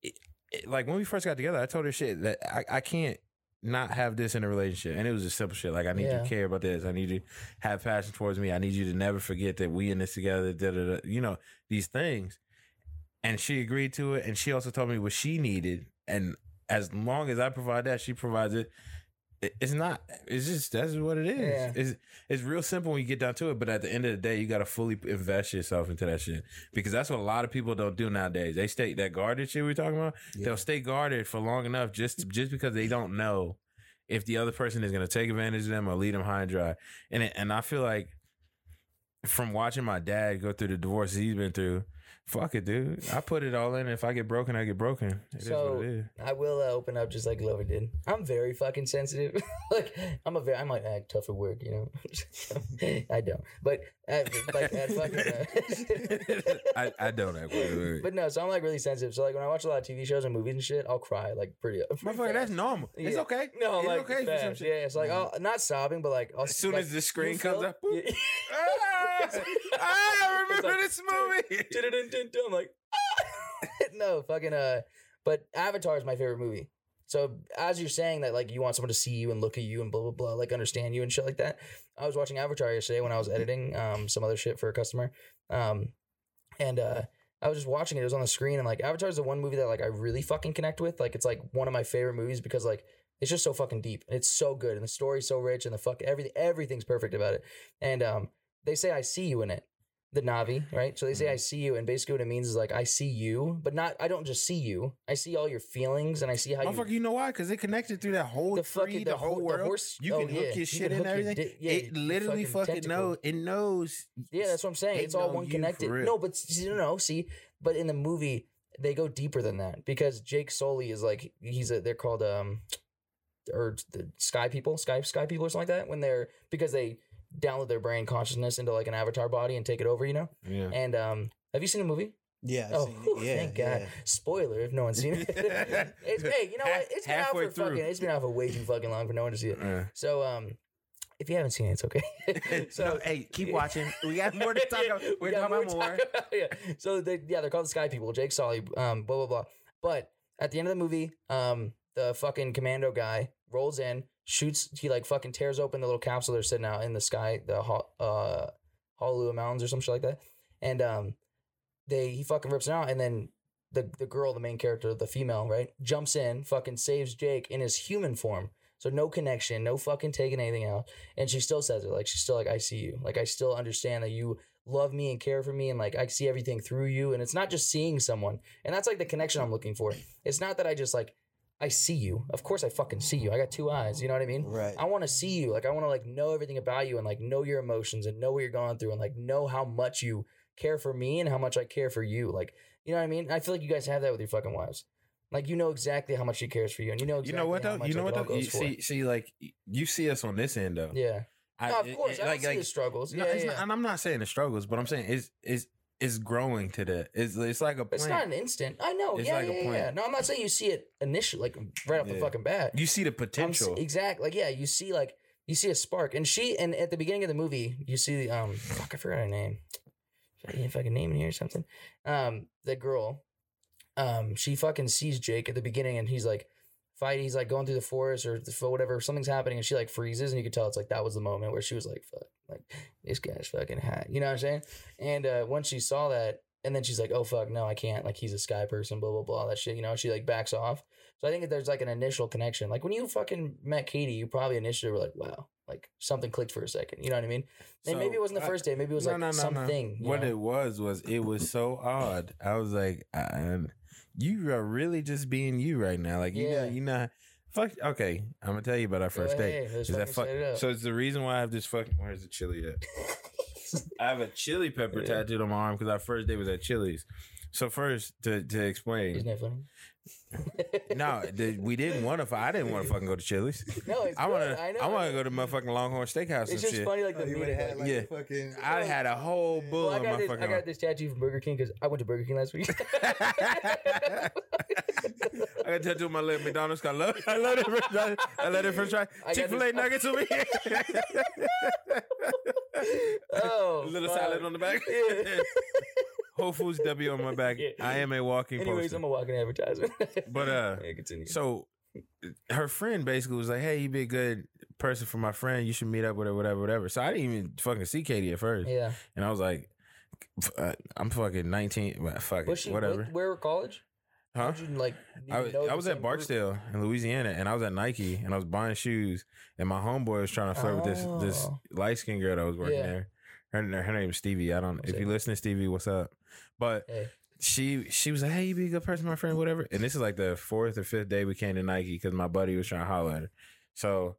[SPEAKER 3] it, it- like when we first got together, I told her shit that I, I can't not have this in a relationship, and it was just simple shit. Like I need you
[SPEAKER 2] Yeah.
[SPEAKER 3] to care about this. I need you to have passion towards me. I need you to never forget that we in this together. Da, da, da, you know these things, and she agreed to it. And she also told me what she needed, and as long as I provide that, she provides it. It- It's not. It's just that's what it is.
[SPEAKER 2] Yeah.
[SPEAKER 3] It's it's real simple when you get down to it. But at the end of the day, you got to fully invest yourself into that shit because that's what a lot of people don't do nowadays. They stay that guarded shit we are talking about. They'll stay guarded for long enough just just because they don't know if the other person is going to take advantage of them or lead them high and dry. And it, and I feel like from watching my dad go through the divorces he's been through, fuck it, dude. I put it all in. If I get broken, I get broken. It is
[SPEAKER 2] So-
[SPEAKER 3] what it is.
[SPEAKER 2] I will uh, open up just like Glover did. I'm very fucking sensitive. [laughs] like I'm a very, I might act tough at work, you know. [laughs] I don't, but at, like at fucking. Uh,
[SPEAKER 3] I, [laughs] I don't act wait, wait, wait.
[SPEAKER 2] But no, so I'm like really sensitive. So like when I watch a lot of TV shows and movies and shit, I'll cry like pretty. pretty
[SPEAKER 3] Motherfucker,
[SPEAKER 2] fast.
[SPEAKER 3] that's normal. It's
[SPEAKER 2] Yeah.
[SPEAKER 3] okay.
[SPEAKER 2] [laughs] No,
[SPEAKER 3] it's
[SPEAKER 2] like
[SPEAKER 3] okay for some
[SPEAKER 2] fast.
[SPEAKER 3] shit.
[SPEAKER 2] yeah, it's like I'll, not sobbing, but like I'll,
[SPEAKER 3] As soon
[SPEAKER 2] like,
[SPEAKER 3] as the
[SPEAKER 2] you
[SPEAKER 3] screen
[SPEAKER 2] feel-
[SPEAKER 3] comes up, boop.
[SPEAKER 2] Yeah.
[SPEAKER 3] ah, I remember
[SPEAKER 2] [laughs] It's
[SPEAKER 3] this movie.
[SPEAKER 2] Dun-dun-dun-dun. I'm like, "Ah!" [laughs] no, fucking. Uh, but Avatar is my favorite movie. So as you're saying that, like you want someone to see you and look at you and blah blah blah, like understand you and shit like that. I was watching Avatar yesterday when I was editing um some other shit for a customer, um, and uh. I was just watching it. It was on the screen, and like Avatar is the one movie that like I really fucking connect with. Like it's like one of my favorite movies because like it's just so fucking deep and it's so good and the story's so rich and the fuck everything everything's perfect about it. And um, they say I see you in it, the Navi, right? So they
[SPEAKER 3] Mm-hmm.
[SPEAKER 2] say I see you, and basically what it means is like I see you, but not I don't just see you. I see all your feelings and I see how
[SPEAKER 3] Motherfucker,
[SPEAKER 2] you
[SPEAKER 3] you know why? Because they connected through that whole
[SPEAKER 2] The
[SPEAKER 3] tree,
[SPEAKER 2] fucking-
[SPEAKER 3] the,
[SPEAKER 2] the
[SPEAKER 3] whole
[SPEAKER 2] ho- the
[SPEAKER 3] world.
[SPEAKER 2] horse-
[SPEAKER 3] you
[SPEAKER 2] oh, yeah.
[SPEAKER 3] can hook
[SPEAKER 2] You
[SPEAKER 3] your shit
[SPEAKER 2] can
[SPEAKER 3] and
[SPEAKER 2] hook your
[SPEAKER 3] everything.
[SPEAKER 2] di- yeah,
[SPEAKER 3] it
[SPEAKER 2] your
[SPEAKER 3] literally
[SPEAKER 2] fucking
[SPEAKER 3] fucking,
[SPEAKER 2] tentacle.
[SPEAKER 3] knows. It knows.
[SPEAKER 2] Yeah, that's what I'm saying.
[SPEAKER 3] They
[SPEAKER 2] It's all
[SPEAKER 3] know
[SPEAKER 2] one
[SPEAKER 3] you
[SPEAKER 2] connected.
[SPEAKER 3] for real.
[SPEAKER 2] No, but s- no, no. See, but in the movie they go deeper than that because Jake Sully is like he's a they're called um or the sky people, sky sky people or something like that when they're because they download their brain consciousness into like an avatar body and take it over, you know.
[SPEAKER 3] Yeah.
[SPEAKER 2] And um, have you seen the movie?
[SPEAKER 4] Yeah, I've
[SPEAKER 2] oh,
[SPEAKER 4] seen it.
[SPEAKER 2] whew,
[SPEAKER 4] yeah,
[SPEAKER 2] [laughs] thank God!
[SPEAKER 4] yeah.
[SPEAKER 2] Spoiler if no one's seen
[SPEAKER 3] [laughs]
[SPEAKER 2] it. it's, hey, you know what?
[SPEAKER 3] Half-
[SPEAKER 2] It's been out
[SPEAKER 3] halfway
[SPEAKER 2] for
[SPEAKER 3] through.
[SPEAKER 2] fucking. It's been out for way too fucking long for no one to see it.
[SPEAKER 3] Yeah.
[SPEAKER 2] So um, if you haven't seen it, it's okay.
[SPEAKER 3] [laughs]
[SPEAKER 2] [laughs] so
[SPEAKER 3] no, hey, keep watching. We got more to talk about.
[SPEAKER 2] Yeah, [laughs]
[SPEAKER 3] We're
[SPEAKER 2] we got
[SPEAKER 3] talking about
[SPEAKER 2] to
[SPEAKER 3] more.
[SPEAKER 2] talk about, yeah. So they, yeah, they're called the Sky People. Jake Solly, um, blah blah blah. But at the end of the movie, um, the fucking commando guy rolls in, shoots. He like fucking tears open the little capsule they're sitting out in the sky, the Ho- uh, Honolulu Mountains or some shit like that. And um, they he fucking rips it out, and then the the girl, the main character, the female, right, jumps in, fucking saves Jake in his human form. So no connection, no fucking taking anything out. And she still says it. Like she's still like, I see you. Like I still understand that you love me and care for me and like I see everything through you. And it's not just seeing someone. And that's like the connection I'm looking for. It's not that I just like I see you. Of course I fucking see you. I got two eyes. You know what I mean?
[SPEAKER 4] Right.
[SPEAKER 2] I want to see you. Like I want to like know everything about you and like know your emotions and know what you're going through and like know how much you care for me and how much I care for you. Like you know what I mean? I feel like you guys have that with your fucking wives. Like you know exactly how much she cares for you and you know
[SPEAKER 3] You
[SPEAKER 2] exactly
[SPEAKER 3] know what
[SPEAKER 2] how
[SPEAKER 3] though?
[SPEAKER 2] much,
[SPEAKER 3] You know
[SPEAKER 2] like,
[SPEAKER 3] what
[SPEAKER 2] it all
[SPEAKER 3] though? You
[SPEAKER 2] goes for.
[SPEAKER 3] see, see, like you see us on this end though.
[SPEAKER 2] Yeah.
[SPEAKER 3] I,
[SPEAKER 2] No,
[SPEAKER 3] it-
[SPEAKER 2] of course.
[SPEAKER 3] it-
[SPEAKER 2] I don't see the struggles.
[SPEAKER 3] no,
[SPEAKER 2] yeah,
[SPEAKER 3] it's
[SPEAKER 2] yeah.
[SPEAKER 3] Not, and I'm not saying the struggles, but I'm saying it's it's it's growing to that. It's it's like a
[SPEAKER 2] But
[SPEAKER 3] plant.
[SPEAKER 2] it's not an instant. I know.
[SPEAKER 3] It's
[SPEAKER 2] yeah,
[SPEAKER 3] like a
[SPEAKER 2] yeah, yeah, yeah.
[SPEAKER 3] plant.
[SPEAKER 2] No, I'm not saying you see it initially, like right off the
[SPEAKER 3] Yeah.
[SPEAKER 2] fucking bat.
[SPEAKER 3] you see the
[SPEAKER 2] I'm s-
[SPEAKER 3] potential.
[SPEAKER 2] exactly. Like, yeah, you see, like, you see a spark. And she, and at the beginning of the movie, you see, um, fuck, I forgot her name. If I- If I can name it here or something. Um, the girl, um, she fucking sees Jake at the beginning and he's like, fight. He's like going through the forest or the, fo- whatever. Something's happening and she like freezes and you can tell it's like that was the moment where she was like, fuck, like this guy's fucking hot. You know what I'm saying? And uh, once she saw that, and then she's like, oh fuck, no, I can't. Like he's a sky person, blah blah blah, all that shit. You know, she like backs off. So I think that there's like an initial connection. Like when you fucking met Katie, you probably initially were like, wow, like something clicked for a second. You know what I mean? and maybe
[SPEAKER 3] So,
[SPEAKER 2] it wasn't the
[SPEAKER 3] I-
[SPEAKER 2] first day. Maybe it was like something. you
[SPEAKER 3] What
[SPEAKER 2] know?
[SPEAKER 3] it was was it
[SPEAKER 2] [laughs]
[SPEAKER 3] was so odd. I was like, I, you are really just being you right now. Like you
[SPEAKER 2] Yeah.
[SPEAKER 3] know, you not fuck. Okay, I'm gonna tell you about our
[SPEAKER 2] Go
[SPEAKER 3] first date.
[SPEAKER 2] ahead, let's
[SPEAKER 3] Is that
[SPEAKER 2] fucking
[SPEAKER 3] fuck?
[SPEAKER 2] set it up.
[SPEAKER 3] So it's the reason why I have this fucking. Where's the chili
[SPEAKER 2] [laughs]
[SPEAKER 3] at? I have a chili pepper
[SPEAKER 2] Yeah.
[SPEAKER 3] tattooed on my arm because our first day was at Chili's. So first, to to
[SPEAKER 2] Isn't
[SPEAKER 3] explain,
[SPEAKER 2] that funny?
[SPEAKER 3] [laughs] no, the, we didn't want to. I didn't want to fucking go to Chili's.
[SPEAKER 2] [laughs] No, it's
[SPEAKER 3] I want
[SPEAKER 2] good, I know.
[SPEAKER 3] to. I want to go to motherfucking Longhorn Steakhouse and
[SPEAKER 2] It's just
[SPEAKER 3] shit.
[SPEAKER 2] funny, like the
[SPEAKER 4] Oh, you
[SPEAKER 2] meat
[SPEAKER 4] would have
[SPEAKER 2] of
[SPEAKER 4] had
[SPEAKER 2] it.
[SPEAKER 4] like
[SPEAKER 3] Yeah.
[SPEAKER 4] a fucking.
[SPEAKER 3] I had a whole bull
[SPEAKER 2] Well, I
[SPEAKER 3] on my
[SPEAKER 2] got, this,
[SPEAKER 3] fucking.
[SPEAKER 2] I
[SPEAKER 3] arm. [laughs]
[SPEAKER 2] got this tattoo from Burger King because I went to Burger King last week.
[SPEAKER 3] I got a
[SPEAKER 2] [laughs]
[SPEAKER 3] tattoo on my leg. McDonald's. 'cause I love. I love it. I love it. French fry.
[SPEAKER 2] I got [laughs]
[SPEAKER 3] [laughs] Chick Fil A
[SPEAKER 2] this-
[SPEAKER 3] nuggets over here.
[SPEAKER 2] oh,
[SPEAKER 3] A [laughs] little
[SPEAKER 2] fuck.
[SPEAKER 3] salad on the back.
[SPEAKER 2] [laughs] Yeah.
[SPEAKER 3] [laughs] Whole Foods W on my back.
[SPEAKER 2] [laughs] Yeah.
[SPEAKER 3] I am a walking
[SPEAKER 2] Anyways,
[SPEAKER 3] poster.
[SPEAKER 2] I'm a walking advertisement.
[SPEAKER 3] [laughs] But, uh,
[SPEAKER 2] yeah, [laughs] continue.
[SPEAKER 3] So her friend basically was like, "Hey, you be a good person for my friend. You should meet up with her, whatever, whatever." So I didn't even fucking see Katie at first,
[SPEAKER 2] yeah,
[SPEAKER 3] and I was like, f- uh, "I'm fucking 19, well, fuck
[SPEAKER 2] was
[SPEAKER 3] it,
[SPEAKER 2] she
[SPEAKER 3] whatever."
[SPEAKER 2] Where, where college?
[SPEAKER 3] huh?
[SPEAKER 2] How'd you like?
[SPEAKER 3] I,
[SPEAKER 2] even
[SPEAKER 3] was-
[SPEAKER 2] know
[SPEAKER 3] I
[SPEAKER 2] the
[SPEAKER 3] was
[SPEAKER 2] same
[SPEAKER 3] at
[SPEAKER 2] group?
[SPEAKER 3] Barksdale in Louisiana, and I was at Nike, and I was buying shoes, and my homeboy was trying to flirt with this this
[SPEAKER 2] Oh.
[SPEAKER 3] light skinned girl that was working
[SPEAKER 2] Yeah.
[SPEAKER 3] there. Her her name is Stevie. I don't. If you listen, Stevie, what's up? But
[SPEAKER 2] Hey.
[SPEAKER 3] she she was like, "Hey, you be a good person, my friend, whatever." And this is like the fourth or fifth day we came to Nike because my buddy was trying to holler at her. So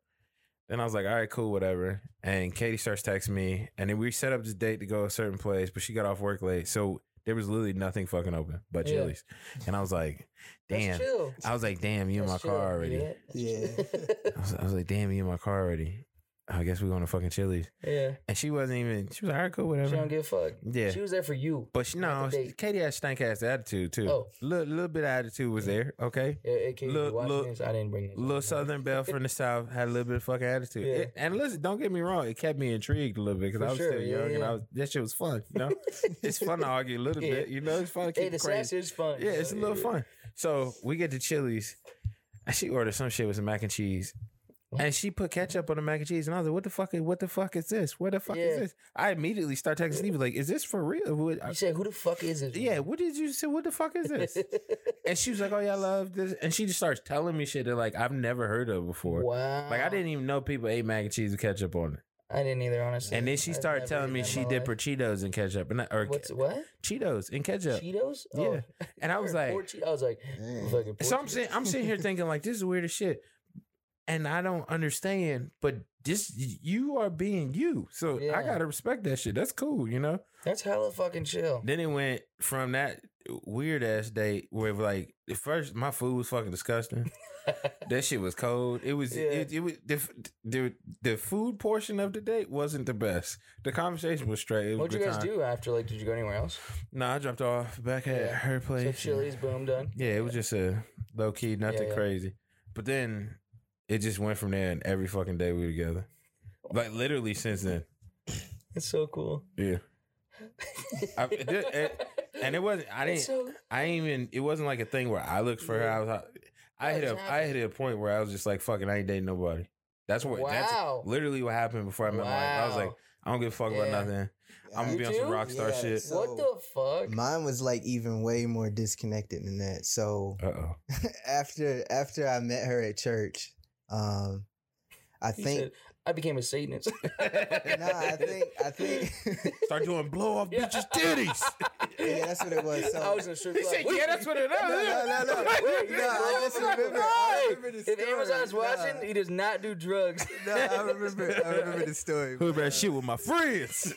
[SPEAKER 3] then I was like, "All right, cool, whatever." And Katie starts texting me, and then we set up this date to go a certain place, but she got off work late, so there was literally nothing fucking open but
[SPEAKER 2] Yeah.
[SPEAKER 3] Chili's. And I was like,
[SPEAKER 2] That's
[SPEAKER 3] "Damn."
[SPEAKER 2] chill.
[SPEAKER 3] I was like, "Damn, you in my
[SPEAKER 2] That's chill,
[SPEAKER 3] car already."
[SPEAKER 2] idiot.
[SPEAKER 4] Yeah.
[SPEAKER 3] I was, I was like, "Damn, you in my car already." I guess we're going to fucking Chili's.
[SPEAKER 2] [laughs] yeah.
[SPEAKER 3] And she wasn't even. She was like, "All right, cool,
[SPEAKER 2] She
[SPEAKER 3] whatever."
[SPEAKER 2] don't give a fuck.
[SPEAKER 3] yeah.
[SPEAKER 2] She was there for you.
[SPEAKER 3] But she,
[SPEAKER 2] Not
[SPEAKER 3] no,
[SPEAKER 2] the
[SPEAKER 3] she-
[SPEAKER 2] date.
[SPEAKER 3] Katie had stank ass attitude too.
[SPEAKER 2] Oh.
[SPEAKER 3] Little, little bit of attitude was there. Okay.
[SPEAKER 2] Yeah, it came
[SPEAKER 3] Look-
[SPEAKER 2] watching
[SPEAKER 3] look-
[SPEAKER 2] this. I didn't bring this.
[SPEAKER 3] Little
[SPEAKER 2] up.
[SPEAKER 3] Southern Belle from the South had a little bit of fucking attitude.
[SPEAKER 2] Yeah.
[SPEAKER 3] It- and listen, don't get me wrong, it kept me intrigued a little bit
[SPEAKER 2] For
[SPEAKER 3] because I was
[SPEAKER 2] sure,
[SPEAKER 3] still
[SPEAKER 2] yeah,
[SPEAKER 3] young and
[SPEAKER 2] yeah.
[SPEAKER 3] I was that shit was fun. You
[SPEAKER 2] [laughs]
[SPEAKER 3] know, it's fun to argue a little
[SPEAKER 2] Yeah.
[SPEAKER 3] bit. You know, it's fun to keep
[SPEAKER 2] Hey, the
[SPEAKER 3] it crazy.
[SPEAKER 2] sass is fun.
[SPEAKER 3] Yeah, it's a
[SPEAKER 2] so,
[SPEAKER 3] little fun. So we get to Chili's. and She ordered some shit with some mac and cheese. And she put ketchup on the mac and cheese, and I was like, "What the fuck? Is, what the fuck is this? What the fuck
[SPEAKER 2] Yeah.
[SPEAKER 3] is this?" I immediately start texting Steve like, "Is this for real? What-
[SPEAKER 2] You said, who the fuck is it?
[SPEAKER 3] yeah, what did you say? What the
[SPEAKER 2] [laughs]
[SPEAKER 3] fuck is this?" and she was like, "Oh yeah, I love this," and she just starts telling me shit that like I've never heard of before.
[SPEAKER 2] Wow.
[SPEAKER 3] Like I didn't even know people ate mac and cheese with ketchup on it.
[SPEAKER 2] I didn't either, honestly.
[SPEAKER 3] And then she
[SPEAKER 2] I've
[SPEAKER 3] started
[SPEAKER 2] never
[SPEAKER 3] telling
[SPEAKER 2] eaten
[SPEAKER 3] me
[SPEAKER 2] that in
[SPEAKER 3] she
[SPEAKER 2] my
[SPEAKER 3] did
[SPEAKER 2] life.
[SPEAKER 3] Cheetos and ketchup, and not, or
[SPEAKER 2] What's what?
[SPEAKER 3] Cheetos and ketchup.
[SPEAKER 2] Cheetos?
[SPEAKER 3] Yeah. And I was
[SPEAKER 2] Or
[SPEAKER 3] like,
[SPEAKER 2] poor Cheetos. I was like,
[SPEAKER 5] Dang.
[SPEAKER 2] fucking poor
[SPEAKER 3] so I'm
[SPEAKER 2] Cheetos.
[SPEAKER 3] sitting, I'm sitting here thinking like this is weird as shit, and I don't understand. But this, you are being you, so
[SPEAKER 2] Yeah.
[SPEAKER 3] I gotta respect that shit. That's cool, you know.
[SPEAKER 2] [laughs] That's hella fucking
[SPEAKER 3] [laughs]
[SPEAKER 2] chill.
[SPEAKER 3] Then it went from that weird ass date where like at first my food was fucking disgusting. that shit was cold. It was
[SPEAKER 2] Yeah.
[SPEAKER 3] it, it was the, f- the the food portion of the date wasn't the best. The conversation was straight. It
[SPEAKER 2] [laughs]
[SPEAKER 3] was
[SPEAKER 2] What'd you
[SPEAKER 3] good
[SPEAKER 2] guys
[SPEAKER 3] time.
[SPEAKER 2] do after? Like, did you go anywhere else?
[SPEAKER 3] No, I dropped off back at
[SPEAKER 2] Yeah.
[SPEAKER 3] her
[SPEAKER 2] So
[SPEAKER 3] place.
[SPEAKER 2] Chili's, boom, done.
[SPEAKER 3] Yeah, it was just a low key, nothing
[SPEAKER 2] yeah.
[SPEAKER 3] crazy. But then it just went from there, and every fucking day we were together. Like literally since then.
[SPEAKER 2] It's so cool.
[SPEAKER 3] Yeah. [laughs] I- it did- it-
[SPEAKER 2] [laughs]
[SPEAKER 3] and it wasn't. I didn't.
[SPEAKER 2] It's
[SPEAKER 3] [laughs]
[SPEAKER 2] so
[SPEAKER 3] I ain't even. It wasn't like a thing where I looked for her. I was. I, I
[SPEAKER 2] No,
[SPEAKER 3] hit
[SPEAKER 2] it's
[SPEAKER 3] a. I hit a point where I was just like, "Fucking, I ain't dating nobody." That's what.
[SPEAKER 2] Wow.
[SPEAKER 3] That's literally what happened before I met my wife. I was like,
[SPEAKER 2] Wow.
[SPEAKER 3] "I don't give a fuck
[SPEAKER 2] Yeah.
[SPEAKER 3] about nothing. I'm gonna
[SPEAKER 2] You
[SPEAKER 3] be on some
[SPEAKER 2] do?
[SPEAKER 3] rock star
[SPEAKER 4] Yeah.
[SPEAKER 3] shit."
[SPEAKER 2] what the fuck?
[SPEAKER 4] Mine was like even way more disconnected than
[SPEAKER 2] [laughs]
[SPEAKER 4] that. So [laughs]
[SPEAKER 3] Uh oh.
[SPEAKER 4] after after I met her at church, um, I
[SPEAKER 2] He
[SPEAKER 4] think
[SPEAKER 2] said, I became a Satanist. [laughs]
[SPEAKER 4] no, I think I think
[SPEAKER 3] Start doing blow off
[SPEAKER 2] Yeah.
[SPEAKER 3] bitches' titties.
[SPEAKER 4] [laughs]
[SPEAKER 2] [laughs]
[SPEAKER 4] yeah, that's what it was. So
[SPEAKER 2] I was in a strip
[SPEAKER 3] He
[SPEAKER 2] club.
[SPEAKER 3] said, "Yeah, that's
[SPEAKER 2] [laughs]
[SPEAKER 3] what it is."
[SPEAKER 4] no, no,
[SPEAKER 3] [laughs]
[SPEAKER 2] Wait,
[SPEAKER 4] no.
[SPEAKER 2] you
[SPEAKER 4] No,
[SPEAKER 2] didn't
[SPEAKER 4] I
[SPEAKER 2] blow
[SPEAKER 4] just
[SPEAKER 2] up my
[SPEAKER 4] remember- I
[SPEAKER 2] mind.
[SPEAKER 4] remember the
[SPEAKER 2] If
[SPEAKER 4] story.
[SPEAKER 2] Amazon's
[SPEAKER 4] Nah.
[SPEAKER 2] watching,
[SPEAKER 4] [laughs]
[SPEAKER 2] he does not do drugs. [laughs]
[SPEAKER 4] no, I remember I remember the story.
[SPEAKER 3] Who that shit with my friends?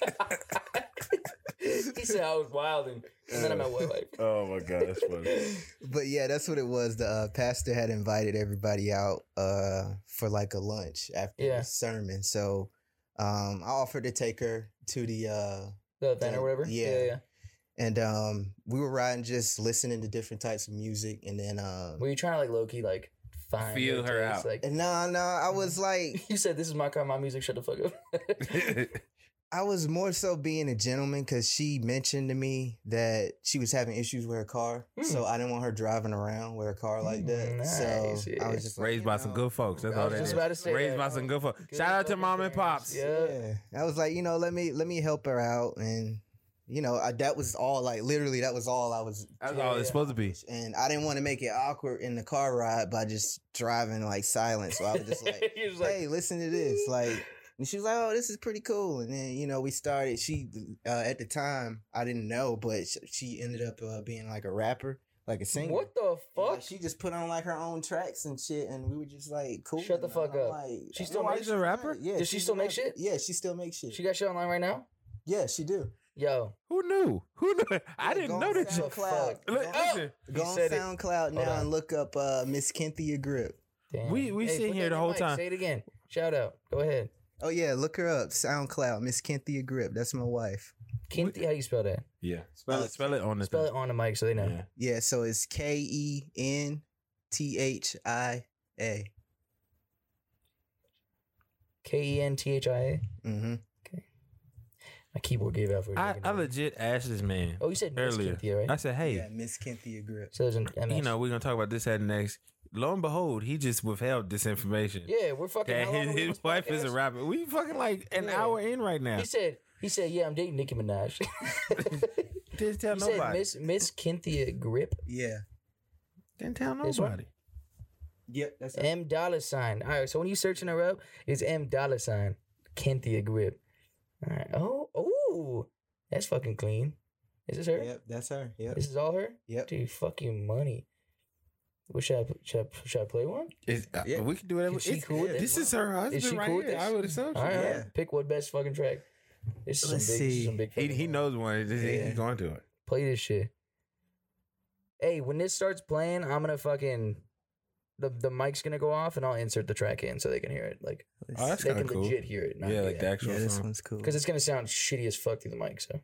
[SPEAKER 2] he said I was wilding, and then I
[SPEAKER 3] [laughs]
[SPEAKER 2] met White Life.
[SPEAKER 3] oh my god, that's
[SPEAKER 2] [laughs]
[SPEAKER 3] funny.
[SPEAKER 4] But yeah, that's what it was. The uh, pastor had invited everybody out uh, for like a lunch after
[SPEAKER 2] Yeah.
[SPEAKER 4] the sermon. So um, I offered to take her to the uh,
[SPEAKER 2] The event or whatever.
[SPEAKER 4] Yeah.
[SPEAKER 2] yeah, yeah.
[SPEAKER 4] and um, we were riding just listening to different types of music, and then um,
[SPEAKER 2] Were you trying to like low key like find
[SPEAKER 3] Feel her
[SPEAKER 2] taste?
[SPEAKER 3] out.
[SPEAKER 2] Like
[SPEAKER 4] no, no,
[SPEAKER 2] Mm-hmm.
[SPEAKER 4] I was like,
[SPEAKER 2] [laughs] you said, this is my car, my music. Shut the fuck up.
[SPEAKER 4] I was more so being a gentleman because she mentioned to me that she was having issues with her car, so I didn't want her driving around with her car like that.
[SPEAKER 2] Mm. Nice,
[SPEAKER 4] so
[SPEAKER 2] yeah.
[SPEAKER 4] I was just
[SPEAKER 3] [laughs]
[SPEAKER 4] like,
[SPEAKER 3] Raised
[SPEAKER 4] you
[SPEAKER 3] by some
[SPEAKER 4] know,
[SPEAKER 3] good folks. That's
[SPEAKER 2] I
[SPEAKER 3] all
[SPEAKER 2] was
[SPEAKER 3] that
[SPEAKER 2] just
[SPEAKER 3] is.
[SPEAKER 2] about to say
[SPEAKER 3] Raised
[SPEAKER 2] that.
[SPEAKER 3] by some good folks.
[SPEAKER 2] Good
[SPEAKER 3] Shout out to
[SPEAKER 2] fucking
[SPEAKER 3] mom and
[SPEAKER 2] parents.
[SPEAKER 3] pops.
[SPEAKER 2] Yeah.
[SPEAKER 4] Yeah, I was like, you know, let me let me help her out, and you know, I, that was all like literally that was all I was,
[SPEAKER 3] That's
[SPEAKER 2] Yeah,
[SPEAKER 3] all
[SPEAKER 2] yeah.
[SPEAKER 3] it's supposed to be.
[SPEAKER 4] and I didn't want to make it awkward in the car ride by just driving like silent, so I was
[SPEAKER 2] [laughs]
[SPEAKER 4] just like,
[SPEAKER 2] He was like,
[SPEAKER 4] hey, listen to this, like. And she was like, "Oh, this is pretty cool." And then you know, we started. She uh, at the time I didn't know, but sh- she ended up uh, being like a rapper, like a singer.
[SPEAKER 2] what the
[SPEAKER 4] And, like,
[SPEAKER 2] fuck?
[SPEAKER 4] she just put on like her own tracks and shit, and we were just like, "Cool."
[SPEAKER 2] Shut the
[SPEAKER 4] man.
[SPEAKER 2] fuck
[SPEAKER 4] I'm
[SPEAKER 2] up.
[SPEAKER 4] Like,
[SPEAKER 2] She
[SPEAKER 4] "Oh,
[SPEAKER 2] still
[SPEAKER 4] why
[SPEAKER 2] makes-
[SPEAKER 4] you-
[SPEAKER 3] a rapper?
[SPEAKER 4] Yeah,
[SPEAKER 2] Does she
[SPEAKER 4] she's a
[SPEAKER 2] still make
[SPEAKER 4] rapper.
[SPEAKER 2] shit?
[SPEAKER 4] Yeah, she still makes shit.
[SPEAKER 2] She got shit online right now.
[SPEAKER 4] Yeah, she do.
[SPEAKER 2] Yo,
[SPEAKER 3] Who knew? Who knew? [laughs] I didn't know that.
[SPEAKER 2] shit.
[SPEAKER 3] shit.
[SPEAKER 4] SoundCloud.
[SPEAKER 3] [laughs] Look,
[SPEAKER 4] Go,
[SPEAKER 3] Listen,
[SPEAKER 4] go
[SPEAKER 2] He
[SPEAKER 4] on
[SPEAKER 2] said it.
[SPEAKER 4] SoundCloud now
[SPEAKER 2] on.
[SPEAKER 4] and look up uh, Miss Kenthia Grip.
[SPEAKER 2] Damn.
[SPEAKER 3] We- we sitting
[SPEAKER 2] put
[SPEAKER 3] here
[SPEAKER 2] that
[SPEAKER 3] the
[SPEAKER 2] in
[SPEAKER 3] whole
[SPEAKER 2] mic.
[SPEAKER 3] time.
[SPEAKER 2] Say it again. Shout out. Go ahead.
[SPEAKER 4] Oh yeah, look her up. SoundCloud, Miss Kenthia Grip. That's my wife.
[SPEAKER 2] Kinty, how you spell that?
[SPEAKER 3] yeah. Spell it. Spell it on the
[SPEAKER 2] Spell
[SPEAKER 3] thing.
[SPEAKER 2] it on the mic so they know.
[SPEAKER 3] Yeah.
[SPEAKER 4] Yeah, so it's K E N T H I A.
[SPEAKER 2] K E N T H I A.
[SPEAKER 4] Mm-hmm.
[SPEAKER 2] Okay. My keyboard gave out for a
[SPEAKER 3] I,
[SPEAKER 2] second
[SPEAKER 3] I
[SPEAKER 2] there.
[SPEAKER 3] legit asked this man
[SPEAKER 2] Oh, you said
[SPEAKER 3] earlier.
[SPEAKER 2] earlier, right?
[SPEAKER 3] I said, hey,
[SPEAKER 4] Yeah, Miss Kinthia Grip.
[SPEAKER 2] so there's an MS.
[SPEAKER 3] you know, we're gonna talk about this at next. Lo and behold, he just withheld this information.
[SPEAKER 2] yeah, we're fucking.
[SPEAKER 3] That
[SPEAKER 2] how long
[SPEAKER 3] his,
[SPEAKER 2] are we on
[SPEAKER 3] his
[SPEAKER 2] this
[SPEAKER 3] wife is a
[SPEAKER 2] podcast?
[SPEAKER 3] rapper. We fucking like an
[SPEAKER 2] Yeah.
[SPEAKER 3] hour in right now.
[SPEAKER 2] He said, he said, yeah, I'm dating Nicki Minaj. [laughs] he
[SPEAKER 3] Didn't tell
[SPEAKER 2] said,
[SPEAKER 3] nobody.
[SPEAKER 2] Miss Miss Kinthia Grip,
[SPEAKER 4] Yeah.
[SPEAKER 3] Didn't tell
[SPEAKER 2] This one?
[SPEAKER 3] nobody.
[SPEAKER 4] Yep. That's it.
[SPEAKER 2] M dollar sign. All right, so when you searching her up, it's M dollar sign Kinthia Grip. All right. Oh, oh, that's fucking clean. Is this her?
[SPEAKER 4] Yep. That's her. Yep.
[SPEAKER 2] This is all her.
[SPEAKER 4] Yep.
[SPEAKER 2] Dude, fucking money. What should I should I, should I play one?
[SPEAKER 3] It's- uh,
[SPEAKER 4] Yeah.
[SPEAKER 3] We can do whatever.
[SPEAKER 2] Is she
[SPEAKER 3] It's-
[SPEAKER 2] cool with
[SPEAKER 3] this
[SPEAKER 2] it?
[SPEAKER 3] is her husband
[SPEAKER 2] she
[SPEAKER 3] right
[SPEAKER 2] cool with
[SPEAKER 3] here.
[SPEAKER 2] this?
[SPEAKER 3] I would assume.
[SPEAKER 2] All right, all right.
[SPEAKER 4] Yeah.
[SPEAKER 2] pick what best fucking track. This is some big,
[SPEAKER 4] Let's
[SPEAKER 2] this is some
[SPEAKER 4] see.
[SPEAKER 2] big.
[SPEAKER 3] He
[SPEAKER 2] fucking
[SPEAKER 3] he
[SPEAKER 2] one.
[SPEAKER 3] knows one. This-
[SPEAKER 4] Yeah.
[SPEAKER 3] He's going to it.
[SPEAKER 2] Play this shit. Hey, when this starts playing, I'm gonna fucking the the mic's gonna go off, and I'll insert the track in so they can hear it. Like
[SPEAKER 4] Let's
[SPEAKER 3] Oh, that's
[SPEAKER 2] they
[SPEAKER 3] kind
[SPEAKER 2] can
[SPEAKER 3] of cool.
[SPEAKER 2] legit hear it.
[SPEAKER 3] yeah, like the actual
[SPEAKER 4] yeah, this
[SPEAKER 3] song.
[SPEAKER 4] one's cool.
[SPEAKER 2] Because it's gonna sound shitty as fuck through the mic. So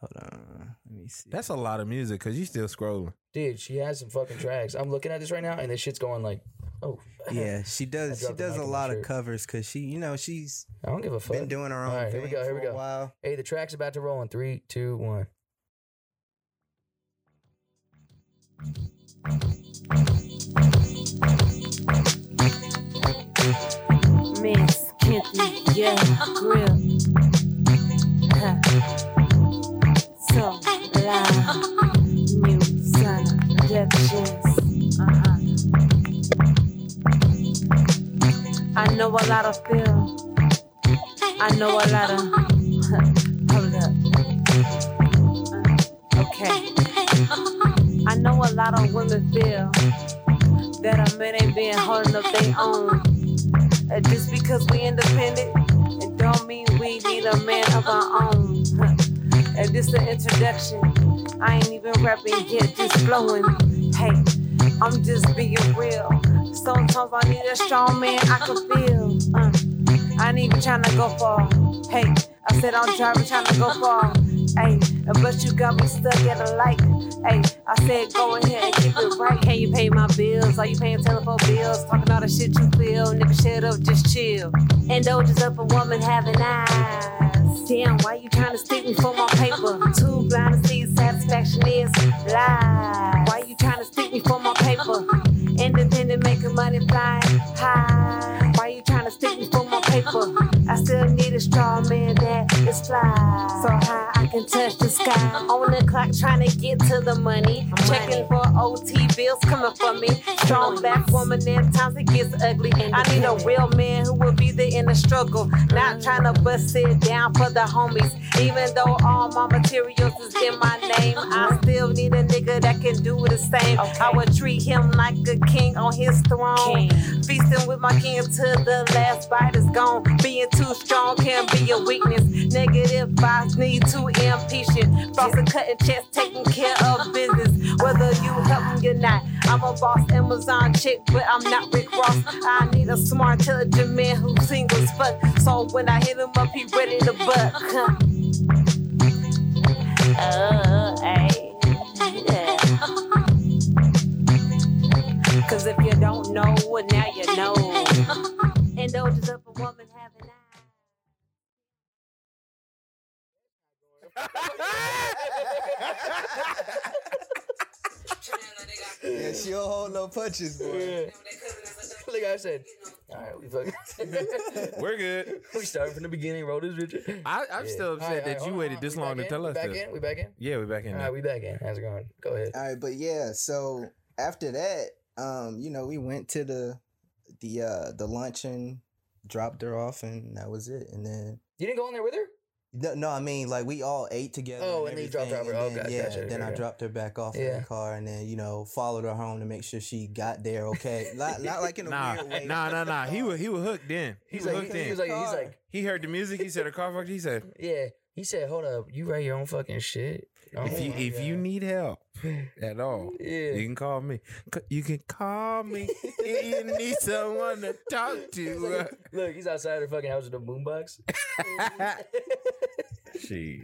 [SPEAKER 4] Hold on. Let
[SPEAKER 2] [laughs]
[SPEAKER 4] me see.
[SPEAKER 3] That's a lot of music because you still scrolling.
[SPEAKER 2] dude, she has some fucking tracks. I'm looking at this right now, and this shit's going like, oh [laughs]
[SPEAKER 4] yeah, she does. She
[SPEAKER 2] dropped the
[SPEAKER 4] does
[SPEAKER 2] mic
[SPEAKER 4] a
[SPEAKER 2] in my
[SPEAKER 4] lot of
[SPEAKER 2] shirt.
[SPEAKER 4] covers because she, you know, she's
[SPEAKER 2] I don't give a fuck.
[SPEAKER 4] been doing her own
[SPEAKER 2] All right, here
[SPEAKER 4] thing
[SPEAKER 2] we go, here
[SPEAKER 4] for
[SPEAKER 2] we
[SPEAKER 4] a
[SPEAKER 2] go. [laughs]
[SPEAKER 4] while.
[SPEAKER 2] Hey, the track's about to roll in three, two, one.
[SPEAKER 6] Miss Kitty, yeah, grip. Huh. So loud. New sun reflections. Uh-huh. I know a lot of feel. I know a lot of. [laughs] Hold up. Uh, Okay. I know a lot of women feel that a man ain't been holding up their own. Uh, just because we independent, it don't mean we need a man of our own. Huh. Uh, this the introduction. I ain't even rapping yet, just flowing. Hey, I'm just being real. Sometimes I need a strong man I can feel. Uh, I ain't even trying to go far. Hey, I said I'm driving trying to go far. Hey, but you got me stuck at a light. Hey, I said go ahead and keep it right. Can you pay my bills? Are you paying telephone bills? Talking all the shit you feel. Nigga, shut up, just chill. Indulges up a woman having eyes. Damn, why you trying to stick me for my paper? Too blind to see satisfaction is lies. Why you trying to stick me for my paper? Independent making money flying high. Why you trying to stick me for my paper? I still need a straw man that is fly. So high I can touch the sky. On the clock trying to get to the money. Checking for OT bills coming for me. Strong black woman at times it gets ugly. I need a real man who will be there in the struggle. Not trying to bust it down for the homies. Even though all my materials is in my name, I still need a nigga that can do the same. I would treat him like a king on his throne. Feasting with my king till the last bite is gone. Being too strong can be a weakness. Negative vibes need to impatient. Frosting, cutting checks, taking care of business. Whether you help me or not, I'm a boss Amazon chick, but I'm not Rick Ross. I need a smart, intelligent man who's single as fuck. So when I hit him up, he ready to buck. [laughs] Huh. Uh, ay, yeah. Cause if you don't know, well, now you know. Indulges up a woman having eyes.
[SPEAKER 4] Yeah, she don't hold no punches, boy.
[SPEAKER 2] like I said, all right, we fucking [laughs]
[SPEAKER 3] We're good.
[SPEAKER 2] we started from the beginning. Roll this, Richard.
[SPEAKER 3] I, I'm still upset
[SPEAKER 2] Alright, alright,
[SPEAKER 3] that you
[SPEAKER 2] hold on,
[SPEAKER 3] waited
[SPEAKER 2] hold on.
[SPEAKER 3] this
[SPEAKER 2] We
[SPEAKER 3] long
[SPEAKER 2] back
[SPEAKER 3] to
[SPEAKER 2] in?
[SPEAKER 3] tell
[SPEAKER 2] we
[SPEAKER 3] us.
[SPEAKER 2] back
[SPEAKER 3] this.
[SPEAKER 2] in. We back in.
[SPEAKER 3] Yeah, we're back in.
[SPEAKER 2] All
[SPEAKER 3] now.
[SPEAKER 2] right, we back in. How's it going? Go ahead.
[SPEAKER 3] Uh,
[SPEAKER 4] All right, but yeah, so after that, um, you know, we went to the the uh the luncheon, dropped her off, and that was it. And then
[SPEAKER 2] You didn't go in there with her?
[SPEAKER 4] no, no, I mean like we all ate together.
[SPEAKER 2] Oh, and then you dropped her
[SPEAKER 4] everything,
[SPEAKER 2] off.
[SPEAKER 4] and
[SPEAKER 2] Oh, gotcha,
[SPEAKER 4] then, yeah,
[SPEAKER 2] gotcha,
[SPEAKER 4] then I
[SPEAKER 2] gotcha.
[SPEAKER 4] dropped her back off in
[SPEAKER 2] Yeah.
[SPEAKER 4] the car, and then you know followed her home to make sure she got there
[SPEAKER 2] [laughs]
[SPEAKER 4] okay. not, not like in a
[SPEAKER 3] Nah,
[SPEAKER 4] weird way.
[SPEAKER 3] nah, nah, nah. He was he was hooked in. He
[SPEAKER 2] He's
[SPEAKER 3] was
[SPEAKER 2] like,
[SPEAKER 3] hooked
[SPEAKER 2] he, he
[SPEAKER 3] in.
[SPEAKER 2] was like, he's
[SPEAKER 4] Car.
[SPEAKER 2] like,
[SPEAKER 3] He heard the music. He said a car fucked.
[SPEAKER 2] [laughs]
[SPEAKER 3] He said,
[SPEAKER 2] yeah. He said, hold up, you write your own fucking shit. Oh
[SPEAKER 3] if you
[SPEAKER 2] my
[SPEAKER 3] if you
[SPEAKER 2] God. [laughs]
[SPEAKER 3] need help at all, you
[SPEAKER 2] yeah.
[SPEAKER 3] can call me. C- You can
[SPEAKER 2] [laughs]
[SPEAKER 3] call me if you need someone to talk to. uh.
[SPEAKER 2] Look, he's outside her fucking house with a boombox.
[SPEAKER 3] [laughs] She.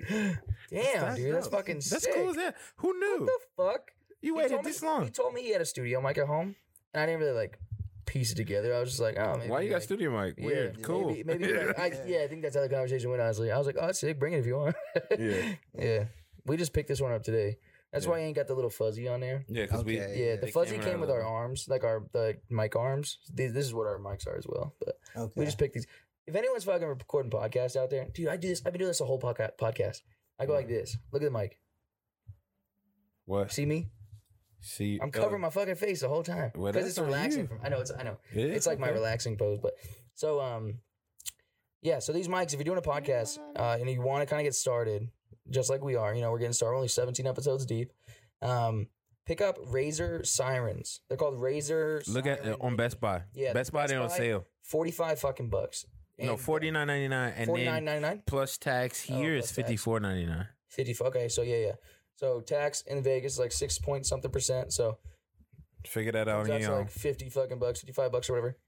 [SPEAKER 2] Damn, dude, that's
[SPEAKER 3] dope.
[SPEAKER 2] fucking
[SPEAKER 3] That's
[SPEAKER 2] sick.
[SPEAKER 3] cool as hell. Who
[SPEAKER 2] What
[SPEAKER 3] knew?
[SPEAKER 2] the fuck?
[SPEAKER 3] You
[SPEAKER 2] He
[SPEAKER 3] waited
[SPEAKER 2] told
[SPEAKER 3] this
[SPEAKER 2] me, He
[SPEAKER 3] long.
[SPEAKER 2] told me he had a studio mic at home, and I didn't really like piece it together. I was just like, oh, maybe
[SPEAKER 3] Why you got
[SPEAKER 2] like,
[SPEAKER 3] studio mic?
[SPEAKER 2] yeah,
[SPEAKER 3] Weird.
[SPEAKER 2] maybe-
[SPEAKER 3] cool.
[SPEAKER 2] Maybe, like, I, yeah, I think that's how the conversation went. Honestly, I was like, oh, that's sick. Bring it if you want. [laughs]
[SPEAKER 3] Yeah.
[SPEAKER 2] [laughs] yeah. We just picked this one up today. That's
[SPEAKER 3] Yeah.
[SPEAKER 2] why I ain't got the little fuzzy on there.
[SPEAKER 3] [laughs] Yeah, because we.
[SPEAKER 4] Okay.
[SPEAKER 2] Yeah,
[SPEAKER 4] Yeah,
[SPEAKER 2] the
[SPEAKER 3] they
[SPEAKER 2] fuzzy
[SPEAKER 3] came
[SPEAKER 2] came
[SPEAKER 3] out
[SPEAKER 2] with
[SPEAKER 3] of
[SPEAKER 2] our
[SPEAKER 3] the-
[SPEAKER 2] arms, like our the mic arms. These, this is what our mics are as well. But
[SPEAKER 4] Okay.
[SPEAKER 2] we just picked these. If anyone's fucking recording podcasts out there, dude, I do this. I've been doing this a whole podca- podcast. I go like this. Look at the mic.
[SPEAKER 3] What?
[SPEAKER 2] See me?
[SPEAKER 3] See, uh,
[SPEAKER 2] I'm covering my fucking face the whole time
[SPEAKER 3] Well,
[SPEAKER 2] because
[SPEAKER 3] that's
[SPEAKER 2] it's
[SPEAKER 3] on
[SPEAKER 2] relaxing.
[SPEAKER 3] you.
[SPEAKER 2] For, I know it's. I know
[SPEAKER 3] It is,
[SPEAKER 2] it's like my
[SPEAKER 3] okay.
[SPEAKER 2] relaxing pose. But so um, yeah. So these mics, if you're doing a podcast uh, and you want to kind of get started, just like we are, you know, we're getting started. We're only 17 episodes deep. Um, pick up Razor Sirens. They're called Razor.
[SPEAKER 3] Look at uh,
[SPEAKER 2] Siren-
[SPEAKER 3] on Best Buy.
[SPEAKER 2] Yeah,
[SPEAKER 3] Best Buy
[SPEAKER 2] Best
[SPEAKER 3] they're on
[SPEAKER 2] Buy.
[SPEAKER 3] sale.
[SPEAKER 2] 45 fucking bucks. uh,
[SPEAKER 3] No, forty nine ninety nine, and then
[SPEAKER 2] 49.99.
[SPEAKER 3] plus tax
[SPEAKER 2] Oh,
[SPEAKER 3] here is
[SPEAKER 2] plus tax.
[SPEAKER 3] fifty four ninety nine.
[SPEAKER 2] 50 okay so yeah yeah so tax in vegas is like six point something percent so
[SPEAKER 3] Figure that out
[SPEAKER 2] comes
[SPEAKER 3] on
[SPEAKER 2] out to
[SPEAKER 3] your own.
[SPEAKER 2] like 50 fucking bucks 55 bucks or whatever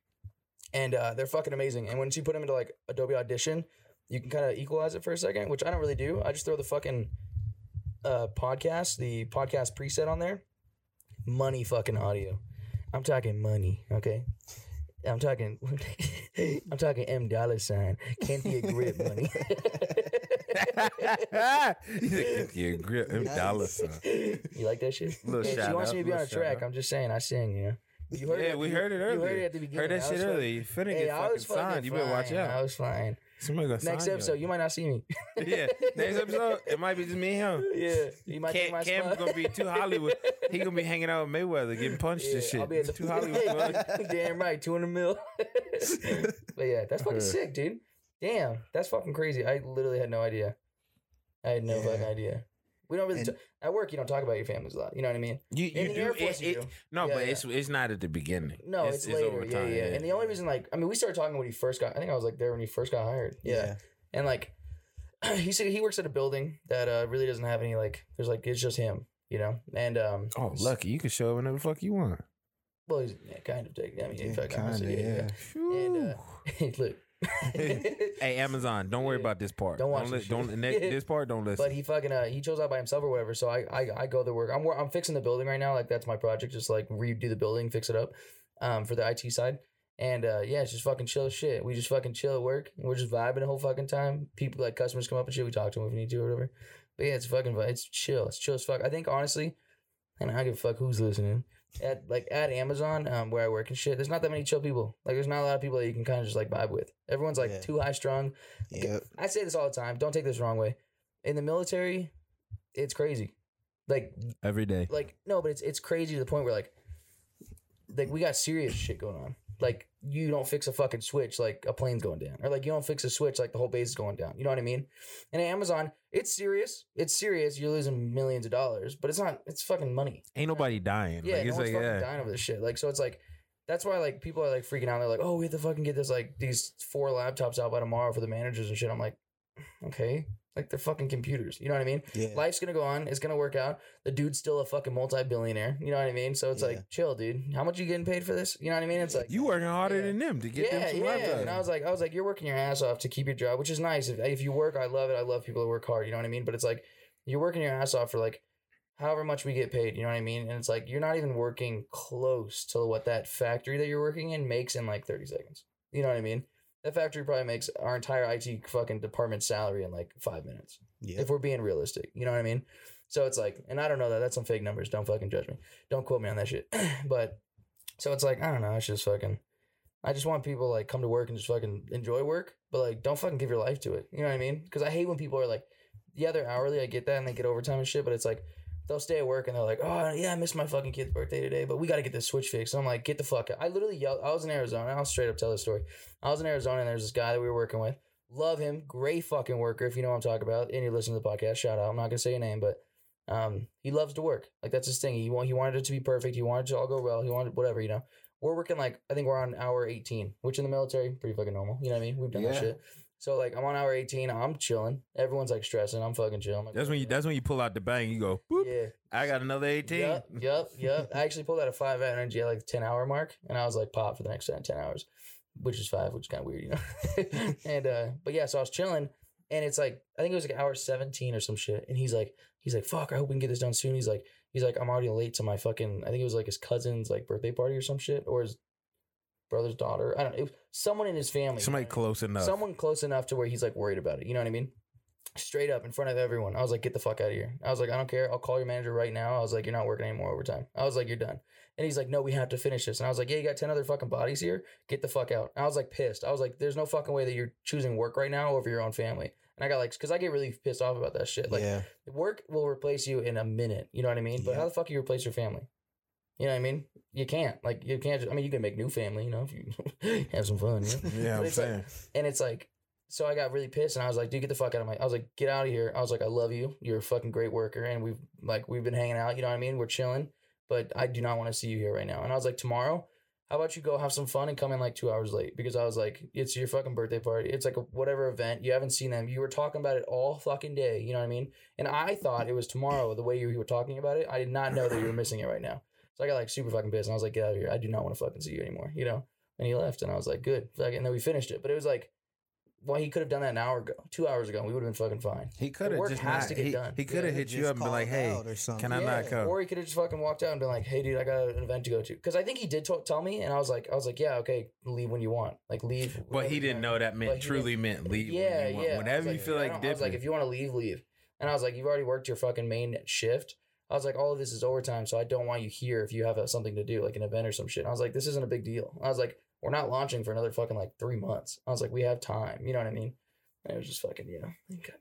[SPEAKER 2] and uh, they're fucking amazing and once you put them into like adobe audition you can kind of equalize it for a second which i don't really do i just throw the fucking uh, podcast the podcast preset on there money fucking audio i'm talking money okay I'm talking, [laughs] I'm talking M dollar sign. Can't be a grip
[SPEAKER 3] [laughs]
[SPEAKER 2] money. [laughs]
[SPEAKER 3] He's like, "Get your grip, them
[SPEAKER 4] Nice.
[SPEAKER 3] dollar sign."
[SPEAKER 2] You like that shit?
[SPEAKER 3] [laughs] Little
[SPEAKER 2] Yeah, she
[SPEAKER 3] shout
[SPEAKER 2] wants
[SPEAKER 3] out,
[SPEAKER 2] me to be on
[SPEAKER 3] little
[SPEAKER 2] a track.
[SPEAKER 3] shout out.
[SPEAKER 2] I'm just saying, I sing. Yeah, you heard
[SPEAKER 3] Yeah,
[SPEAKER 2] at
[SPEAKER 3] we
[SPEAKER 2] the-
[SPEAKER 3] heard it earlier.
[SPEAKER 2] You heard it at the beginning.
[SPEAKER 3] Heard that
[SPEAKER 2] I
[SPEAKER 3] shit
[SPEAKER 2] was fucking-
[SPEAKER 3] earlier. You finna
[SPEAKER 2] Hey,
[SPEAKER 3] get
[SPEAKER 2] I
[SPEAKER 3] fucking
[SPEAKER 2] was fucking
[SPEAKER 3] signed. You better watch
[SPEAKER 2] flying. I
[SPEAKER 3] out.
[SPEAKER 2] was flying.
[SPEAKER 3] Somebody gonna
[SPEAKER 2] Next
[SPEAKER 3] sign
[SPEAKER 2] episode, you might not see
[SPEAKER 3] [laughs]
[SPEAKER 2] me. [laughs]
[SPEAKER 3] yeah, next episode it might be just me and him.
[SPEAKER 2] yeah, you might take
[SPEAKER 3] Cam,
[SPEAKER 2] my
[SPEAKER 3] Cam's
[SPEAKER 2] spot.
[SPEAKER 3] gonna be too Hollywood. He
[SPEAKER 2] [laughs]
[SPEAKER 3] gonna be hanging out with Mayweather, getting punched
[SPEAKER 2] Yeah,
[SPEAKER 3] and shit.
[SPEAKER 2] I'll be at the [laughs]
[SPEAKER 3] too Hollywood. bud.
[SPEAKER 2] Damn right, two in the mill. [laughs] but yeah, that's fucking
[SPEAKER 3] [laughs] Yeah.
[SPEAKER 2] sick, dude. Damn, that's fucking crazy. I literally had no idea. I had no
[SPEAKER 4] Yeah.
[SPEAKER 2] fucking idea. We don't really
[SPEAKER 4] And-
[SPEAKER 2] t- at work. You don't talk about your families a lot. You know what I mean?
[SPEAKER 3] You,
[SPEAKER 2] In
[SPEAKER 3] you
[SPEAKER 2] the
[SPEAKER 3] do
[SPEAKER 2] Air
[SPEAKER 3] it-
[SPEAKER 2] Force, you
[SPEAKER 3] it-
[SPEAKER 2] do.
[SPEAKER 3] No,
[SPEAKER 2] Yeah,
[SPEAKER 3] but
[SPEAKER 2] yeah.
[SPEAKER 3] it's it's not at the beginning.
[SPEAKER 2] No, it's, later. yeah, yeah, And the only reason, like, I mean, we started talking when he first got. I think I was like there when he first got hired. Yeah. And like, [clears throat] he said he works at a building that uh, really doesn't have any like. There's like it's just him, you know. And um,
[SPEAKER 3] oh, lucky you can show up whenever the fuck you want.
[SPEAKER 2] uh, well, he's yeah, kind of taking. I mean,
[SPEAKER 4] Yeah,
[SPEAKER 2] fuck,
[SPEAKER 4] kinda,
[SPEAKER 2] honestly, yeah,
[SPEAKER 4] yeah.
[SPEAKER 2] And, uh,
[SPEAKER 3] Phew.
[SPEAKER 2] yeah. [laughs] look.
[SPEAKER 3] hey, Amazon, don't worry
[SPEAKER 2] Yeah.
[SPEAKER 3] about this part.
[SPEAKER 2] Don't watch
[SPEAKER 3] Don't,
[SPEAKER 2] this
[SPEAKER 3] li-
[SPEAKER 2] shit.
[SPEAKER 3] don't
[SPEAKER 2] [laughs]
[SPEAKER 3] ne- this part. Don't listen.
[SPEAKER 2] But he fucking uh, he chose out by himself or whatever. So I I, I go to work. I'm wor- I'm fixing the building right now. Like that's my project. Just like redo the building, fix it up, um, for the IT side. And uh, yeah, it's just fucking chill as shit. We just fucking chill at work. We're just vibing the whole fucking time. People like customers come up and shit. We talk to them if we need to or whatever. But yeah, it's fucking vi- it's chill. It's chill as fuck. I think honestly, and I don't give a fuck who's listening. At like at Amazon, um, where I work and shit, there's not that many chill people. Like there's not a lot of people that you can kind of just like vibe with. Everyone's like
[SPEAKER 4] Yeah.
[SPEAKER 2] too high strung.
[SPEAKER 4] Yep.
[SPEAKER 2] I say this all the time. Don't take this the wrong way. In the military, it's crazy. Like,
[SPEAKER 3] Every day.
[SPEAKER 2] like no, but it's it's crazy to the point where like, like we got serious shit going on. Like you don't fix a fucking switch, like a plane's going down, or like you don't fix a switch, like the whole base is going down. You know what I mean? And at Amazon, it's serious. It's serious. You're losing millions of dollars, but it's not. It's fucking money.
[SPEAKER 3] Ain't nobody dying.
[SPEAKER 2] Yeah,
[SPEAKER 3] like,
[SPEAKER 2] no
[SPEAKER 3] it's
[SPEAKER 2] one's
[SPEAKER 3] like
[SPEAKER 2] fucking
[SPEAKER 3] yeah.
[SPEAKER 2] dying over this shit. Like, so it's like that's why like people are like freaking out. They're like, oh, we have to fucking get this like these four laptops out by tomorrow for the managers and shit. I'm like, okay, like they're fucking computers. You know what I mean?
[SPEAKER 4] Yeah.
[SPEAKER 2] Life's gonna go on. It's gonna work out. The dude's still a fucking multi-billionaire. You know what I mean? So it's
[SPEAKER 4] Yeah.
[SPEAKER 2] like, chill, dude. How much you getting paid for this? You know what I mean? It's like
[SPEAKER 3] You working harder
[SPEAKER 2] Yeah.
[SPEAKER 3] than them to get
[SPEAKER 2] yeah,
[SPEAKER 3] them some
[SPEAKER 2] yeah.
[SPEAKER 3] laptops.
[SPEAKER 2] And I was like, I was like, you're working your ass off to keep your job, which is nice. If if you work, I love it. I love people that work hard. You know what I mean? But it's like you're working your ass off for like however much we get paid. You know what I mean? And it's like you're not even working close to what that factory that you're working in makes in like 30 seconds. You know what I mean? That factory probably makes our entire IT fucking department salary in like five minutes
[SPEAKER 4] Yeah.
[SPEAKER 2] if we're being realistic. You know what I mean? So it's like, and I don't know that. That's some fake numbers. Don't fucking judge me. Don't quote me on that shit. [clears throat] but so it's like, I don't know. It's just fucking, I just want people like come to work and just fucking enjoy work, but like don't fucking give your life to it. You know what I mean? Because I hate when people are like, yeah, they're hourly. I get that and they get overtime and shit, but it's like, they'll stay at work and they're like, oh, yeah, I missed my fucking kid's birthday today, but we got to get this switch fixed. I'm like, get the fuck out. I literally yelled, I was in Arizona. I'll straight up tell this story. I was in Arizona and there's this guy that we were working with. Love him. Great fucking worker, if you know what I'm talking about. And you listen to the podcast, shout out. I'm not going to say your name, but um, he loves to work. Like, that's his thing. He, wa- he wanted it to be perfect. He wanted it to all go well. He wanted whatever, you know. We're working like, I think we're on hour 18, which in the military, pretty fucking normal. You know what I mean? We've done that
[SPEAKER 5] Yeah.
[SPEAKER 2] shit. So, like, I'm on hour 18. I'm chilling. Everyone's like stressing. I'm fucking chilling. I'm like,
[SPEAKER 3] that's when you. That's when you pull out the bang. You go. Boop,
[SPEAKER 2] yeah.
[SPEAKER 3] I got another eighteen.
[SPEAKER 2] Yep, yep, yep. I actually pulled out a five hour energy at like the ten hour mark, and I was like pop for the next uh, ten hours, which is five, which is kind of weird, you know. [laughs] and uh, but yeah, so I was chilling, and it's like I think it was like hour seventeen or some shit, and he's like, he's like, fuck, I hope we can get this done soon. He's like, he's like, I'm already late to my fucking. I think it was like his cousin's like birthday party or some shit, or his brother's daughter. I don't know. It was someone in his family.
[SPEAKER 3] [laughs] Somebody close enough.
[SPEAKER 2] Someone close enough to where he's like worried about it. You know what I mean? Straight up in front of everyone. I was like, get the fuck out of here. I was like, I don't care. I'll call your manager right now. I was like, you're not working anymore overtime. I was like, you're done. And he's like, no, we have to finish this. And I was like, yeah, you got 10 other fucking bodies here. Get the fuck out. And I was like, pissed. I was like, there's no fucking way that you're choosing work right now over your own family. And I got like, because I get really pissed off about that shit. Like,
[SPEAKER 4] yeah.
[SPEAKER 2] work will replace you in a minute. You know what I mean? But
[SPEAKER 4] Yeah.
[SPEAKER 2] how the fuck do you replace your family? You know what I mean? You can't. Like, you can't. Just, I mean, you can make new family, you know, if you [laughs] have some fun. You know? [laughs]
[SPEAKER 3] yeah,
[SPEAKER 2] but
[SPEAKER 3] I'm
[SPEAKER 2] it's like-
[SPEAKER 3] saying.
[SPEAKER 2] And it's like, so I got really pissed, and I was like, "Dude, get the fuck out of my!" I was like, "Get out of here!" I was like, "I love you. You're a fucking great worker, and we've like we've been hanging out. You know what I mean? We're chilling, but I do not want to see you here right now." And I was like, "Tomorrow, how about you go have some fun and come in like two hours late?" Because I was like, "It's your fucking birthday party. It's like a whatever event. You haven't seen them. You were talking about it all fucking day. You know what I mean?" And I thought it was tomorrow. The way you were talking about it, I did not know that you were missing it right now. So I got like super fucking pissed, and I was like, "Get out of here! I do not want to fucking see you anymore." You know. And he left, and I was like, "Good." Fuck it. And then we finished it, but it was like well, he could have done that an hour ago, two hours ago, and we would have been fucking fine.
[SPEAKER 3] He could have
[SPEAKER 2] work
[SPEAKER 3] just
[SPEAKER 2] has
[SPEAKER 3] not,
[SPEAKER 2] to get
[SPEAKER 3] he,
[SPEAKER 2] done.
[SPEAKER 3] He could have
[SPEAKER 4] Yeah,
[SPEAKER 3] hit you
[SPEAKER 4] just
[SPEAKER 3] up and be like,
[SPEAKER 4] called
[SPEAKER 3] "Hey,
[SPEAKER 4] out or something.
[SPEAKER 3] can I not come?"
[SPEAKER 2] Or he could have just fucking walked out and been like, "Hey, dude, I got an event to go to." Because I think he did t- tell me, and I was like, I was like, "Yeah, okay, leave when you want, like leave."
[SPEAKER 3] But
[SPEAKER 2] whenever
[SPEAKER 3] he
[SPEAKER 2] you
[SPEAKER 3] didn't
[SPEAKER 2] want."
[SPEAKER 3] know that meant
[SPEAKER 2] But he
[SPEAKER 3] truly meant leave. when
[SPEAKER 2] yeah,
[SPEAKER 3] you want-
[SPEAKER 2] yeah. I
[SPEAKER 3] Whenever
[SPEAKER 2] was
[SPEAKER 3] you feel
[SPEAKER 2] "I
[SPEAKER 3] like
[SPEAKER 2] don't-" I was like,
[SPEAKER 3] dipping.
[SPEAKER 2] if you want to leave, leave. And I was like, you've already worked your fucking main shift. I was like, all of this is overtime, so I don't want you here if you have uh, something to do, like an event or some shit. I was like, this isn't a big deal. I was like, we're not launching for another fucking like three months. I was like, we have time. You know what I mean? And it was just fucking, you know, it got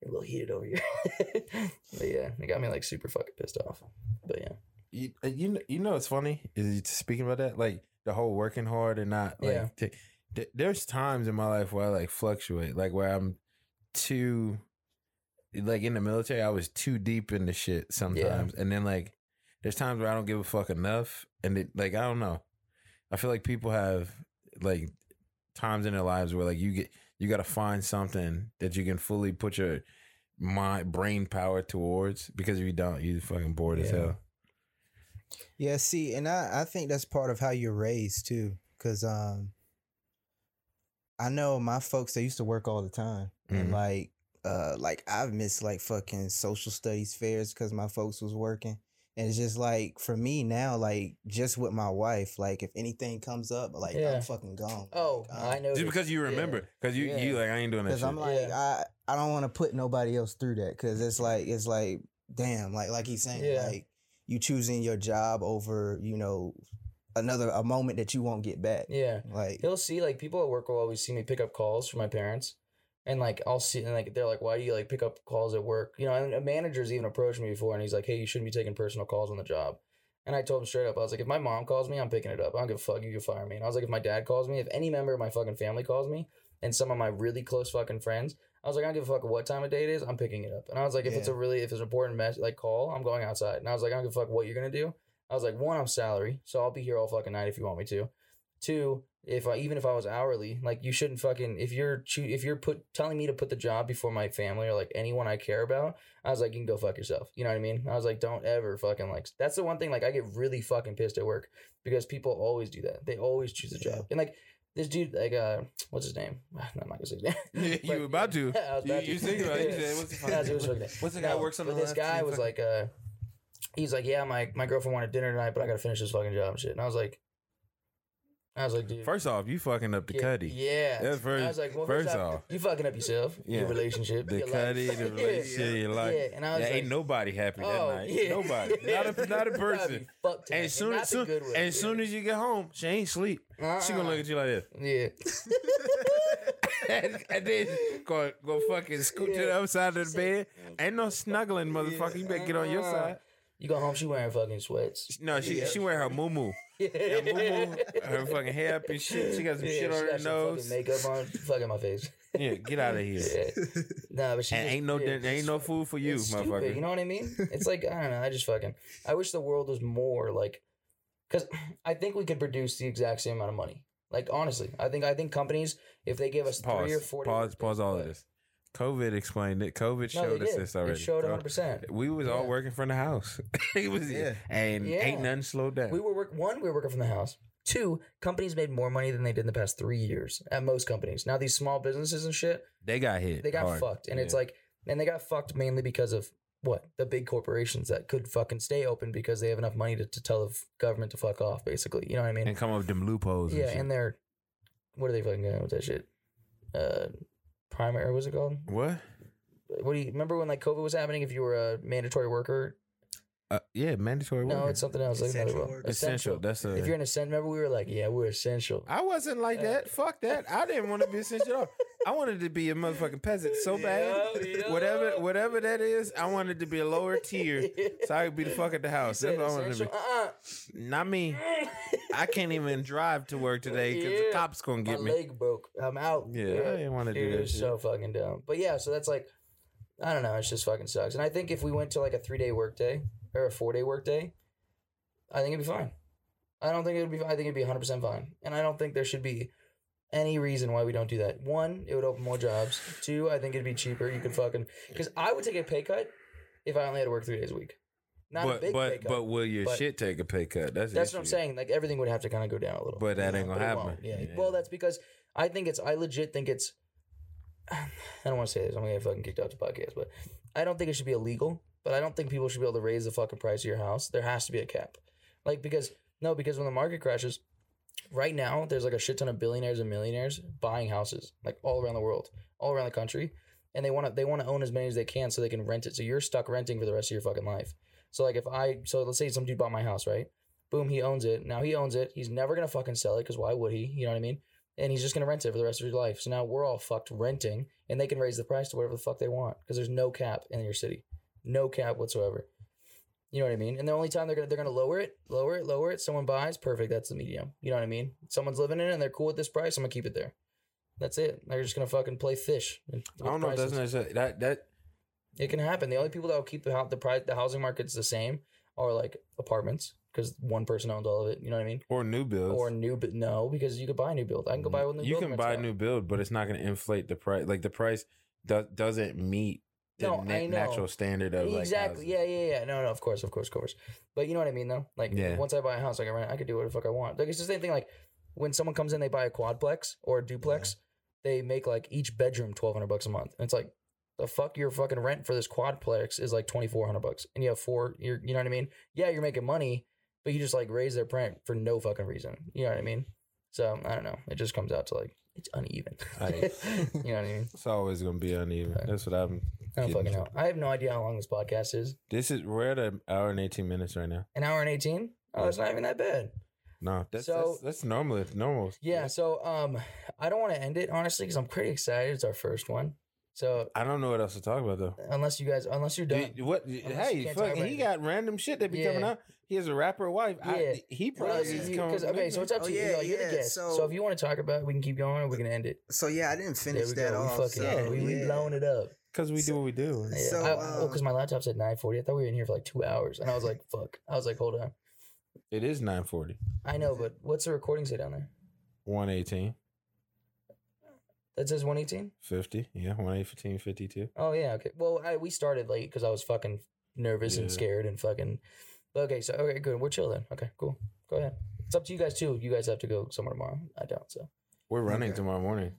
[SPEAKER 2] me a little heated over here. [laughs] but yeah, it got me like super fucking pissed off. But yeah,
[SPEAKER 3] you uh, you know, you know what's funny is you speaking about that like the whole working hard and not like
[SPEAKER 2] Yeah.
[SPEAKER 3] t- th- there's times in my life where I like fluctuate like where I'm too like in the military I was too deep into shit sometimes and then like there's times where I don't give a fuck enough and it, like I don't know I feel like people have like times in their lives where like you get you got to find something that you can fully put your mind brain power towards because if you don't you fucking bored as
[SPEAKER 2] Yeah.
[SPEAKER 3] hell
[SPEAKER 4] Yeah, see, and I, I think that's part of how you're raised too. Cause um I know my folks they used to work all the time. And
[SPEAKER 3] Mhm.
[SPEAKER 4] like uh like I've missed like fucking social studies fairs because my folks was working. And it's just like for me now, like just with my wife, like if anything comes up, like
[SPEAKER 2] Yeah.
[SPEAKER 4] I'm fucking gone.
[SPEAKER 2] oh,
[SPEAKER 4] Like,
[SPEAKER 2] I
[SPEAKER 4] I'm-
[SPEAKER 2] know
[SPEAKER 3] Just because you
[SPEAKER 2] Yeah.
[SPEAKER 3] remember, because you, you
[SPEAKER 2] Yeah.
[SPEAKER 3] like I ain't doing that
[SPEAKER 4] Cause
[SPEAKER 3] shit.
[SPEAKER 4] I'm like I I don't want to put nobody else through that. Cause it's like it's like damn, like like he's saying,
[SPEAKER 2] Yeah.
[SPEAKER 4] like you choosing your job over you know another a moment that you won't get back.
[SPEAKER 2] yeah.
[SPEAKER 4] Like
[SPEAKER 2] He'll see like people at work will always see me pick up calls from my parents, and like I'll see and like they're like, "Why do you like pick up calls at work?" You know, and a manager's even approached me before, and he's like, "Hey, you shouldn't be taking personal calls on the job." And I told him straight up, I was like, "If my mom calls me, I'm picking it up. I don't give a fuck. You can fire me." And I was like, "If my dad calls me, if any member of my fucking family calls me, and some of my really close fucking friends." I was like, I don't give a fuck what time of day it is. I'm picking it up. And I was like, if it's a
[SPEAKER 4] Yeah.
[SPEAKER 2] really, if it's an important mess, like call, I'm going outside. And I was like, I don't give a fuck what you're gonna do. I was like, one, I'm salary, so I'll be here all fucking night if you want me to. Two, if I even if I was hourly, like you shouldn't fucking if you're choo- if you're put telling me to put the job before my family or like anyone I care about, I was like, you can go fuck yourself. You know what I mean? I was like, don't ever fucking like. That's the one thing like I get really fucking pissed at work because people always do that. They always choose a job
[SPEAKER 4] Yeah.
[SPEAKER 2] and like. This dude, like, uh, what's his name? [sighs] I'm not gonna say his name.
[SPEAKER 3] [laughs] You
[SPEAKER 2] But-
[SPEAKER 3] were about to.
[SPEAKER 2] Yeah, [laughs] I was
[SPEAKER 3] You-
[SPEAKER 2] about to.
[SPEAKER 3] you thinking about it. You
[SPEAKER 2] [laughs] Yeah.
[SPEAKER 3] said, what's the fuck-
[SPEAKER 2] Yeah, I was- it was fucking-
[SPEAKER 3] What's the guy
[SPEAKER 2] no,
[SPEAKER 3] who works on
[SPEAKER 2] but
[SPEAKER 3] the
[SPEAKER 2] this
[SPEAKER 3] left?
[SPEAKER 2] guy
[SPEAKER 3] He
[SPEAKER 2] was
[SPEAKER 3] fucking-
[SPEAKER 2] like, uh, he's like, yeah, my my girlfriend wanted dinner tonight, but I gotta finish this fucking job and shit. And I was like, I was like, dude,
[SPEAKER 3] first off, you fucking up the
[SPEAKER 2] yeah,
[SPEAKER 3] cutty,
[SPEAKER 2] yeah.
[SPEAKER 3] That's
[SPEAKER 2] I
[SPEAKER 3] first-
[SPEAKER 2] was like, well,
[SPEAKER 3] first
[SPEAKER 2] first, off,
[SPEAKER 3] off.
[SPEAKER 2] you fucking up yourself,
[SPEAKER 3] Yeah.
[SPEAKER 2] your relationship,
[SPEAKER 3] the
[SPEAKER 2] your life.
[SPEAKER 3] cutty, the
[SPEAKER 2] [laughs] Yeah.
[SPEAKER 3] relationship, your life.
[SPEAKER 2] Yeah, and I was
[SPEAKER 3] Yeah,
[SPEAKER 2] like,
[SPEAKER 3] ain't nobody happy that
[SPEAKER 2] oh,
[SPEAKER 3] night.
[SPEAKER 2] yeah. [laughs]
[SPEAKER 3] Nobody, not a not a
[SPEAKER 2] I'd be
[SPEAKER 3] person.
[SPEAKER 2] fucked tonight,
[SPEAKER 3] And soon
[SPEAKER 2] not
[SPEAKER 3] as
[SPEAKER 2] the
[SPEAKER 3] soon,
[SPEAKER 2] good way.
[SPEAKER 3] as soon as you get home, she ain't sleep. She gonna look at you
[SPEAKER 2] [laughs]
[SPEAKER 3] like this, [laughs]
[SPEAKER 2] yeah,
[SPEAKER 3] and, and then go go fucking scoot to the other side of the bed. Ain't no snuggling, motherfucker. You better get on your
[SPEAKER 2] Uh-uh.
[SPEAKER 3] side.
[SPEAKER 2] you go home, she wearing fucking sweats. [laughs]
[SPEAKER 3] No, she she wearing her muumuu. Her muumuu, her fucking hair up and shit. She got some
[SPEAKER 2] Yeah,
[SPEAKER 3] shit
[SPEAKER 2] she
[SPEAKER 3] on
[SPEAKER 2] got
[SPEAKER 3] her
[SPEAKER 2] some fucking
[SPEAKER 3] nose.
[SPEAKER 2] makeup on, fucking my face.
[SPEAKER 3] Yeah, get out of here.
[SPEAKER 2] Yeah. [laughs] Nah, but she
[SPEAKER 3] And
[SPEAKER 2] just-
[SPEAKER 3] ain't no
[SPEAKER 2] yeah,
[SPEAKER 3] din- ain't no food for you,
[SPEAKER 2] it's stupid,
[SPEAKER 3] motherfucker.
[SPEAKER 2] You know what I mean? It's like I don't know. I just fucking. I wish the world was more like, because I think we could produce the exact same amount of money. Like honestly, I think I think companies if they give us
[SPEAKER 3] pause,
[SPEAKER 2] three or four
[SPEAKER 3] pause, pause all of this. COVID explained it. COVID
[SPEAKER 2] No,
[SPEAKER 3] showed
[SPEAKER 2] they
[SPEAKER 3] us
[SPEAKER 2] did.
[SPEAKER 3] this already.
[SPEAKER 2] It showed
[SPEAKER 3] bro.
[SPEAKER 2] 100. percent
[SPEAKER 3] We was all
[SPEAKER 2] Yeah.
[SPEAKER 3] working from the house. [laughs] it was
[SPEAKER 4] Yeah.
[SPEAKER 3] and
[SPEAKER 2] Yeah.
[SPEAKER 3] ain't nothing slowed down.
[SPEAKER 2] We were work one. We were working from the house. Two companies made more money than they did in the past three years at most companies. Now these small businesses and shit,
[SPEAKER 3] they got hit.
[SPEAKER 2] they got
[SPEAKER 3] hard.
[SPEAKER 2] fucked, and it's
[SPEAKER 3] Yeah.
[SPEAKER 2] like, and they got fucked mainly because of what the big corporations that could fucking stay open because they have enough money to, to tell the f- government to fuck off, basically. You know what I mean?
[SPEAKER 3] and come up with them loopholes.
[SPEAKER 2] yeah,
[SPEAKER 3] shit.
[SPEAKER 2] and they're what are they fucking doing with that shit? Uh, primary. What's it called?
[SPEAKER 3] what?
[SPEAKER 2] What do you remember when like COVID was happening? If you were a mandatory worker,
[SPEAKER 3] Uh, yeah, mandatory.
[SPEAKER 2] no,
[SPEAKER 3] worker.
[SPEAKER 2] it's something else. Like another
[SPEAKER 4] Essential
[SPEAKER 2] one.
[SPEAKER 4] worker.
[SPEAKER 3] essential. That's a.
[SPEAKER 2] If you're an essential, remember we were like, yeah, we're essential.
[SPEAKER 3] I wasn't like that. Fuck that. I didn't want to be essential. at all. I wanted to be a motherfucking peasant so bad.
[SPEAKER 2] Yeah, yeah.
[SPEAKER 3] Whatever, whatever that is, I wanted to be a
[SPEAKER 2] [laughs]
[SPEAKER 3] lower tier, so I could be the fuck at the house.
[SPEAKER 2] Said
[SPEAKER 3] That's what I wanted to
[SPEAKER 2] essential? Uh-uh.
[SPEAKER 3] be. Not me. I can't even drive to work today because
[SPEAKER 2] Yeah.
[SPEAKER 3] the cops gonna
[SPEAKER 2] My
[SPEAKER 3] get me.
[SPEAKER 2] leg broke. I'm out.
[SPEAKER 3] Yeah, I didn't wanna do
[SPEAKER 2] Dude,
[SPEAKER 3] that
[SPEAKER 2] It was
[SPEAKER 3] shit.
[SPEAKER 2] so fucking dumb. But yeah, so that's like, I don't know. It just fucking sucks. And I think if we went to like a three day workday or a four day workday, I think it'd be fine. I don't think it would be. I think it'd be 100 percent fine. And I don't think there should be any reason why we don't do that. One, it would open more jobs. Two, I think it'd be cheaper. You could fucking because I would take a pay cut if I only had to work three days a week. Not a
[SPEAKER 3] But
[SPEAKER 2] big pay
[SPEAKER 3] but
[SPEAKER 2] cut.
[SPEAKER 3] but will your
[SPEAKER 2] but-
[SPEAKER 3] shit take a pay cut? That's the
[SPEAKER 2] That's what I'm
[SPEAKER 3] issue.
[SPEAKER 2] saying. Like everything would have to kind of go down a little.
[SPEAKER 3] But that
[SPEAKER 2] you
[SPEAKER 3] ain't
[SPEAKER 2] know,
[SPEAKER 3] gonna
[SPEAKER 2] it
[SPEAKER 3] happen.
[SPEAKER 2] won't. Yeah.
[SPEAKER 3] Yeah.
[SPEAKER 2] Well, that's because I think it's. I legit think it's. [sighs] I don't want to say this. I'm gonna get fucking kicked off the podcast, but I don't think it should be illegal. But I don't think people should be able to raise the fucking price of your house. There has to be a cap. Like because no, because when the market crashes, right now there's like a shit ton of billionaires and millionaires buying houses like all around the world, all around the country, and they want to they want to own as many as they can so they can rent it. So you're stuck renting for the rest of your fucking life. So like if I so let's say some dude bought my house, right? Boom, he owns it. Now he owns it. He's never gonna fucking sell it because why would he? You know what I mean? And he's just gonna rent it for the rest of his life. So now we're all fucked renting, and they can raise the price to whatever the fuck they want because there's no cap in your city, no cap whatsoever. You know what I mean? And the only time they're gonna they're gonna lower it, lower it, lower it. Someone buys, perfect. That's the medium. You know what I mean? Someone's living in it and they're cool with this price. I'm gonna keep it there. That's it. They're just gonna fucking play fish. with
[SPEAKER 3] I don't know. if That's
[SPEAKER 2] prices.
[SPEAKER 3] necessarily that that
[SPEAKER 2] It can happen. The only people that will keep the hou- the price the housing markets the same are like apartments because one person owns all of it. You know what I mean?
[SPEAKER 3] or new builds
[SPEAKER 2] Or new, but no, because you could buy a new build. I can go buy one. New
[SPEAKER 3] Mm-hmm. You
[SPEAKER 2] build
[SPEAKER 3] can
[SPEAKER 2] rents
[SPEAKER 3] buy
[SPEAKER 2] out.
[SPEAKER 3] new build, but it's not going to inflate the price. Like the price do- doesn't meet the
[SPEAKER 2] No,
[SPEAKER 3] na-
[SPEAKER 2] I know.
[SPEAKER 3] natural standard of like
[SPEAKER 2] exactly.
[SPEAKER 3] houses.
[SPEAKER 2] yeah, yeah, yeah. No, no. Of course, of course, of course. But you know what I mean, though. Like
[SPEAKER 3] Yeah.
[SPEAKER 2] once I buy a house, like I rent, I could do what the fuck I want. Like it's the same thing. Like when someone comes in, they buy a quadplex or a duplex. They make like each bedroom twelve hundred bucks a month, and it's like the fuck your fucking rent for this quadplex is like twenty four hundred bucks, and you have four. You're, you know what I mean? Yeah, you're making money, but you just like raise their rent for no fucking reason. You know what I mean? So I don't know. It just comes out to like it's uneven.
[SPEAKER 3] I-
[SPEAKER 2] [laughs] you know what I mean?
[SPEAKER 3] It's always going to be uneven.
[SPEAKER 2] Right.
[SPEAKER 3] That's what I'm.
[SPEAKER 2] I don't
[SPEAKER 3] getting
[SPEAKER 2] fucking
[SPEAKER 3] to.
[SPEAKER 2] know. I have no idea how long this podcast is.
[SPEAKER 3] This is we're at an hour and eighteen minutes right now.
[SPEAKER 2] An hour and eighteen? Oh, it's not even that bad.
[SPEAKER 3] No, that's
[SPEAKER 2] So-
[SPEAKER 3] that's, that's normal. It's normal.
[SPEAKER 2] Yeah. So, um, I don't want to end it honestly because I'm pretty excited. It's our first one. So
[SPEAKER 3] I don't know what else to talk about though.
[SPEAKER 2] unless you guys, unless you're done,
[SPEAKER 3] Dude, what?
[SPEAKER 2] Unless you
[SPEAKER 3] hey,
[SPEAKER 2] can't talk
[SPEAKER 3] fuck,
[SPEAKER 2] about
[SPEAKER 3] he
[SPEAKER 2] it.
[SPEAKER 3] got random shit that be
[SPEAKER 2] Yeah.
[SPEAKER 3] coming out. He has a rapper wife.
[SPEAKER 2] Yeah.
[SPEAKER 3] I, he probably
[SPEAKER 2] Unless
[SPEAKER 3] is
[SPEAKER 2] you-
[SPEAKER 3] coming.
[SPEAKER 2] 'cause- okay, so it's up
[SPEAKER 4] Oh,
[SPEAKER 2] to you.
[SPEAKER 4] yeah,
[SPEAKER 2] Yo, you're
[SPEAKER 4] yeah,
[SPEAKER 2] the guest. So,
[SPEAKER 4] so-
[SPEAKER 2] if you want to talk about, it, we can keep going or we can end it.
[SPEAKER 4] So yeah, I didn't
[SPEAKER 2] There
[SPEAKER 4] finish
[SPEAKER 2] we
[SPEAKER 4] that
[SPEAKER 2] go.
[SPEAKER 4] off.
[SPEAKER 2] we
[SPEAKER 4] so,
[SPEAKER 2] fucking, we, we
[SPEAKER 4] yeah.
[SPEAKER 2] blown it up.
[SPEAKER 3] because we do what we do.
[SPEAKER 2] Yeah.
[SPEAKER 4] So,
[SPEAKER 2] I, oh,
[SPEAKER 4] um,
[SPEAKER 2] because my laptop said 9:40. I thought we were in here for like two hours, and I was like, fuck. I was like, hold on.
[SPEAKER 3] It is nine forty.
[SPEAKER 2] I know, but what's the recording say down there?
[SPEAKER 3] One eighteen.
[SPEAKER 2] That says 118.
[SPEAKER 3] 50. Yeah, 118, 52.
[SPEAKER 2] Oh yeah, okay. Well, I, we started late because I was fucking nervous and
[SPEAKER 3] Yeah.
[SPEAKER 2] scared and fucking. Okay, so okay, good. We're chill then. Okay, cool. Go ahead. It's up to you guys too. You guys have to go somewhere tomorrow. I don't. So
[SPEAKER 3] We're running
[SPEAKER 4] Okay.
[SPEAKER 3] tomorrow morning.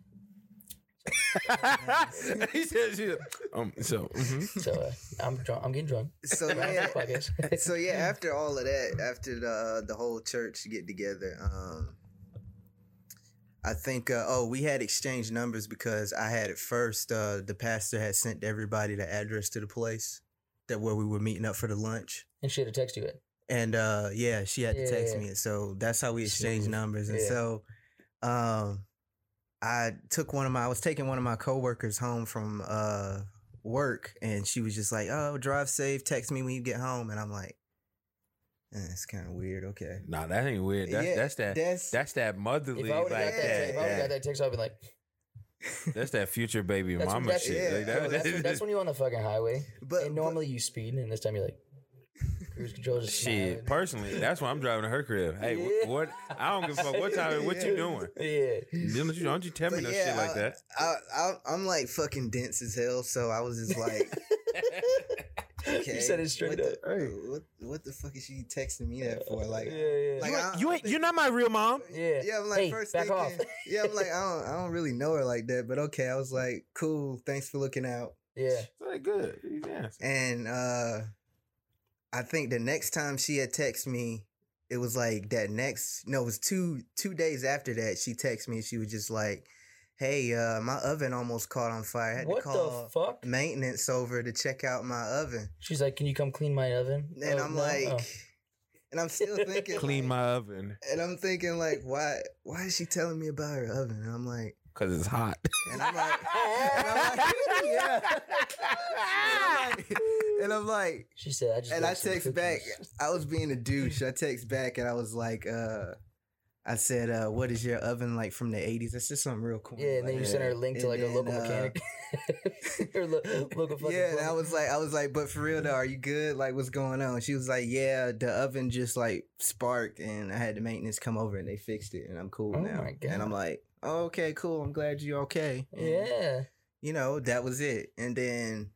[SPEAKER 2] [laughs]
[SPEAKER 3] he says, yeah. um, so, mhm.
[SPEAKER 2] so uh, I'm drunk. I'm getting
[SPEAKER 3] [laughs]
[SPEAKER 2] drunk.
[SPEAKER 4] So
[SPEAKER 2] I'm
[SPEAKER 4] yeah,
[SPEAKER 2] drunk, [laughs] I guess.
[SPEAKER 4] so yeah. After all of that, after the uh, the whole church get together, um, I think uh, oh we had exchanged numbers because I had at first uh, the pastor had sent everybody the address to the place that where we were meeting up for the lunch.
[SPEAKER 2] [laughs] and she had to text you it.
[SPEAKER 4] And uh yeah, she had to
[SPEAKER 2] Yeah,
[SPEAKER 4] text
[SPEAKER 2] yeah.
[SPEAKER 4] me. So that's how we exchanged
[SPEAKER 2] Smooth.
[SPEAKER 4] numbers. And
[SPEAKER 2] Yeah.
[SPEAKER 4] so um I took one of my I was taking one of my coworkers home from uh work and she was just like, "Oh, drive safe, text me when you get home." And I'm like, eh, "It's kind of weird, okay."
[SPEAKER 3] nah, that ain't weird. That's,
[SPEAKER 4] Yeah,
[SPEAKER 3] that's that.
[SPEAKER 4] That's
[SPEAKER 3] That's that motherly,
[SPEAKER 2] If I
[SPEAKER 3] like
[SPEAKER 2] would have got that,
[SPEAKER 3] that.
[SPEAKER 2] if I would have
[SPEAKER 3] that-
[SPEAKER 2] got that text, I'd be
[SPEAKER 3] [laughs]
[SPEAKER 2] like,
[SPEAKER 3] That's that future baby
[SPEAKER 2] that's,
[SPEAKER 3] mama
[SPEAKER 2] when, that's,
[SPEAKER 3] shit.
[SPEAKER 4] yeah, Oh,
[SPEAKER 3] Like,
[SPEAKER 2] bro,
[SPEAKER 3] that-
[SPEAKER 2] that's, when- that's when you're on the fucking highway.
[SPEAKER 4] but
[SPEAKER 3] Uh,
[SPEAKER 2] and
[SPEAKER 4] but-
[SPEAKER 2] normally you speed, and this time you're like, cruise control just
[SPEAKER 3] [laughs]
[SPEAKER 2] smiling.
[SPEAKER 3] shit. Personally, that's why I'm driving to her crib. Hey, wh-
[SPEAKER 2] Yeah.
[SPEAKER 3] what? I don't give a fuck what time. What you
[SPEAKER 4] Yeah.
[SPEAKER 3] doing?
[SPEAKER 2] [laughs] Yeah.
[SPEAKER 3] Don't you, don't you tell me
[SPEAKER 4] But
[SPEAKER 3] no
[SPEAKER 4] yeah,
[SPEAKER 3] shit like
[SPEAKER 4] I-
[SPEAKER 3] that.
[SPEAKER 4] I, I I'm like fucking dense as hell, so I was just like, okay.
[SPEAKER 2] [laughs] You said it straight
[SPEAKER 4] what
[SPEAKER 2] up.
[SPEAKER 4] The, what, what the fuck is she texting me that for? Like,
[SPEAKER 2] yeah, yeah.
[SPEAKER 4] like I- I think-
[SPEAKER 3] not my real mom.
[SPEAKER 2] yeah.
[SPEAKER 4] Yeah, I'm like
[SPEAKER 2] Hey,
[SPEAKER 4] first
[SPEAKER 2] back
[SPEAKER 4] thinking,
[SPEAKER 2] off.
[SPEAKER 4] [laughs] Yeah, I'm like I don't I don't really know her like that, but okay. I was like, cool. Thanks for looking out.
[SPEAKER 2] Yeah.
[SPEAKER 3] So they good. He's dancing.
[SPEAKER 4] And uh I think the next time she had texted me, it was like that next no, it was two two days after that she texted me and she was just like, Hey, uh my oven almost caught on fire. I had
[SPEAKER 2] What
[SPEAKER 4] to call
[SPEAKER 2] the fuck?
[SPEAKER 4] maintenance over to check out my oven.
[SPEAKER 2] She's like, "Can you come clean my oven?"
[SPEAKER 4] And
[SPEAKER 2] Oh,
[SPEAKER 4] I'm
[SPEAKER 2] no?
[SPEAKER 4] like
[SPEAKER 2] Oh.
[SPEAKER 4] and I'm
[SPEAKER 2] [laughs]
[SPEAKER 4] still thinking
[SPEAKER 3] Clean
[SPEAKER 4] like-
[SPEAKER 3] my oven
[SPEAKER 4] and I'm thinking like why why is she telling me about her oven? And I'm like
[SPEAKER 3] because it's hot.
[SPEAKER 4] and I'm like [laughs] and I'm like, [laughs] yeah. and I'm like
[SPEAKER 2] she said, "I just."
[SPEAKER 4] and
[SPEAKER 2] want
[SPEAKER 4] I
[SPEAKER 2] some
[SPEAKER 4] text back.
[SPEAKER 2] cookies."
[SPEAKER 4] I was being a douche. I text back and I was like, uh, I said, uh, "What is your oven like from the '80s?" That's just something real cool.
[SPEAKER 2] Yeah, and then you sent her a link to
[SPEAKER 4] And
[SPEAKER 2] like a local
[SPEAKER 4] then, uh,
[SPEAKER 2] mechanic [laughs] or
[SPEAKER 4] [laughs]
[SPEAKER 2] lo- local fucking.
[SPEAKER 4] yeah, and I
[SPEAKER 2] plumber.
[SPEAKER 4] was like, I was like, but for real though, are you good? Like, what's going on? She was like, yeah, the oven just like sparked, and I had the maintenance come over and they fixed it, and I'm cool
[SPEAKER 2] Oh
[SPEAKER 4] now.
[SPEAKER 2] my God.
[SPEAKER 4] And I'm like, oh, okay, cool. I'm glad you're okay. And,
[SPEAKER 2] Yeah.
[SPEAKER 4] you know that was it. And then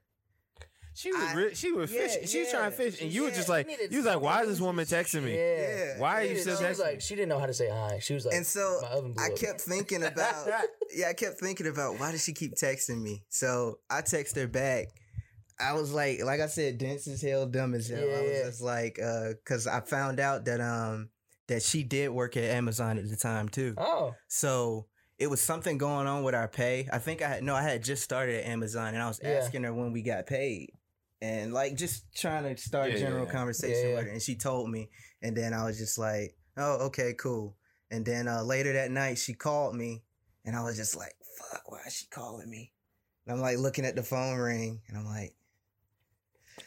[SPEAKER 3] She was
[SPEAKER 4] I-
[SPEAKER 3] re- she was
[SPEAKER 4] yeah,
[SPEAKER 3] fishing. She was trying to
[SPEAKER 4] yeah.
[SPEAKER 3] fish, and you were
[SPEAKER 4] Yeah,
[SPEAKER 3] just
[SPEAKER 4] I
[SPEAKER 3] like
[SPEAKER 2] needed
[SPEAKER 3] you was like, why is this
[SPEAKER 2] some
[SPEAKER 3] woman texting me?
[SPEAKER 2] Yeah.
[SPEAKER 3] Why are
[SPEAKER 2] She
[SPEAKER 3] you still
[SPEAKER 2] didn't- she was
[SPEAKER 3] texting?
[SPEAKER 2] like, she didn't know how to say hi. She was like,
[SPEAKER 4] And so,
[SPEAKER 2] my oven blew
[SPEAKER 4] I
[SPEAKER 2] up."
[SPEAKER 4] kept thinking about
[SPEAKER 3] [laughs]
[SPEAKER 4] yeah, I kept thinking about why does she keep texting me? So I text her back. I was like, like I said, dense as hell, dumb as hell. I was
[SPEAKER 2] Yeah.
[SPEAKER 4] just like, uh, cause I found out that um that she did work at Amazon at the time too.
[SPEAKER 2] Oh,
[SPEAKER 4] So it was something going on with our pay. I think I had no, I had just started at Amazon and I was
[SPEAKER 2] Yeah.
[SPEAKER 4] asking her when we got paid. And like just trying to start
[SPEAKER 3] Yeah, yeah,
[SPEAKER 4] general
[SPEAKER 3] yeah.
[SPEAKER 4] conversation
[SPEAKER 2] Yeah, yeah.
[SPEAKER 4] with her. And she told me. And then I was just like, Oh, okay, cool. And then uh, later that night she called me and I was just like, fuck, why is she calling me? And I'm like looking at the phone ring and I'm like,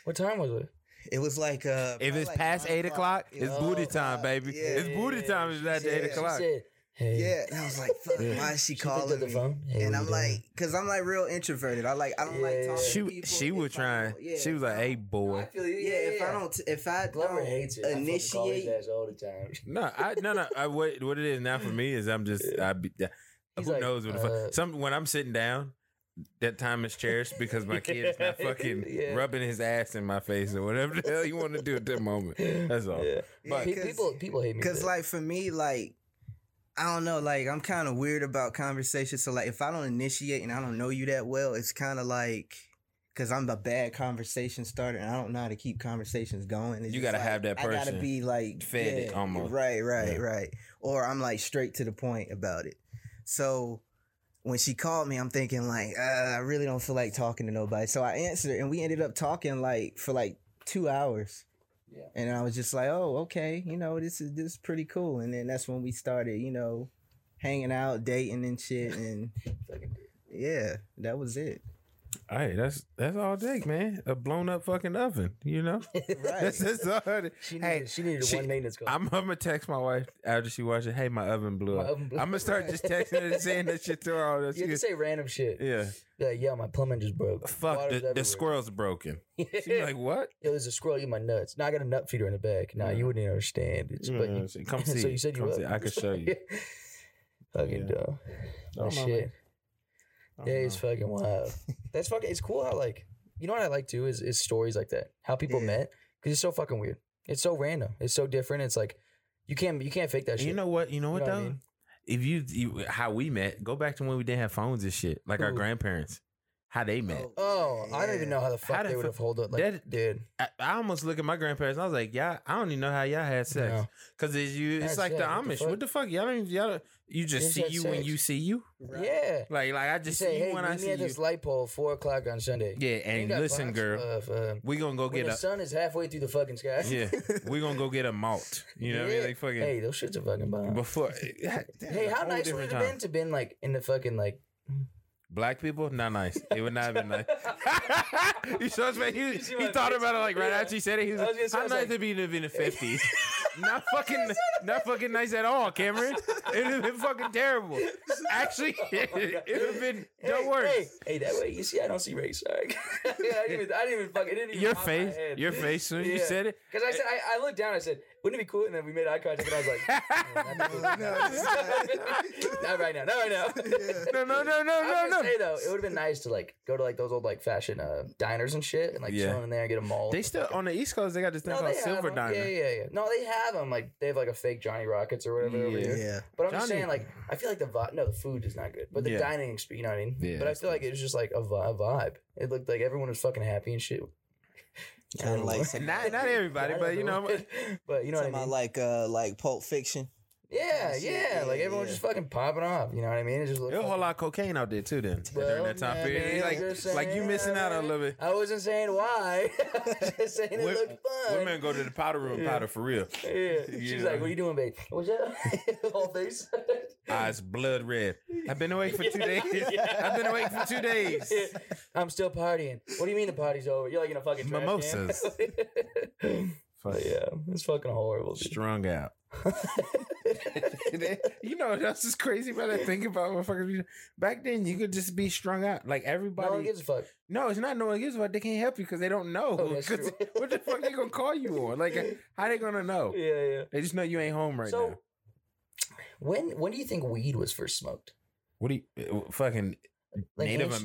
[SPEAKER 2] what time was it?
[SPEAKER 4] it was like uh
[SPEAKER 3] If
[SPEAKER 4] probably
[SPEAKER 3] it's
[SPEAKER 4] like
[SPEAKER 3] past
[SPEAKER 4] nine
[SPEAKER 3] eight o'clock,
[SPEAKER 4] It
[SPEAKER 3] it's
[SPEAKER 4] was
[SPEAKER 3] booty
[SPEAKER 2] Oh,
[SPEAKER 4] nine
[SPEAKER 3] time,
[SPEAKER 4] o'clock.
[SPEAKER 3] baby.
[SPEAKER 4] Yeah.
[SPEAKER 3] It's booty time. It's that
[SPEAKER 4] She
[SPEAKER 3] eight
[SPEAKER 4] said-
[SPEAKER 2] She
[SPEAKER 3] o'clock.
[SPEAKER 2] said, "Hey."
[SPEAKER 4] Yeah, and I was like, "Fuck,
[SPEAKER 3] Yeah.
[SPEAKER 4] why is
[SPEAKER 2] She
[SPEAKER 4] she
[SPEAKER 2] picked up
[SPEAKER 4] calling
[SPEAKER 2] the
[SPEAKER 4] me?"
[SPEAKER 2] phone. Hey,
[SPEAKER 4] and
[SPEAKER 2] what
[SPEAKER 4] I'm
[SPEAKER 2] you
[SPEAKER 4] like, "Cause I'm like real introverted. I like I don't like
[SPEAKER 2] Yeah.
[SPEAKER 4] talking to
[SPEAKER 3] She
[SPEAKER 4] people.
[SPEAKER 3] she
[SPEAKER 4] if
[SPEAKER 3] was
[SPEAKER 4] I
[SPEAKER 3] trying.
[SPEAKER 4] don't- yeah,
[SPEAKER 3] She was like,
[SPEAKER 4] if I
[SPEAKER 3] hey
[SPEAKER 4] don't-
[SPEAKER 3] boy.
[SPEAKER 2] feel you.
[SPEAKER 4] yeah, if I don't, if I
[SPEAKER 2] Glover
[SPEAKER 4] don't
[SPEAKER 2] hates it. I fucking call his
[SPEAKER 4] initiate,
[SPEAKER 2] ass all the time.
[SPEAKER 3] No, I no no. I what what it is now for me is I'm just I be,
[SPEAKER 2] He's
[SPEAKER 3] who
[SPEAKER 2] like,
[SPEAKER 3] knows what the
[SPEAKER 2] uh,
[SPEAKER 3] fuck. Some when I'm sitting down, that time is cherished because my kid is not
[SPEAKER 2] [laughs] Yeah,
[SPEAKER 3] fucking
[SPEAKER 2] yeah.
[SPEAKER 3] rubbing his ass in my face or whatever the hell you want to do at that moment. That's all.
[SPEAKER 2] [laughs] Yeah.
[SPEAKER 3] But-
[SPEAKER 2] Pe- people, people hate me. for
[SPEAKER 4] Cause
[SPEAKER 2] that.
[SPEAKER 4] like for me, like I don't know, like I'm kind of weird about conversations. So like if I don't initiate and I don't know you that well, it's kind of like because I'm a bad conversation starter and I don't know how to keep conversations going. It's
[SPEAKER 3] You
[SPEAKER 4] just
[SPEAKER 3] gotta
[SPEAKER 4] like,
[SPEAKER 3] have that
[SPEAKER 4] I gotta
[SPEAKER 3] person
[SPEAKER 4] be like
[SPEAKER 3] fed it almost.
[SPEAKER 4] Right, right,
[SPEAKER 3] Yeah.
[SPEAKER 4] right. Or I'm like straight to the point about it. So when she called me, I'm thinking like, uh, I really don't feel like talking to nobody. So I answered, and we ended up talking like for like two hours.
[SPEAKER 2] Yeah.
[SPEAKER 4] And I was just like, oh, okay, you know, this is this is pretty cool. And then that's when we started, you know, hanging out, dating and shit. And [laughs]
[SPEAKER 2] Fucking-
[SPEAKER 4] yeah, that was it.
[SPEAKER 3] All right, that's that's all Jake, man. A blown up fucking oven,
[SPEAKER 2] [laughs]
[SPEAKER 3] you know.
[SPEAKER 4] Right. [laughs]
[SPEAKER 3] That's that's all. it-
[SPEAKER 2] she needed,
[SPEAKER 3] Hey,
[SPEAKER 2] she needed
[SPEAKER 3] she-
[SPEAKER 2] one maintenance call.
[SPEAKER 3] I'm, I'm gonna text my wife after she watches. Hey, my oven blew
[SPEAKER 2] My
[SPEAKER 3] up.
[SPEAKER 2] oven blew
[SPEAKER 3] I'm gonna start just texting her and saying that shit to her all
[SPEAKER 2] [laughs]
[SPEAKER 3] this.
[SPEAKER 2] you have to say random shit.
[SPEAKER 3] yeah,
[SPEAKER 2] Be Like, yeah, my plumbing just broke.
[SPEAKER 3] fuck
[SPEAKER 2] Water's
[SPEAKER 3] the,
[SPEAKER 2] everywhere." [laughs]
[SPEAKER 3] the squirrel's broken. She's like, what?
[SPEAKER 2] it was a squirrel eating my nuts. Now I got a nut feeder in the back. Nah, you wouldn't understand. It's, but you, [laughs]
[SPEAKER 3] Yeah, come see.
[SPEAKER 2] so you said you
[SPEAKER 3] come
[SPEAKER 2] would.
[SPEAKER 3] see. I could
[SPEAKER 2] [laughs]
[SPEAKER 3] show you.
[SPEAKER 2] fucking
[SPEAKER 3] Yeah.
[SPEAKER 2] dumb.
[SPEAKER 3] Oh,
[SPEAKER 2] Oh,
[SPEAKER 3] my
[SPEAKER 2] shit.
[SPEAKER 3] I don't
[SPEAKER 2] Yeah, it's
[SPEAKER 3] know.
[SPEAKER 2] fucking
[SPEAKER 3] [laughs]
[SPEAKER 2] wild. That's fucking. It's cool how like you know what I like too is is stories like that. How people
[SPEAKER 4] Yeah.
[SPEAKER 2] met because it's so fucking weird. It's so random. It's so different. It's like you can't you can't fake that
[SPEAKER 3] And
[SPEAKER 2] shit.
[SPEAKER 3] You know what? You know what
[SPEAKER 2] know what I
[SPEAKER 3] though?
[SPEAKER 2] mean?
[SPEAKER 3] If you, you how we met, go back to when we didn't have phones and shit, like our
[SPEAKER 2] Who?
[SPEAKER 3] grandparents, how they met.
[SPEAKER 2] Oh, I don't even know how the fuck
[SPEAKER 3] How
[SPEAKER 2] they
[SPEAKER 3] the
[SPEAKER 2] would
[SPEAKER 3] fuck-
[SPEAKER 2] have hold up. Like,
[SPEAKER 3] that-
[SPEAKER 2] dude,
[SPEAKER 3] I, I almost look at my grandparents. And I was like, yeah, I don't even know how y'all had sex
[SPEAKER 2] No.
[SPEAKER 3] because it's you. It's
[SPEAKER 2] That's
[SPEAKER 3] like the
[SPEAKER 2] it, what the
[SPEAKER 3] Amish.
[SPEAKER 2] fuck?
[SPEAKER 3] what the fuck? Y'all don't. even- Y'all don't, you just
[SPEAKER 2] Just
[SPEAKER 3] see
[SPEAKER 2] had
[SPEAKER 3] you when
[SPEAKER 2] sex.
[SPEAKER 3] you see you.
[SPEAKER 2] yeah.
[SPEAKER 3] Like like I
[SPEAKER 2] You
[SPEAKER 3] just
[SPEAKER 2] say,
[SPEAKER 3] see you
[SPEAKER 2] hey,
[SPEAKER 3] when
[SPEAKER 2] meet
[SPEAKER 3] I
[SPEAKER 2] me
[SPEAKER 3] see
[SPEAKER 2] at
[SPEAKER 3] you.
[SPEAKER 2] this light pole four o'clock on Sunday.
[SPEAKER 3] yeah,
[SPEAKER 2] You
[SPEAKER 3] and
[SPEAKER 2] got
[SPEAKER 3] listen,
[SPEAKER 2] box
[SPEAKER 3] girl,
[SPEAKER 2] of, uh,
[SPEAKER 3] we gonna go
[SPEAKER 2] when
[SPEAKER 3] get
[SPEAKER 2] the
[SPEAKER 3] a
[SPEAKER 2] sun is halfway through the fucking sky.
[SPEAKER 3] [laughs] yeah. We gonna go get a malt. You know what I mean?
[SPEAKER 2] Yeah.
[SPEAKER 3] Like fucking
[SPEAKER 2] Hey, those shits are fucking bomb.
[SPEAKER 3] before. [laughs]
[SPEAKER 2] hey, how nice would it
[SPEAKER 3] different
[SPEAKER 2] have been to been like in the fucking like
[SPEAKER 3] Black people, not nice. It would not have been nice. [laughs] you saw his face.
[SPEAKER 2] You see
[SPEAKER 3] He, he
[SPEAKER 2] my
[SPEAKER 3] thought
[SPEAKER 2] face?
[SPEAKER 3] about it like right
[SPEAKER 2] Yeah.
[SPEAKER 3] after he said it. He was
[SPEAKER 2] I
[SPEAKER 3] like,
[SPEAKER 2] was gonna say, I
[SPEAKER 3] "How
[SPEAKER 2] was
[SPEAKER 3] nice
[SPEAKER 2] like-
[SPEAKER 3] to be in the fifties?
[SPEAKER 2] [laughs]
[SPEAKER 3] not fucking, not fucking nice at
[SPEAKER 2] [laughs]
[SPEAKER 3] all, Cameron. It'd have been fucking terrible. Actually, [laughs]
[SPEAKER 2] [laughs]
[SPEAKER 3] it would have been the
[SPEAKER 2] hey,
[SPEAKER 3] worst.
[SPEAKER 2] Hey, hey, that way you see, I don't see [laughs] race. All right. yeah, I didn't even, I didn't even fucking. It didn't even
[SPEAKER 3] Your
[SPEAKER 2] pop [laughs]
[SPEAKER 3] face, your face. Soon you said it.
[SPEAKER 2] Because I said I, I looked down. I said, wouldn't it be cool? And then we made eye contact, and I was
[SPEAKER 3] [laughs]
[SPEAKER 2] like, "Oh,
[SPEAKER 4] [laughs] no, it's
[SPEAKER 2] [laughs]
[SPEAKER 4] not.
[SPEAKER 2] not right now, not right now.
[SPEAKER 4] [laughs] Yeah.
[SPEAKER 3] no, no, no, no,
[SPEAKER 2] I was
[SPEAKER 3] no,
[SPEAKER 2] gonna
[SPEAKER 3] no.
[SPEAKER 2] say though, it would have been nice to like go to like those old like fashion uh, diners and shit, and like
[SPEAKER 3] Yeah.
[SPEAKER 2] chill in there and get a mall.
[SPEAKER 3] They still on the East Coast. They got this thing
[SPEAKER 2] no, they
[SPEAKER 3] called
[SPEAKER 2] have
[SPEAKER 3] Silver
[SPEAKER 2] them.
[SPEAKER 3] Diner.
[SPEAKER 2] Yeah, yeah, yeah. No, they have them. Like they have like a fake Johnny Rockets or whatever. Over
[SPEAKER 3] Yeah.
[SPEAKER 2] here.
[SPEAKER 4] Yeah.
[SPEAKER 2] But I'm just
[SPEAKER 3] Johnny-
[SPEAKER 2] saying, like, I feel like the vibe. No, the food is not good, but the
[SPEAKER 3] Yeah.
[SPEAKER 2] dining experience. You know what I mean?
[SPEAKER 3] Yeah,
[SPEAKER 2] But I feel like it was just like a, vi- a vibe. It looked like everyone was fucking happy and shit.
[SPEAKER 4] Kind of like
[SPEAKER 2] [laughs]
[SPEAKER 4] some,
[SPEAKER 3] Not not everybody,
[SPEAKER 2] I
[SPEAKER 3] but
[SPEAKER 2] don't
[SPEAKER 3] you know,
[SPEAKER 2] know. [laughs] but you know what I
[SPEAKER 4] some
[SPEAKER 2] mean?
[SPEAKER 4] like uh like Pulp Fiction.
[SPEAKER 2] yeah,
[SPEAKER 4] shit,
[SPEAKER 2] yeah,
[SPEAKER 4] yeah,
[SPEAKER 2] Like everyone
[SPEAKER 4] yeah.
[SPEAKER 2] just fucking popping off. You know what I mean? It just looked.
[SPEAKER 3] there was a whole
[SPEAKER 2] fucking-
[SPEAKER 3] lot of cocaine out there too. Then during that time
[SPEAKER 2] Well, yeah,
[SPEAKER 3] period,
[SPEAKER 2] man,
[SPEAKER 3] like
[SPEAKER 2] I'm just
[SPEAKER 3] like you
[SPEAKER 2] saying,
[SPEAKER 3] missing out on a
[SPEAKER 2] man.
[SPEAKER 3] little bit.
[SPEAKER 2] I wasn't saying why. [laughs] I was just saying it
[SPEAKER 3] Wo-
[SPEAKER 2] looked fun.
[SPEAKER 3] Women go to the powder room,
[SPEAKER 2] Yeah.
[SPEAKER 3] powder for real.
[SPEAKER 2] Yeah.
[SPEAKER 3] You
[SPEAKER 2] She's
[SPEAKER 3] know.
[SPEAKER 2] like, "What are you doing, babe? What's up? [laughs] Whole face."
[SPEAKER 3] Eyes blood red. I've been awake for
[SPEAKER 2] [laughs]
[SPEAKER 3] two
[SPEAKER 2] Yeah.
[SPEAKER 3] days. I've been awake for two days.
[SPEAKER 2] [laughs] I'm still partying. What do you mean the party's over? You're like in a fucking trash can.
[SPEAKER 3] Mimosas.
[SPEAKER 2] [laughs] but yeah, it's fucking horrible. [laughs] dude.
[SPEAKER 3] Strung out. you know that's just crazy about it. Think about motherfuckers. Back then, you could just be strung out. Like
[SPEAKER 2] no one
[SPEAKER 3] everybody.
[SPEAKER 2] gives a fuck.
[SPEAKER 3] No, it's not. No one gives a fuck. They can't help you because they don't know.
[SPEAKER 2] Oh, that's
[SPEAKER 3] [laughs] 'Cause
[SPEAKER 2] true.
[SPEAKER 3] what the fuck they gonna call you on? Like, how they gonna know?
[SPEAKER 2] [laughs] Yeah, yeah.
[SPEAKER 3] They just know you ain't home right
[SPEAKER 2] so,
[SPEAKER 3] now.
[SPEAKER 2] when when do you think weed was first smoked?
[SPEAKER 3] What do you uh, fucking
[SPEAKER 2] ancient-
[SPEAKER 3] Native
[SPEAKER 2] like Native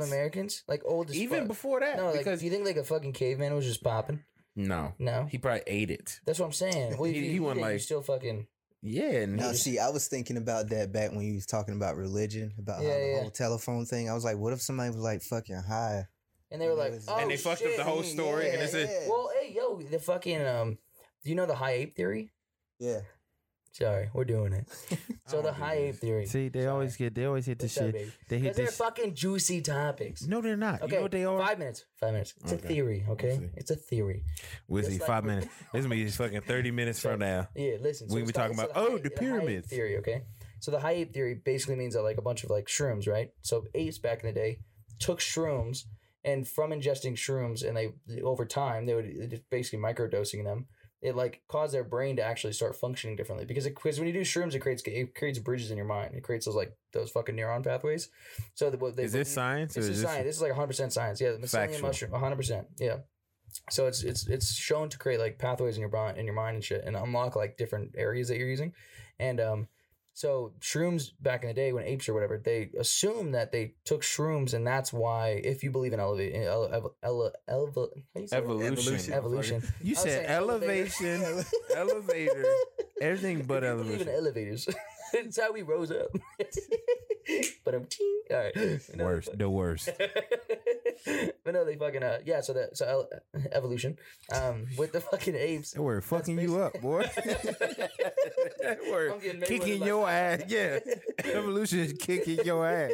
[SPEAKER 3] Americans?
[SPEAKER 2] Americans, like old as
[SPEAKER 3] even
[SPEAKER 2] fuck.
[SPEAKER 3] before [laughs] that?
[SPEAKER 2] No, like,
[SPEAKER 3] because
[SPEAKER 2] do you think like a fucking caveman was just popping?
[SPEAKER 3] no,
[SPEAKER 2] No,
[SPEAKER 3] he probably ate it.
[SPEAKER 2] that's what I'm saying. Well,
[SPEAKER 3] He-
[SPEAKER 2] if you,
[SPEAKER 3] he
[SPEAKER 2] you
[SPEAKER 3] wasn't,
[SPEAKER 2] did, you
[SPEAKER 3] like-
[SPEAKER 2] still fucking.
[SPEAKER 3] Yeah, and
[SPEAKER 4] Now,
[SPEAKER 3] he-
[SPEAKER 4] see, I was thinking about that back when you was talking about religion, about how
[SPEAKER 2] Yeah,
[SPEAKER 4] the
[SPEAKER 2] yeah.
[SPEAKER 4] whole telephone thing. I was like, what if somebody was like fucking high?
[SPEAKER 2] And they were
[SPEAKER 4] And they
[SPEAKER 2] like,
[SPEAKER 4] was-
[SPEAKER 2] oh,
[SPEAKER 3] and they fucked
[SPEAKER 2] shit.
[SPEAKER 3] up the whole story, and it's a
[SPEAKER 4] yeah.
[SPEAKER 2] Well, hey, yo, the fucking um, do you know the high ape theory?
[SPEAKER 4] yeah.
[SPEAKER 2] Sorry, we're doing it. So the
[SPEAKER 3] wanna do
[SPEAKER 2] high ape theory.
[SPEAKER 3] See, they always get they always hit the
[SPEAKER 2] What's up,
[SPEAKER 3] shit.
[SPEAKER 2] baby?
[SPEAKER 3] They hit
[SPEAKER 2] Because they're
[SPEAKER 3] this.
[SPEAKER 2] fucking juicy topics.
[SPEAKER 3] No, they're not.
[SPEAKER 2] Okay,
[SPEAKER 3] You know what they are?
[SPEAKER 2] five minutes. Five minutes. It's a
[SPEAKER 3] Okay.
[SPEAKER 2] theory. Okay,
[SPEAKER 3] see.
[SPEAKER 2] it's a theory.
[SPEAKER 3] Wizzy,
[SPEAKER 2] It's like-
[SPEAKER 3] five minutes. This is me.
[SPEAKER 2] [laughs]
[SPEAKER 3] It's fucking thirty minutes from now.
[SPEAKER 2] Yeah, listen.
[SPEAKER 3] We
[SPEAKER 2] it's
[SPEAKER 3] were
[SPEAKER 2] called-
[SPEAKER 3] talking
[SPEAKER 2] so
[SPEAKER 3] about, oh,
[SPEAKER 2] Hyatt-
[SPEAKER 3] the
[SPEAKER 2] Hyatt
[SPEAKER 3] pyramids.
[SPEAKER 2] theory. Okay, so the high ape theory basically means that like a bunch of like shrooms, right? So apes back in the day took shrooms, and from ingesting shrooms, and they over time they would they just basically microdosing them. It like caused their brain to actually start functioning differently because it because when you do shrooms, it creates it creates bridges in your mind. It creates those like those fucking neuron pathways. So the, what they
[SPEAKER 3] Is this
[SPEAKER 2] believe-
[SPEAKER 3] science or
[SPEAKER 2] This
[SPEAKER 3] is
[SPEAKER 2] is
[SPEAKER 3] this
[SPEAKER 2] science. This is like 100 percent science. Yeah, the mycelium
[SPEAKER 3] Factual.
[SPEAKER 2] mushroom, 100. percent Yeah. So it's it's it's shown to create like pathways in your brain, in your mind and shit, and unlock like different areas that you're using. And um, so shrooms back in the day when apes or whatever, they assume that they took shrooms, and that's why if you believe in elevate, ele- ele- ele- ele- how you say it?
[SPEAKER 3] Evolution.
[SPEAKER 2] evolution. I
[SPEAKER 3] You
[SPEAKER 2] was
[SPEAKER 3] said
[SPEAKER 2] saying elevator. [laughs]
[SPEAKER 3] elevation, elevator, everything but
[SPEAKER 2] If you believe in
[SPEAKER 3] elevation.
[SPEAKER 2] elevators. [laughs] it's how we rose up. [laughs] but I'm ting. All right. No,
[SPEAKER 3] Worst,
[SPEAKER 2] [laughs]
[SPEAKER 3] the worst.
[SPEAKER 2] but no, they fucking uh yeah. So that so el- evolution, um, with the fucking apes.
[SPEAKER 3] That word fucking you up, boy.
[SPEAKER 2] [laughs]
[SPEAKER 3] that
[SPEAKER 2] I'm
[SPEAKER 3] word
[SPEAKER 2] getting Mayweather
[SPEAKER 3] kicking
[SPEAKER 2] like-
[SPEAKER 3] your ass.
[SPEAKER 2] [laughs]
[SPEAKER 3] Yeah, [laughs] evolution is kicking your ass.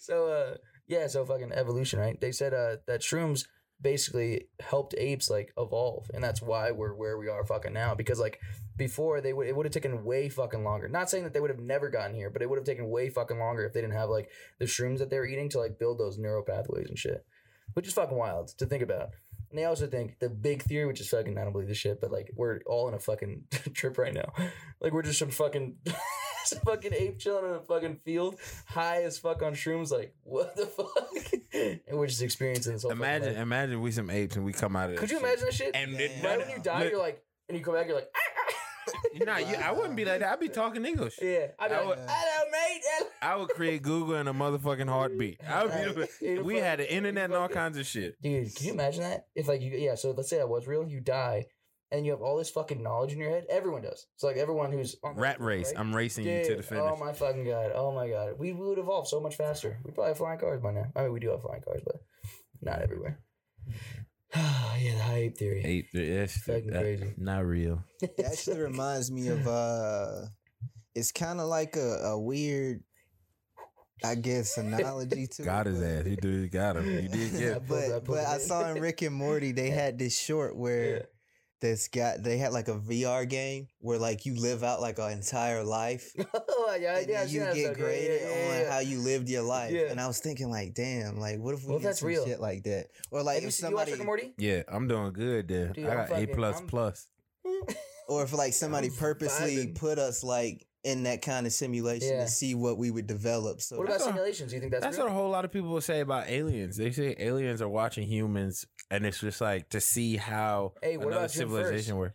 [SPEAKER 2] so uh yeah, so fucking evolution, right? They said uh that shrooms basically helped apes like evolve, and that's why we're where we are fucking now. Because like before, they would it would have taken way fucking longer. Not saying that they would have never gotten here, but it would have taken way fucking longer if they didn't have like the shrooms that they were eating to like build those neural pathways and shit, which is fucking wild to think about. And they also think the big theory, which is fucking, I don't believe this shit, but like we're all in a fucking [laughs] trip right now. Like we're just some fucking, [laughs] some fucking ape chilling in a fucking field, high as fuck on shrooms. Like what the fuck? [laughs] and we're just experiencing this whole. fucking
[SPEAKER 3] Imagine,
[SPEAKER 2] life.
[SPEAKER 3] imagine we some apes and we come out of.
[SPEAKER 2] Could
[SPEAKER 3] that
[SPEAKER 2] you
[SPEAKER 3] shit.
[SPEAKER 2] imagine that shit?
[SPEAKER 3] And it-
[SPEAKER 2] right when you die,
[SPEAKER 3] Look,
[SPEAKER 2] you're like, and you come back, you're like,
[SPEAKER 3] nah, you, I wouldn't be like that. I'd be talking English.
[SPEAKER 2] [laughs] yeah. I'd be
[SPEAKER 3] I
[SPEAKER 2] like,
[SPEAKER 3] would-
[SPEAKER 2] hello, mate. [laughs] hello."
[SPEAKER 3] I would create Google in a motherfucking heartbeat. I would
[SPEAKER 2] [laughs]
[SPEAKER 3] be.
[SPEAKER 2] Right.
[SPEAKER 3] [laughs] We had the internet and all kinds of shit.
[SPEAKER 2] Dude, can you imagine that? If like you yeah, so let's say that was real, you die and you have all this fucking knowledge in your head. Everyone does. It's like everyone who's on the
[SPEAKER 3] Rat
[SPEAKER 2] planet,
[SPEAKER 3] race.
[SPEAKER 2] right?
[SPEAKER 3] I'm racing you to the
[SPEAKER 2] Dude,
[SPEAKER 3] finish.
[SPEAKER 2] Oh my fucking god. Oh my god. We, we would evolve so much faster. We probably have flying cars by now. I mean we do have flying cars, but not everywhere. [sighs] yeah, the hype theory.
[SPEAKER 3] Ape, that's
[SPEAKER 2] Fucking
[SPEAKER 3] that-
[SPEAKER 2] crazy.
[SPEAKER 3] Not real.
[SPEAKER 2] [laughs]
[SPEAKER 4] It actually reminds me of uh it's kind of like a, a weird I guess analogy to
[SPEAKER 3] Got
[SPEAKER 4] it,
[SPEAKER 3] his
[SPEAKER 4] but-
[SPEAKER 3] ass. You do. You got him. You did
[SPEAKER 2] [laughs]
[SPEAKER 3] get.
[SPEAKER 2] I pulled- I
[SPEAKER 4] but
[SPEAKER 2] pulled
[SPEAKER 4] but
[SPEAKER 2] it
[SPEAKER 4] I
[SPEAKER 2] in.
[SPEAKER 4] saw in Rick and
[SPEAKER 2] [laughs]
[SPEAKER 4] Morty they had this short where
[SPEAKER 2] Yeah.
[SPEAKER 4] this guy they had like a VR game where like you live out like an entire life
[SPEAKER 2] oh yeah,
[SPEAKER 4] and
[SPEAKER 2] yeah, I've seen
[SPEAKER 4] you
[SPEAKER 2] that
[SPEAKER 4] get
[SPEAKER 2] stuff. Yeah, yeah,
[SPEAKER 4] graded
[SPEAKER 2] yeah, yeah,
[SPEAKER 4] on
[SPEAKER 2] yeah.
[SPEAKER 4] how you lived your life.
[SPEAKER 2] Yeah.
[SPEAKER 4] And I was thinking like, damn, like what if we
[SPEAKER 2] Well,
[SPEAKER 4] get
[SPEAKER 2] that's
[SPEAKER 4] some
[SPEAKER 2] real.
[SPEAKER 4] shit like that? Or like
[SPEAKER 2] Have you
[SPEAKER 4] if
[SPEAKER 2] seen- you watch
[SPEAKER 4] somebody
[SPEAKER 2] Rick and Morty?
[SPEAKER 3] Yeah, I'm doing good there.
[SPEAKER 2] Dude,
[SPEAKER 3] I
[SPEAKER 2] I'm
[SPEAKER 3] got A
[SPEAKER 2] fucking-
[SPEAKER 3] plus
[SPEAKER 2] I'm-
[SPEAKER 3] plus.
[SPEAKER 4] or if like somebody
[SPEAKER 2] I'm
[SPEAKER 4] purposely
[SPEAKER 2] vibing.
[SPEAKER 4] put us like in that kind of simulation
[SPEAKER 2] Yeah.
[SPEAKER 4] to see what we would develop. So
[SPEAKER 2] What about
[SPEAKER 3] That's what-
[SPEAKER 2] simulations? Do you think that's,
[SPEAKER 3] That's
[SPEAKER 2] real?
[SPEAKER 3] what a whole lot of people will say about aliens. They say aliens are watching humans, and it's just like to see how
[SPEAKER 2] Hey, what
[SPEAKER 3] another
[SPEAKER 2] about June
[SPEAKER 3] civilization works.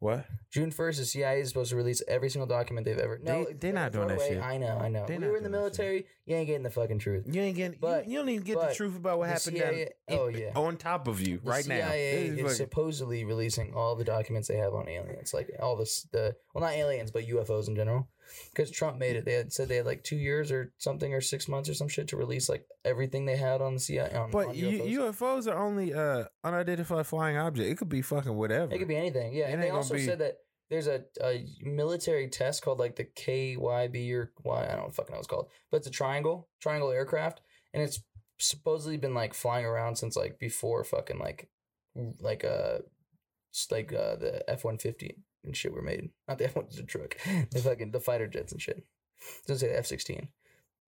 [SPEAKER 3] What?
[SPEAKER 2] June first, the CIA is supposed to release every single document they've ever. No,
[SPEAKER 3] They- they're not
[SPEAKER 2] throw it
[SPEAKER 3] doing that
[SPEAKER 2] away.
[SPEAKER 3] shit.
[SPEAKER 2] I know, I know.
[SPEAKER 3] They're
[SPEAKER 2] we
[SPEAKER 3] not
[SPEAKER 2] were in the
[SPEAKER 3] doing that shit.
[SPEAKER 2] military. You ain't getting the fucking truth.
[SPEAKER 3] You ain't getting.
[SPEAKER 2] But-
[SPEAKER 3] you, you don't even get
[SPEAKER 2] but
[SPEAKER 3] the truth about what
[SPEAKER 2] the
[SPEAKER 3] happened.
[SPEAKER 2] CIA
[SPEAKER 3] down,
[SPEAKER 2] oh, yeah.
[SPEAKER 3] On top of you,
[SPEAKER 2] The
[SPEAKER 3] right now.
[SPEAKER 2] CIA is
[SPEAKER 3] This is fucking-
[SPEAKER 2] supposedly releasing all the documents they have on aliens, like all this the well, not aliens, but UFOs in general. Because Trump made it, they had said they had like two years or something, or six months or some shit to release like everything they had on the CIA. On,
[SPEAKER 3] but
[SPEAKER 2] on
[SPEAKER 3] U-
[SPEAKER 2] UFOs.
[SPEAKER 3] UFOs are only uh unidentified flying object. It could be fucking whatever.
[SPEAKER 2] It could be anything. Yeah,
[SPEAKER 3] It
[SPEAKER 2] and they
[SPEAKER 3] ain't gonna
[SPEAKER 2] also
[SPEAKER 3] be-
[SPEAKER 2] said that there's a, a military test called like the KYB or Y. I don't fucking know what it's called, but it's a triangle triangle aircraft, and it's supposedly been like flying around since like before fucking like w- like uh s- like uh the F one fifty and shit were made. Not the [laughs] F one the truck, the fucking the fighter jets and shit. Doesn't say the F sixteen.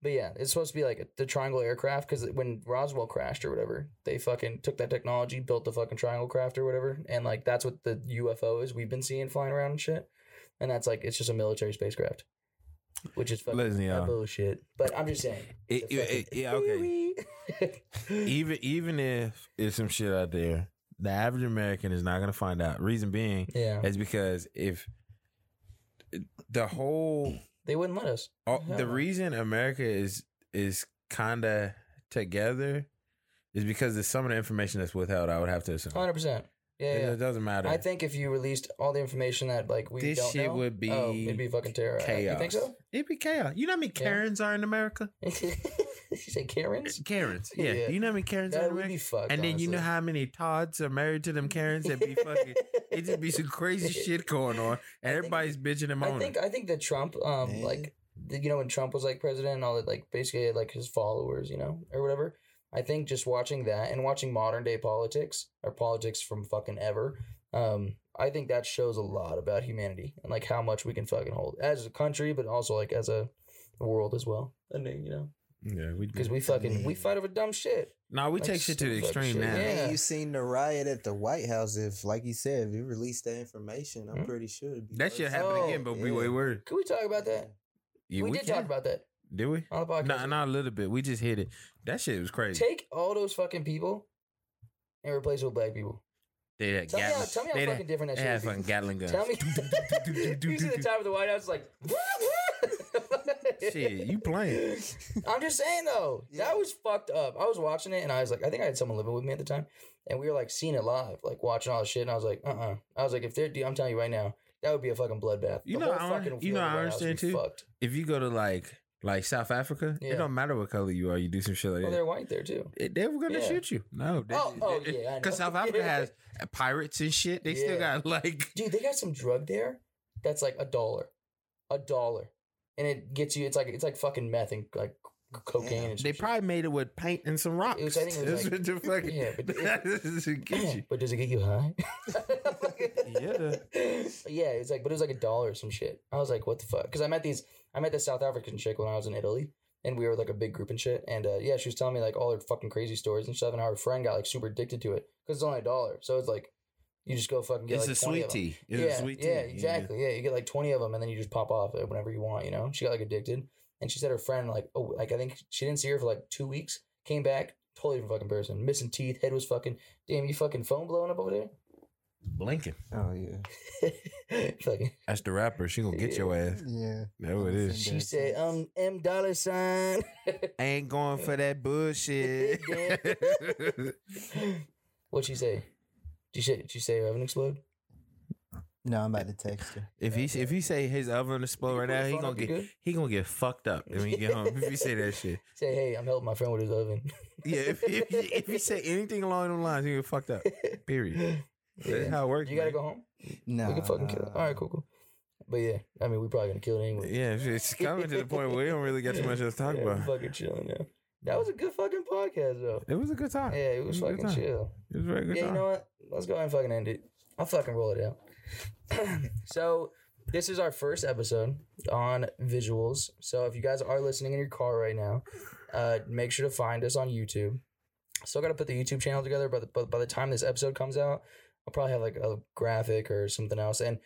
[SPEAKER 2] But yeah, it's supposed to be like a, the triangle aircraft because when Roswell crashed or whatever, they fucking took that technology, built the fucking triangle craft or whatever, and like that's what the UFO is we've been seeing flying around and shit. And that's like it's just a military spacecraft, which is fucking
[SPEAKER 3] Listen, y'all.
[SPEAKER 2] bullshit. But I'm just saying,
[SPEAKER 3] It-
[SPEAKER 2] the
[SPEAKER 3] it-
[SPEAKER 2] fucking-
[SPEAKER 3] it-
[SPEAKER 2] [laughs]
[SPEAKER 3] yeah, okay. E even even if there's some shit out there, the average American is not gonna find out. Reason being
[SPEAKER 2] yeah,
[SPEAKER 3] is because if the whole
[SPEAKER 2] they wouldn't let us.
[SPEAKER 3] all,
[SPEAKER 2] Yeah.
[SPEAKER 3] the reason America is is kinda together is because there's some of the information that's withheld. I would have to assume.
[SPEAKER 2] Hundred percent. Yeah,
[SPEAKER 3] It,
[SPEAKER 2] yeah.
[SPEAKER 3] it doesn't matter.
[SPEAKER 2] I think if you released all the information that like we
[SPEAKER 3] This
[SPEAKER 2] don't
[SPEAKER 3] shit
[SPEAKER 2] know,
[SPEAKER 3] would be
[SPEAKER 2] oh, it'd be fucking terror.
[SPEAKER 3] chaos.
[SPEAKER 2] You think so?
[SPEAKER 3] It'd be chaos. You know how many
[SPEAKER 2] Yeah.
[SPEAKER 3] Karens are in America?
[SPEAKER 2] Did [laughs] you say Karens?
[SPEAKER 3] Karens. Yeah.
[SPEAKER 2] Yeah.
[SPEAKER 3] You know how many Karens are
[SPEAKER 2] That
[SPEAKER 3] in
[SPEAKER 2] would be
[SPEAKER 3] America?
[SPEAKER 2] fucked.
[SPEAKER 3] And then you know
[SPEAKER 2] honestly.
[SPEAKER 3] how many Todds are married to them Karens that be
[SPEAKER 2] [laughs]
[SPEAKER 3] fucking. It just be some crazy shit going on,
[SPEAKER 2] I
[SPEAKER 3] and
[SPEAKER 2] think-
[SPEAKER 3] everybody's bitching and
[SPEAKER 2] I
[SPEAKER 3] moaning.
[SPEAKER 2] think I think that Trump, um,
[SPEAKER 4] Yeah.
[SPEAKER 2] like the, you know when Trump was like president and all that, like basically like his followers, you know, or whatever. I think just watching that and watching modern day politics or politics from fucking ever, um, I think that shows a lot about humanity and like how much we can fucking hold as a country, but also like as a world as well. I mean, you know,
[SPEAKER 3] yeah, we
[SPEAKER 2] because we fucking we fight over dumb shit.
[SPEAKER 3] Nah, we
[SPEAKER 2] like,
[SPEAKER 3] take shit to the
[SPEAKER 2] stupid
[SPEAKER 3] extreme
[SPEAKER 2] shit.
[SPEAKER 3] now.
[SPEAKER 2] Yeah.
[SPEAKER 4] Hey, you seen the riot at the White House? If, like you said, if you release that information, I'm
[SPEAKER 2] Hmm?
[SPEAKER 4] pretty sure it'd be
[SPEAKER 3] That shit
[SPEAKER 4] worse.
[SPEAKER 3] happened
[SPEAKER 2] Oh,
[SPEAKER 3] again, but we
[SPEAKER 4] yeah.
[SPEAKER 3] way worse.
[SPEAKER 2] Could we talk about that?
[SPEAKER 3] Yeah,
[SPEAKER 2] we, did
[SPEAKER 3] can.
[SPEAKER 2] talk about that
[SPEAKER 3] Did we?
[SPEAKER 2] on the podcast.
[SPEAKER 3] Nah, nah, a little bit. We just hit it. That shit was crazy.
[SPEAKER 2] Take all those fucking people and replace it with black people.
[SPEAKER 3] they had
[SPEAKER 2] Tell me how,
[SPEAKER 3] Gatling.
[SPEAKER 2] tell me
[SPEAKER 3] they
[SPEAKER 2] how
[SPEAKER 3] had-
[SPEAKER 2] fucking different that
[SPEAKER 3] they
[SPEAKER 2] shit
[SPEAKER 3] had
[SPEAKER 2] is.
[SPEAKER 3] fucking Gatling guns.
[SPEAKER 2] Tell me. [laughs] you see the time of the White House it's like.
[SPEAKER 3] Shit, you playing?
[SPEAKER 2] [laughs] I'm just saying though,
[SPEAKER 4] Yeah.
[SPEAKER 2] that was fucked up. I was watching it and I was like, I think I had someone living with me at the time, and we were like seeing it live, like watching all the shit, and I was like, uh, uh I was like, if they're, dude, I'm telling you right now, that would be a fucking bloodbath.
[SPEAKER 3] You
[SPEAKER 2] The
[SPEAKER 3] know,
[SPEAKER 2] whole
[SPEAKER 3] I un-
[SPEAKER 2] fucking field
[SPEAKER 3] you know,
[SPEAKER 2] of
[SPEAKER 3] I
[SPEAKER 2] the White House would be
[SPEAKER 3] understand, too.
[SPEAKER 2] Fucked.
[SPEAKER 3] If you go to like like South Africa,
[SPEAKER 2] Yeah.
[SPEAKER 3] it don't matter what color you are. You do some shit like
[SPEAKER 2] Well,
[SPEAKER 3] that.
[SPEAKER 2] they're white there too.
[SPEAKER 3] They, they were gonna
[SPEAKER 2] Yeah.
[SPEAKER 3] shoot you. No. They,
[SPEAKER 2] Oh, oh, yeah,
[SPEAKER 3] [laughs]
[SPEAKER 2] I
[SPEAKER 3] Because
[SPEAKER 2] know. [laughs]
[SPEAKER 3] South Africa
[SPEAKER 2] Yeah.
[SPEAKER 3] has pirates and shit. They
[SPEAKER 2] Yeah.
[SPEAKER 3] still got like.
[SPEAKER 2] Dude, they got some drug there that's like a dollar, a dollar, and it gets you. It's like it's like fucking meth and like c- cocaine. and some
[SPEAKER 3] They
[SPEAKER 2] shit.
[SPEAKER 3] probably made it with paint and some rocks.
[SPEAKER 2] was- I think it was
[SPEAKER 3] That's [laughs]
[SPEAKER 2] like-
[SPEAKER 3] what the
[SPEAKER 2] [laughs]
[SPEAKER 3] fucking.
[SPEAKER 2] yeah, but it-
[SPEAKER 3] this is
[SPEAKER 2] [laughs]
[SPEAKER 3] what gets you.
[SPEAKER 2] but does it get you high?
[SPEAKER 3] [laughs] Yeah.
[SPEAKER 2] Yeah, it's like, but it was like a dollar or some shit. I was like, what the fuck? Because I met these, I met this South African chick when I was in Italy, and we were like a big group and shit. And uh, yeah, she was telling me like all her fucking crazy stories and stuff, and how her friend got like super addicted to it because it's only a dollar. So it's like, you just go fucking get
[SPEAKER 3] It's
[SPEAKER 2] like
[SPEAKER 3] a
[SPEAKER 2] 20 of
[SPEAKER 3] sweet
[SPEAKER 2] 'em.
[SPEAKER 3] tea. It's
[SPEAKER 2] yeah,
[SPEAKER 3] a sweet tea.
[SPEAKER 2] yeah, exactly. Yeah, you get like twenty of them, and then you just pop off it whenever you want. You know, she got like addicted, and she said her friend like, oh, like I think she didn't see her for like two weeks. Came back, totally different fucking person, missing teeth, head was fucking. Damn, you fucking phone blowing up over there. [laughs]
[SPEAKER 3] Blinking.
[SPEAKER 4] Oh yeah,
[SPEAKER 2] fucking.
[SPEAKER 3] That's the rapper. She gonna get your ass.
[SPEAKER 4] yeah.
[SPEAKER 3] That's what
[SPEAKER 2] [laughs]
[SPEAKER 3] it is.
[SPEAKER 2] She said, um, M dollar sign. [laughs]
[SPEAKER 3] Ain't going for that bullshit.
[SPEAKER 2] What'd she say? Did she, did she say her oven explode?
[SPEAKER 4] No, I'm about to text her.
[SPEAKER 3] [laughs] if he if he say his oven explode Oh, right now,
[SPEAKER 2] put
[SPEAKER 3] he
[SPEAKER 2] your phone
[SPEAKER 3] gonna
[SPEAKER 2] up, you
[SPEAKER 3] get
[SPEAKER 2] good?
[SPEAKER 3] he gonna get fucked up when he get home. If he say that shit,
[SPEAKER 2] Say, hey, I'm helping my friend with his oven. [laughs]
[SPEAKER 3] yeah. If if, if he say anything along those lines, he get fucked up. Period. That's
[SPEAKER 2] Yeah.
[SPEAKER 3] how it works.
[SPEAKER 2] You gotta
[SPEAKER 3] man.
[SPEAKER 2] go home?
[SPEAKER 4] No,
[SPEAKER 2] we can fucking kill it. All right, cool, cool. But yeah, I mean, we probably gonna kill it anyway.
[SPEAKER 3] Yeah, it's- it's coming to the point where we don't really get too much else to talk
[SPEAKER 2] [laughs] Yeah, we
[SPEAKER 3] about.
[SPEAKER 2] fucking chilling now. That was a good fucking podcast, though.
[SPEAKER 3] It was a good time.
[SPEAKER 2] Yeah, it was
[SPEAKER 3] a good
[SPEAKER 2] fucking
[SPEAKER 3] time.
[SPEAKER 2] chill.
[SPEAKER 3] It was a very good
[SPEAKER 2] yeah,
[SPEAKER 3] time.
[SPEAKER 2] you know what? Let's go ahead and fucking end it. I'll fucking roll it out. [clears throat] so this is our first episode on visuals. So if you guys are listening in your car right now, uh, make sure to find us on YouTube. Still got to put the YouTube channel together, but but by the time this episode comes out, I'll probably have like a graphic or something else. And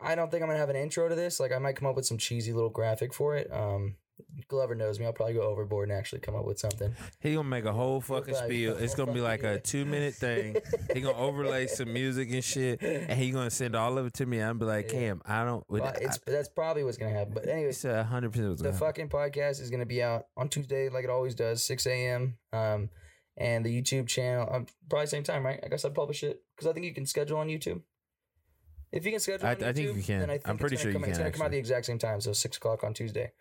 [SPEAKER 2] I don't think I'm gonna have an intro to this. Like I might come up with some cheesy little graphic for it. Um, Glover knows me. I'll probably go overboard and actually come up with something.
[SPEAKER 3] He gonna make a whole fucking
[SPEAKER 2] Like,
[SPEAKER 3] spiel. It's gonna be like a two minute
[SPEAKER 2] [laughs]
[SPEAKER 3] thing. He gonna overlay some music and shit, and he gonna send all of it to me. I'm be like, Cam, I don't. With,
[SPEAKER 2] Well, it's that's probably what's gonna happen. But anyways,
[SPEAKER 3] it's a hundred percent. what's
[SPEAKER 2] the
[SPEAKER 3] gonna
[SPEAKER 2] fucking
[SPEAKER 3] happen.
[SPEAKER 2] podcast is going to be out on Tuesday, like it always does, 6 a.m. Um, and the YouTube channel, um, probably same time, right? I guess I'd publish it because I think you can schedule on YouTube. If you can schedule,
[SPEAKER 3] I-
[SPEAKER 2] on
[SPEAKER 3] I think
[SPEAKER 2] YouTube,
[SPEAKER 3] you can.
[SPEAKER 2] then I
[SPEAKER 3] I'm
[SPEAKER 2] think it's
[SPEAKER 3] pretty
[SPEAKER 2] gonna
[SPEAKER 3] sure you
[SPEAKER 2] come, It's
[SPEAKER 3] can,
[SPEAKER 2] gonna come out
[SPEAKER 3] actually.
[SPEAKER 2] the exact same time, so six o'clock on Tuesday.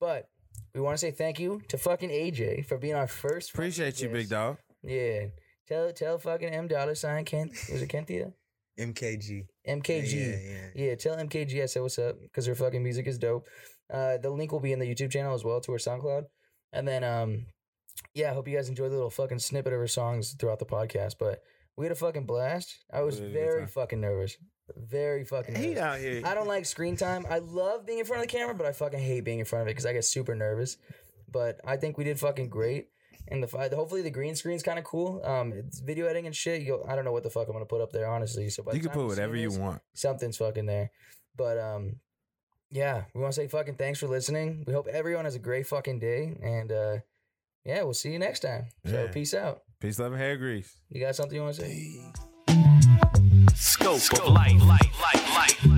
[SPEAKER 2] But we want to say thank you to fucking AJ for being our first. fucking
[SPEAKER 3] Appreciate you, big
[SPEAKER 2] guest.
[SPEAKER 3] dog.
[SPEAKER 2] Yeah, tell tell fucking M dollar sign Kent was it Kentia
[SPEAKER 4] MKG.
[SPEAKER 2] MKG.
[SPEAKER 4] Yeah, yeah.
[SPEAKER 2] Yeah, tell MKG I said what's up because her fucking music is dope. Uh, the link will be in the YouTube channel as well to her SoundCloud, and then um, yeah, I hope you guys enjoy the little fucking snippet of her songs throughout the podcast. But we had a fucking blast. I was
[SPEAKER 3] We had a good
[SPEAKER 2] very
[SPEAKER 3] time.
[SPEAKER 2] fucking nervous, very fucking.
[SPEAKER 3] He
[SPEAKER 2] Nervous.
[SPEAKER 3] out here.
[SPEAKER 2] I don't like screen time. I love being in front of the camera, but I fucking hate being in front of it because I get super nervous. But I think we did fucking great. And the fi- hopefully the green screen's kind of cool. Um, it's video editing and shit. You'll, I don't know what the fuck I'm gonna put up there, honestly. So by
[SPEAKER 3] You
[SPEAKER 2] the
[SPEAKER 3] can
[SPEAKER 2] time
[SPEAKER 3] put
[SPEAKER 2] see
[SPEAKER 3] whatever you
[SPEAKER 2] this-
[SPEAKER 3] want.
[SPEAKER 2] something's fucking there. But um, yeah, we want to say fucking thanks for listening. We hope everyone has a great fucking day, and uh, yeah, we'll see you next time. So
[SPEAKER 3] Yeah.
[SPEAKER 2] peace out.
[SPEAKER 3] Peace, love, and hair grease.
[SPEAKER 2] You got something you want to say?
[SPEAKER 1] Scope of light, light, light, light.